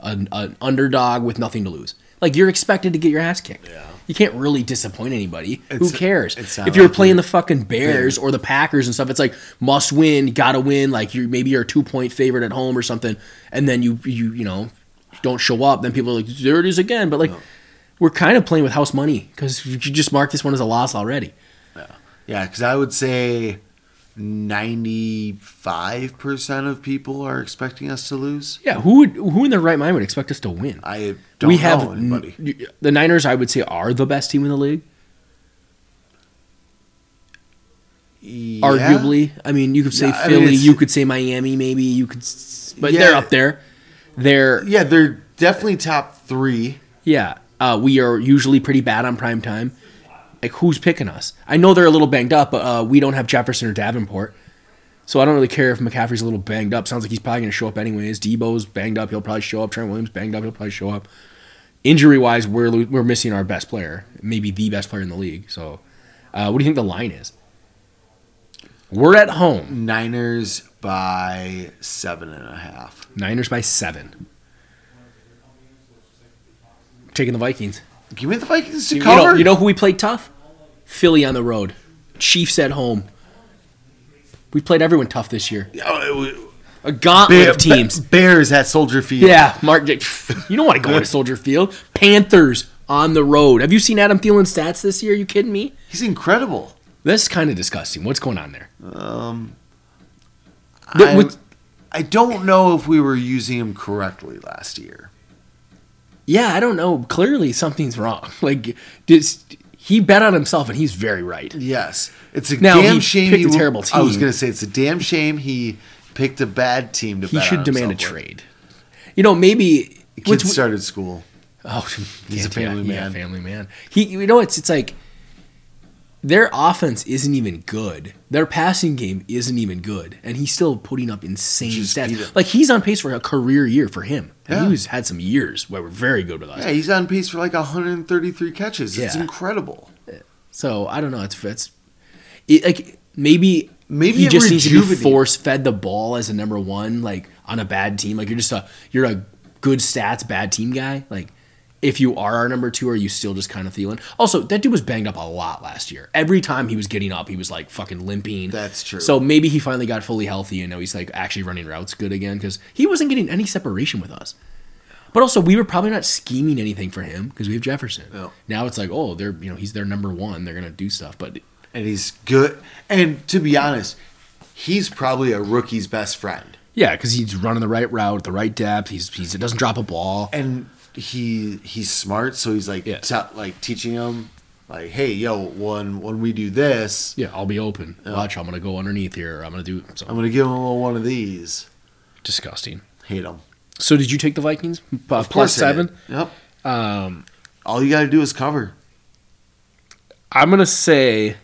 Speaker 3: an, an underdog with nothing to lose. Like you're expected to get your ass kicked. Yeah. You can't really disappoint anybody.
Speaker 2: It's-
Speaker 3: Who cares?
Speaker 2: it's
Speaker 3: If
Speaker 2: not
Speaker 3: you're
Speaker 2: like
Speaker 3: playing
Speaker 2: you-
Speaker 3: the fucking Bears or the Packers and stuff, it's like must win, gotta win. Like you maybe you're a two point favorite at home or something, and then you you you know don't show up. Then people are like, there it is again. But like we're kind of playing with house money because you just mark this one as a loss already.
Speaker 2: Yeah, because I would say ninety-five percent of people are expecting us to lose.
Speaker 3: Yeah, who would who in their right mind would expect us to win?
Speaker 2: I don't
Speaker 3: we
Speaker 2: know
Speaker 3: have n-
Speaker 2: anybody.
Speaker 3: y- the Niners. I would say are the best team in the league.
Speaker 2: Yeah.
Speaker 3: Arguably, I mean, you could say
Speaker 2: Yeah, I mean,
Speaker 3: Philly,
Speaker 2: it's-
Speaker 3: you could say Miami, maybe you could, s- but they're
Speaker 2: Yeah.
Speaker 3: up there. They're
Speaker 2: Yeah, they're definitely top three.
Speaker 3: Yeah, uh, we are usually pretty bad on prime time. Like, who's picking us? I know they're a little banged up, but uh, we don't have Jefferson or Davenport, so I don't really care if McCaffrey's a little banged up. Sounds like he's probably going to show up anyways. Debo's banged up; he'll probably show up. Trent Williams banged up; he'll probably show up. Injury wise, we're lo- we're missing our best player, maybe the best player in the league. So, uh, what do you think the line is? We're at home,
Speaker 2: Niners by seven and a half.
Speaker 3: Niners by seven. Taking the Vikings.
Speaker 2: Give me the Vikings to
Speaker 3: You
Speaker 2: cover.
Speaker 3: know, you know who we played tough? Philly on the road, Chiefs at home. We played everyone tough this year.
Speaker 2: Oh, it wa-
Speaker 3: A gauntlet
Speaker 2: Bear-
Speaker 3: of teams.
Speaker 2: Be- Bears at Soldier Field.
Speaker 3: yeah, Mark. You don't want to go to Soldier Field. Panthers on the road. Have you seen Adam Thielen's stats this year? Are you kidding me?
Speaker 2: he's incredible.
Speaker 3: This is kind of disgusting. What's going on there? But
Speaker 2: I'm-
Speaker 3: with-
Speaker 2: I don't know if we were using him correctly last year.
Speaker 3: Yeah, I don't know. Clearly something's wrong. Like, just, he bet on himself, and he's very right.
Speaker 2: Yes, it's a
Speaker 3: Now, he
Speaker 2: damn shame.
Speaker 3: picked a terrible
Speaker 2: I was
Speaker 3: team.
Speaker 2: going to say it's a damn shame he picked a bad team to.
Speaker 3: He
Speaker 2: bet on
Speaker 3: should demand a
Speaker 2: himself with.
Speaker 3: trade. You know, maybe.
Speaker 2: The kid
Speaker 3: what's-
Speaker 2: started school.
Speaker 3: Oh,
Speaker 2: He's a
Speaker 3: yeah,
Speaker 2: family
Speaker 3: yeah,
Speaker 2: man.
Speaker 3: family man. He, you know, it's it's like their offense isn't even good. Their passing game isn't even good, and he's still putting up insane
Speaker 2: Just beat him.
Speaker 3: stats. Like he's on pace for a career year for him. And
Speaker 2: Yeah.
Speaker 3: he was had some years where we're very good with us.
Speaker 2: Yeah, he's on pace for like 133 catches. It's
Speaker 3: Yeah.
Speaker 2: incredible.
Speaker 3: So I don't know. It's it's it, like maybe
Speaker 2: Maybe
Speaker 3: he
Speaker 2: it
Speaker 3: just needs to be
Speaker 2: rejuvenates.
Speaker 3: force fed the ball as a number one, like on a bad team. Like you're just a you're a good stats bad team guy. Like if you are our number two, are you still just kind of feeling? Also, that dude was banged up a lot last year. Every time he was getting up, he was like fucking limping.
Speaker 2: That's true.
Speaker 3: So maybe he finally got fully healthy and now he's like actually running routes good again because he wasn't getting any separation with us. But also, we were probably not scheming anything for him because we have Jefferson.
Speaker 2: No.
Speaker 3: Now it's like, oh, they're you know he's their number one. They're gonna do stuff, but
Speaker 2: And he's good. And to be honest, he's probably a rookie's best friend.
Speaker 3: yeah, because he's running the right route, the right depth. He's he's it doesn't drop a ball.
Speaker 2: And he he's smart, so he's like
Speaker 3: Yeah.
Speaker 2: te- like teaching him like, hey, yo, when when we do this,
Speaker 3: Yeah, I'll be open. Watch, I'm gonna go underneath here. I'm gonna do so
Speaker 2: I'm gonna give him a little one of these.
Speaker 3: disgusting.
Speaker 2: Hate him.
Speaker 3: So did you take the Vikings P- plus
Speaker 2: I
Speaker 3: seven?
Speaker 2: did. Yep. Um, All you gotta do is cover.
Speaker 3: I'm gonna say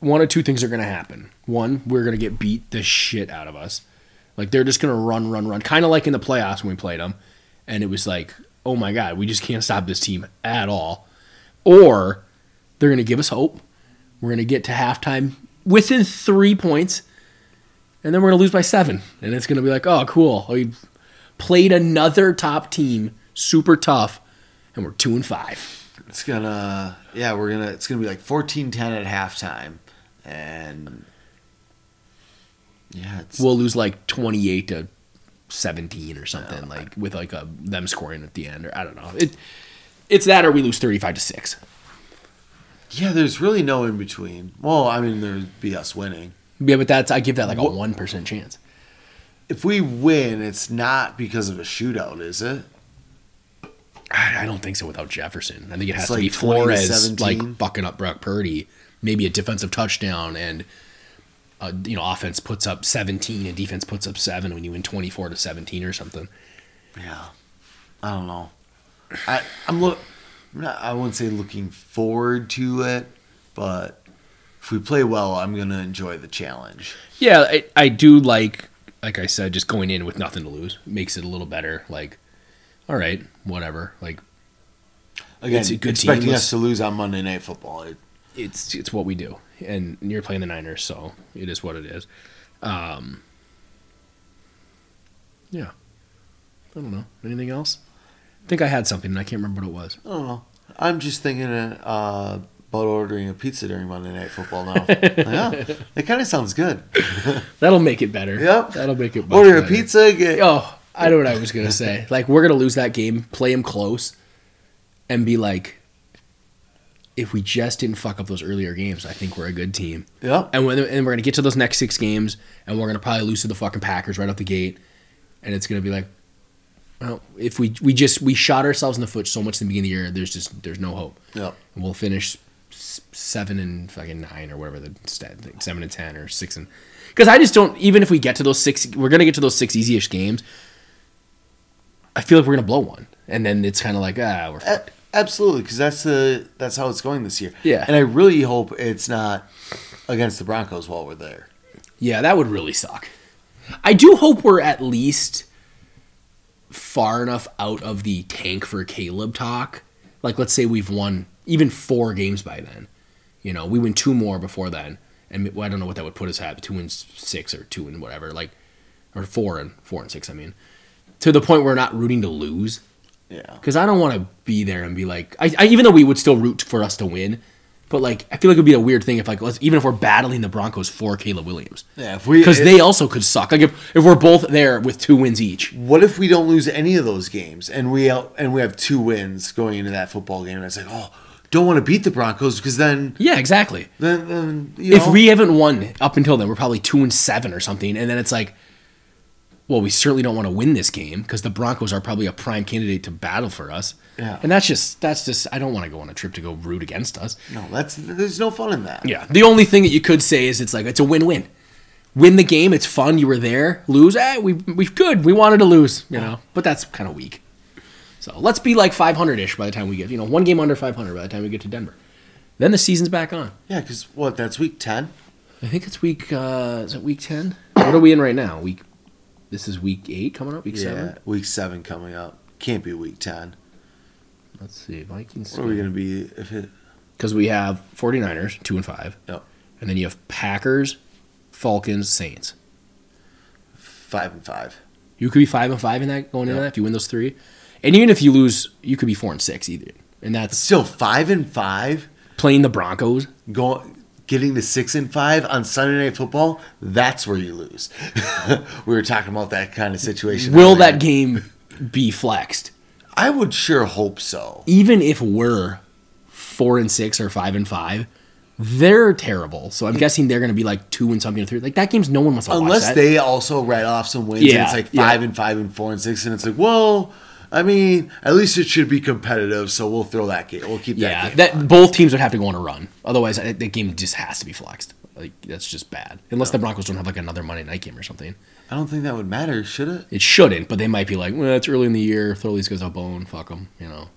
Speaker 3: one of two things are gonna happen. One, we're gonna get beat the shit out of us. Like they're just gonna run, run, run, kind of like in the playoffs when we played them, and it was like, oh my god, we just can't stop this team at all. Or they're gonna give us hope. We're gonna get to halftime within three points, and then we're gonna lose by seven, and it's gonna be like, oh cool, we played another top team, super tough, and we're two and five.
Speaker 2: It's gonna yeah, we're gonna it's gonna be like 14-10 at halftime. And yeah, it's
Speaker 3: we'll lose like 28 to 17 or something like with like a them scoring at the end or I don't know. It it's that or we lose 35 to 6.
Speaker 2: yeah, there's really no in between. Well, I mean there'd be us winning.
Speaker 3: Yeah, but that's I give that like a 1% chance.
Speaker 2: If we win, it's not because of a shootout, is it?
Speaker 3: I I don't think so without Jefferson. I think it has
Speaker 2: It's
Speaker 3: to
Speaker 2: like
Speaker 3: be
Speaker 2: 20 to
Speaker 3: Flores
Speaker 2: 17.
Speaker 3: like fucking up Brock Purdy, maybe a defensive touchdown and uh, you know offense puts up 17 and defense puts up 7 when you win 24 to 17 or something.
Speaker 2: Yeah. I don't know. I I'm look I'm not I wouldn't say looking forward to it, but if we play well, I'm gonna enjoy the challenge.
Speaker 3: Yeah, I, I do like, like I said, just going in with nothing to lose makes it a little better. Like, all right, whatever. Like,
Speaker 2: Again,
Speaker 3: It's a good team.
Speaker 2: expecting
Speaker 3: Let's-
Speaker 2: us to lose on Monday Night Football. It,
Speaker 3: it's it's what we do, and you're playing the Niners, so it is what it is. Um, yeah, I don't know anything else. I think I had something, and I can't remember what it was.
Speaker 2: I don't know. I'm just thinking uh, about ordering a pizza during Monday Night Football now. yeah, it kind of sounds good.
Speaker 3: That'll make it better.
Speaker 2: Yep.
Speaker 3: that'll make it. much
Speaker 2: Order a
Speaker 3: better.
Speaker 2: pizza, get
Speaker 3: Oh, I know what I was gonna say. Like we're gonna lose that game. Play him close, and be like, if we just didn't fuck up those earlier games, I think we're a good team.
Speaker 2: Yep.
Speaker 3: And when, and we're gonna get to those next six games, and we're gonna probably lose to the fucking Packers right out the gate, and it's gonna be like, well, if we we just we shot ourselves in the foot so much in the beginning of the year, there's just there's no hope.
Speaker 2: Yep.
Speaker 3: And we'll finish s- seven and fucking nine or whatever the stat, like seven and ten or six and because I just don't even if we get to those six, we're gonna get to those six easiest games. I feel like we're gonna blow one, and then it's kind of like ah, we're
Speaker 2: A-
Speaker 3: fucked.
Speaker 2: absolutely, because that's the that's how it's going this year.
Speaker 3: Yeah.
Speaker 2: and I really hope it's not against the Broncos while we're there.
Speaker 3: Yeah, that would really suck. I do hope we're at least far enough out of the tank for Caleb talk. Like, let's say we've won even four games by then. You know, we win two more before then, and well, I don't know what that would put us at two and six or two and whatever, like, or four and four and six. I mean, to the point where we're not rooting to lose
Speaker 2: Yeah,
Speaker 3: because I don't want to be there and be like, I, I even though we would still root for us to win, but like I feel like it would be a weird thing if like let's even if we're battling the Broncos for Caleb Williams,
Speaker 2: yeah. If we
Speaker 3: because they also could suck. Like if, if we're both there with two wins each,
Speaker 2: what if we don't lose any of those games and we out, and we have two wins going into that football game? And it's like, oh, don't want to beat the Broncos because then
Speaker 3: yeah, exactly.
Speaker 2: then, then you
Speaker 3: If
Speaker 2: know,
Speaker 3: we haven't won up until then, we're probably two and seven or something, and then it's like, well, we certainly don't want to win this game because the Broncos are probably a prime candidate to battle for us.
Speaker 2: Yeah.
Speaker 3: and that's just that's just I don't want to go on a trip to go root against us.
Speaker 2: no, that's there's no fun in that.
Speaker 3: Yeah. The only thing that you could say is it's like it's a win-win. Win the game, it's fun. You were there. Lose, eh? We we could. We wanted to lose, you know. But that's kind of weak. So let's be like 500-ish by the time we get, you know, one game under 500 by the time we get to Denver. Then the season's back on.
Speaker 2: yeah, because what that's week ten.
Speaker 3: I think it's week. Uh, is it week 10? What are we in right now? Week. This is week eight coming up. Week
Speaker 2: Yeah,
Speaker 3: seven.
Speaker 2: week seven coming up. Can't be week ten.
Speaker 3: Let's see. Vikings.
Speaker 2: What are we gonna be if it?
Speaker 3: Because we have 49ers, two and five,
Speaker 2: No,
Speaker 3: and then you have Packers, Falcons, Saints.
Speaker 2: five and five.
Speaker 3: You could be five and five in that going into that if you win those three, and even if you lose, you could be four and six either. And that's
Speaker 2: Still five and five.
Speaker 3: playing the Broncos.
Speaker 2: going getting to six and five on Sunday Night Football, that's where you lose. we were talking about that kind of situation.
Speaker 3: Will
Speaker 2: earlier.
Speaker 3: that game be flexed?
Speaker 2: I would sure hope so.
Speaker 3: Even if we're four and six or five and five, they're terrible. So I'm guessing they're going to be like two and something or three. Like that game's no one wants to watch
Speaker 2: Unless
Speaker 3: that.
Speaker 2: they also write off some wins and
Speaker 3: Yeah,
Speaker 2: it's like
Speaker 3: yeah.
Speaker 2: five and five and four and six and it's like, well, I mean, at least it should be competitive, so we'll throw that game. We'll keep
Speaker 3: yeah,
Speaker 2: that game.
Speaker 3: that both teams would have to go on a run. Otherwise, I- that game just has to be flexed. Like that's just bad. Unless the Broncos don't have like another Monday night game or something.
Speaker 2: I don't think that would matter, should it?
Speaker 3: It shouldn't, but they might be like, well, it's early in the year. Throw these guys a bone. Fuck them, you know.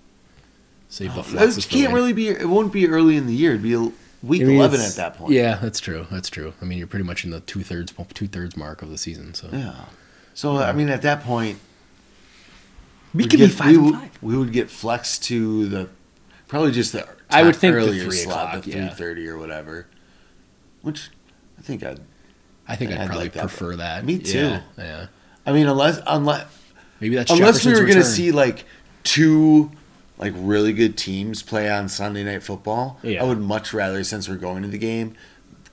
Speaker 3: Save the flexes
Speaker 2: It
Speaker 3: for
Speaker 2: Oh, can't
Speaker 3: later.
Speaker 2: really be it won't be early in the year, it'd be week
Speaker 3: I mean,
Speaker 2: eleven
Speaker 3: it's-
Speaker 2: at that point.
Speaker 3: Yeah, that's true. That's true. I mean, you're pretty much in the two thirds two thirds mark of the season. So
Speaker 2: Yeah. So I mean at that point
Speaker 3: we
Speaker 2: We'd
Speaker 3: could
Speaker 2: get-
Speaker 3: be five and
Speaker 2: would-
Speaker 3: five.
Speaker 2: We would get flexed to the probably just the
Speaker 3: I would think the
Speaker 2: earlier
Speaker 3: three
Speaker 2: slot,
Speaker 3: o'clock,
Speaker 2: the
Speaker 3: yeah.
Speaker 2: three thirty or whatever. Which I think I'd.
Speaker 3: I think I'd,
Speaker 2: I'd
Speaker 3: probably
Speaker 2: like that,
Speaker 3: prefer that.
Speaker 2: Me
Speaker 3: Yeah, yeah.
Speaker 2: I mean, unless unless
Speaker 3: Maybe that's
Speaker 2: unless we
Speaker 3: Jefferson's
Speaker 2: were going to
Speaker 3: return.
Speaker 2: see like two like really good teams play on Sunday night football.
Speaker 3: Yeah.
Speaker 2: I would much rather, since we're going to the game,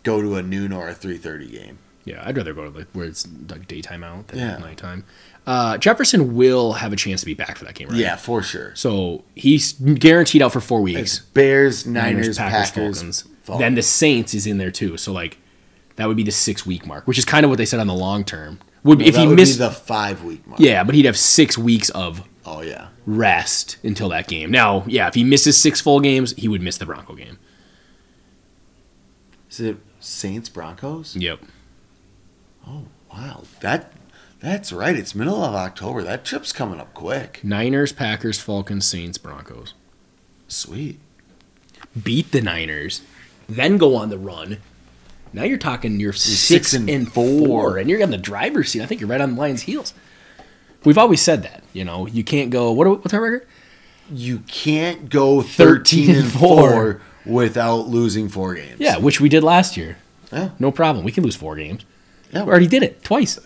Speaker 2: go to a noon or a three thirty game.
Speaker 3: Yeah, I'd rather go to like where it's like daytime out than
Speaker 2: Yeah.
Speaker 3: nighttime. Uh, Jefferson will have a chance to be back for that game, right?
Speaker 2: Yeah, for sure.
Speaker 3: So he's guaranteed out for four
Speaker 2: It's
Speaker 3: weeks.
Speaker 2: Bears, Niners, Packers,
Speaker 3: Falcons.
Speaker 2: Falcons.
Speaker 3: Then the Saints is in there too. So like that would be the six week mark, which is kind of what they said on the long term. Would be if
Speaker 2: That
Speaker 3: he
Speaker 2: would
Speaker 3: missed,
Speaker 2: be the five week mark.
Speaker 3: yeah, but he'd have six weeks of
Speaker 2: Oh yeah.
Speaker 3: rest until that game. Now, yeah, if he misses six full games, he would miss the Bronco game.
Speaker 2: Is it Saints Broncos?
Speaker 3: Yep.
Speaker 2: Oh wow, that that's right. It's middle of October. That trip's coming up quick.
Speaker 3: Niners, Packers, Falcons, Saints, Broncos.
Speaker 2: Sweet.
Speaker 3: Beat the Niners, then go on the run. Now you're talking you're six,
Speaker 2: six
Speaker 3: and,
Speaker 2: and
Speaker 3: four.
Speaker 2: four.
Speaker 3: and you're on the driver's seat. I think you're right on the Lions' heels. We've always said that, you know, you can't go. What are- what's our record?
Speaker 2: You can't go thirteen and four without losing four games.
Speaker 3: Yeah, which we did last year.
Speaker 2: Yeah.
Speaker 3: No problem. We can lose four games.
Speaker 2: Yeah.
Speaker 3: We already did it twice.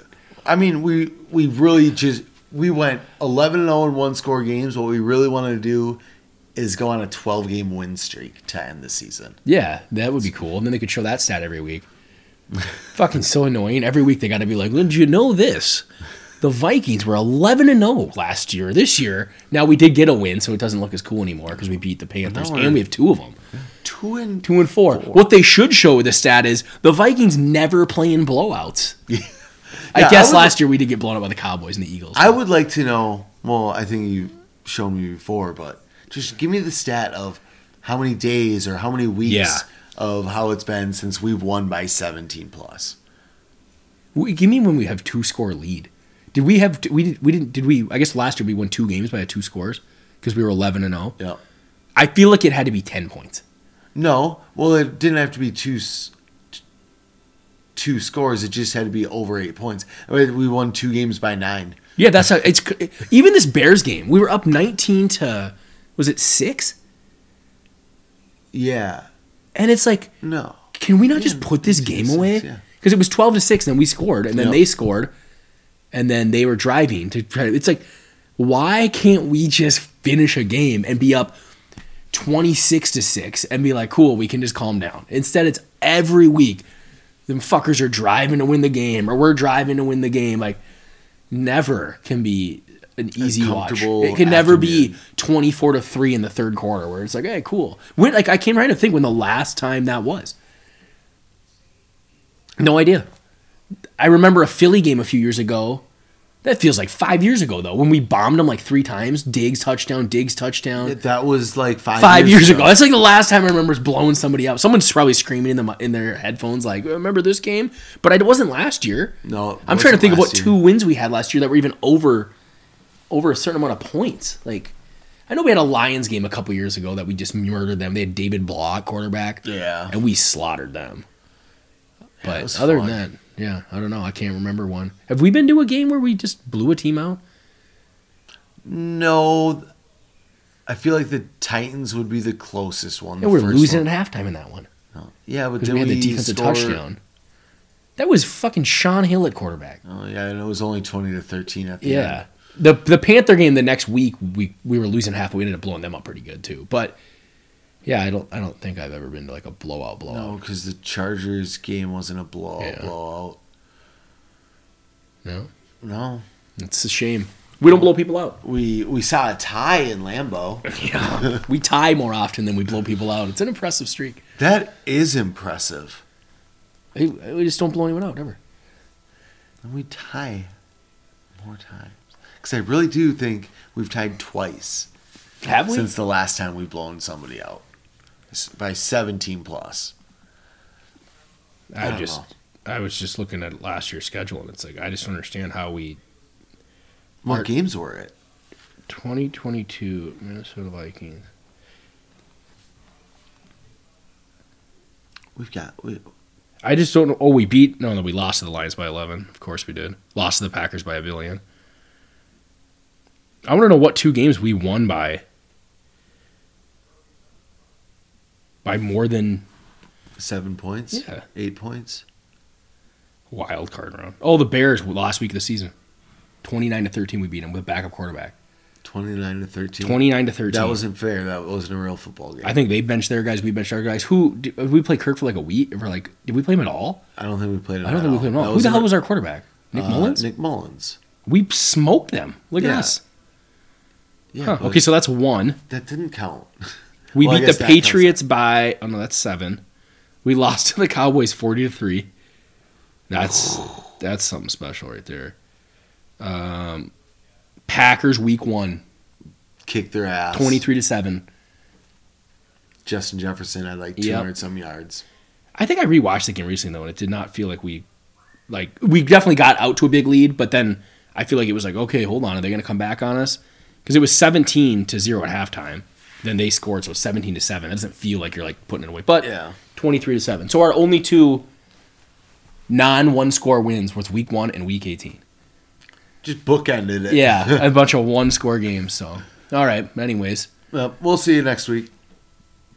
Speaker 2: I mean, we we really just we went eleven and zero in one score games. What we really want to do is go on a twelve game win streak to end the season.
Speaker 3: Yeah, that would be cool. And then they could show that stat every week. Fucking so annoying. Every week they got to be like, well, "Did you know this?" The Vikings were 11 and 0 last year. This year, now we did get a win, so it doesn't look as cool anymore because we beat the Panthers
Speaker 2: we're-
Speaker 3: and we have two of them.
Speaker 2: Two and
Speaker 3: Two and four. What they should show with the stat is the Vikings never play in blowouts.
Speaker 2: Yeah, I
Speaker 3: I guess
Speaker 2: would-
Speaker 3: last year we did get blown out by the Cowboys and the Eagles.
Speaker 2: I would like to know. Well, I think you showed me before, but just give me the stat of how many days or how many weeks
Speaker 3: Yeah.
Speaker 2: of how it's been since we've won by 17 plus.
Speaker 3: We, give me when we have two score lead. Did we have we did we didn't did we? I guess last year we won two games by two scores because we were eleven and zero.
Speaker 2: Yeah.
Speaker 3: I feel like it had to be ten points.
Speaker 2: No. Well, it didn't have to be two s- t- two scores. It just had to be over eight points. I mean, we won two games by nine.
Speaker 3: Yeah, that's how it's. c- Even this Bears game, we were up nineteen to was it six?
Speaker 2: Yeah.
Speaker 3: And it's like,
Speaker 2: No.
Speaker 3: can we not
Speaker 2: Yeah,
Speaker 3: just put this
Speaker 2: it's-
Speaker 3: game
Speaker 2: it's-
Speaker 3: away?
Speaker 2: yeah.
Speaker 3: Because it was twelve to six, and then we scored, and then
Speaker 2: Yep.
Speaker 3: they scored, and then they were driving to try. It's like, why can't we just finish a game and be up twenty six to six and be like, cool, we can just calm down? Instead, it's every week. Them fuckers are driving to win the game, or we're driving to win the game. Like, never can be an easy watch.
Speaker 2: comfortable
Speaker 3: It can never be
Speaker 2: afternoon.
Speaker 3: 24 to 3 in the third quarter where it's like, hey, cool. When, like, I can't trying to think when the last time that was. No idea. I remember a Philly game a few years ago. That feels like five years ago, though, when we bombed them like three times. Diggs touchdown, Diggs touchdown
Speaker 2: That was like five
Speaker 3: five years, ago. That's like the last time I remember is blowing somebody up. Someone's probably screaming in the mi- in their headphones like, "Remember this game?" But it wasn't last year.
Speaker 2: No, it
Speaker 3: I'm trying to
Speaker 2: wasn't
Speaker 3: think of what
Speaker 2: last year.
Speaker 3: two wins we had last year that were even over over a certain amount of points. Like, I know we had a Lions game a couple years ago that we just murdered them. They had David Blaw at quarterback.
Speaker 2: Yeah.
Speaker 3: and we slaughtered them. But
Speaker 2: was
Speaker 3: other
Speaker 2: fun.
Speaker 3: than that, yeah, I don't know. I can't remember one. Have we been to a game where we just blew a team out?
Speaker 2: No. I feel like the Titans would be the closest one.
Speaker 3: Yeah,
Speaker 2: the
Speaker 3: we we're
Speaker 2: first
Speaker 3: losing
Speaker 2: one.
Speaker 3: at halftime in that one.
Speaker 2: Oh, Yeah, but
Speaker 3: Because
Speaker 2: did
Speaker 3: we
Speaker 2: we
Speaker 3: had the defensive
Speaker 2: score-
Speaker 3: touchdown. That was fucking Sean Hill at quarterback.
Speaker 2: Oh yeah, and it was only twenty to thirteen at the
Speaker 3: Yeah.
Speaker 2: end.
Speaker 3: The the Panther game the next week we we were losing half. We ended up blowing them up pretty good too. But yeah, I don't I don't think I've ever been to like a blowout blowout.
Speaker 2: No, because the Chargers game wasn't a blowout.
Speaker 3: Yeah.
Speaker 2: Blowout.
Speaker 3: No.
Speaker 2: No,
Speaker 3: It's a shame. We don't blow people out.
Speaker 2: we we saw a tie in Lambeau.
Speaker 3: Yeah. we tie more often than we blow people out. It's an impressive streak.
Speaker 2: That is impressive.
Speaker 3: We- We just don't blow anyone out ever.
Speaker 2: And we tie more times because I really do think we've tied twice
Speaker 3: Have we?
Speaker 2: since the last time we've blown somebody out S- by seventeen plus. I
Speaker 4: I
Speaker 2: don't
Speaker 4: just
Speaker 2: know.
Speaker 4: I was just looking at last year's schedule and it's like I just don't understand how we
Speaker 2: What
Speaker 4: Are-
Speaker 2: games were it?
Speaker 4: 2022 Minnesota Vikings.
Speaker 2: We've got we,
Speaker 4: I just don't know. Oh, we beat no, no, we lost to the Lions by 11. Of course we did. Lost to the Packers by a billion. I want to know what two games we won by by more than
Speaker 2: seven points.
Speaker 4: Yeah.
Speaker 2: eight points.
Speaker 4: wild card round.
Speaker 3: oh, the Bears last week of the season. 29 to 13 we beat them with backup quarterback.
Speaker 2: Twenty nine to thirteen.
Speaker 3: 29 to 13.
Speaker 2: That wasn't fair. That wasn't a real football game.
Speaker 3: I think they benched their guys. We benched our guys. Who did, did we play Kirk for like a week? Or like, did we play him at all?
Speaker 2: I don't think we played it.
Speaker 3: I don't think we played him at all. Who the hell was our quarterback? Nick Mullins.
Speaker 2: Uh, Nick Mullins.
Speaker 3: we smoked them. Look at
Speaker 2: Yeah.
Speaker 3: us.
Speaker 2: Yeah.
Speaker 3: Huh.
Speaker 2: but
Speaker 3: Okay, so that's one.
Speaker 2: that didn't count.
Speaker 3: We
Speaker 2: Well, I
Speaker 3: beat
Speaker 2: guess
Speaker 3: the
Speaker 2: that counts.
Speaker 3: Patriots by oh no, that's seven. We lost to the Cowboys forty to three. That's that's something special right there. Um, Packers week one,
Speaker 2: Kick their ass.
Speaker 3: 23 to seven.
Speaker 2: Justin Jefferson had like
Speaker 3: Yep.
Speaker 2: two hundred some yards.
Speaker 3: I think I rewatched the game recently though, and it did not feel like we, like we definitely got out to a big lead, but then I feel like it was like, okay, hold on, are they going to come back on us? Because it was seventeen to zero at halftime, then they scored, so it's seventeen to seven. That doesn't feel like you're like putting it away, but
Speaker 2: Yeah.
Speaker 3: twenty three to seven. So our only two non one score wins was week one and week eighteen.
Speaker 2: Just bookended it.
Speaker 3: Yeah, a bunch of one score games. So all right, anyways,
Speaker 2: Well, we'll see you next week.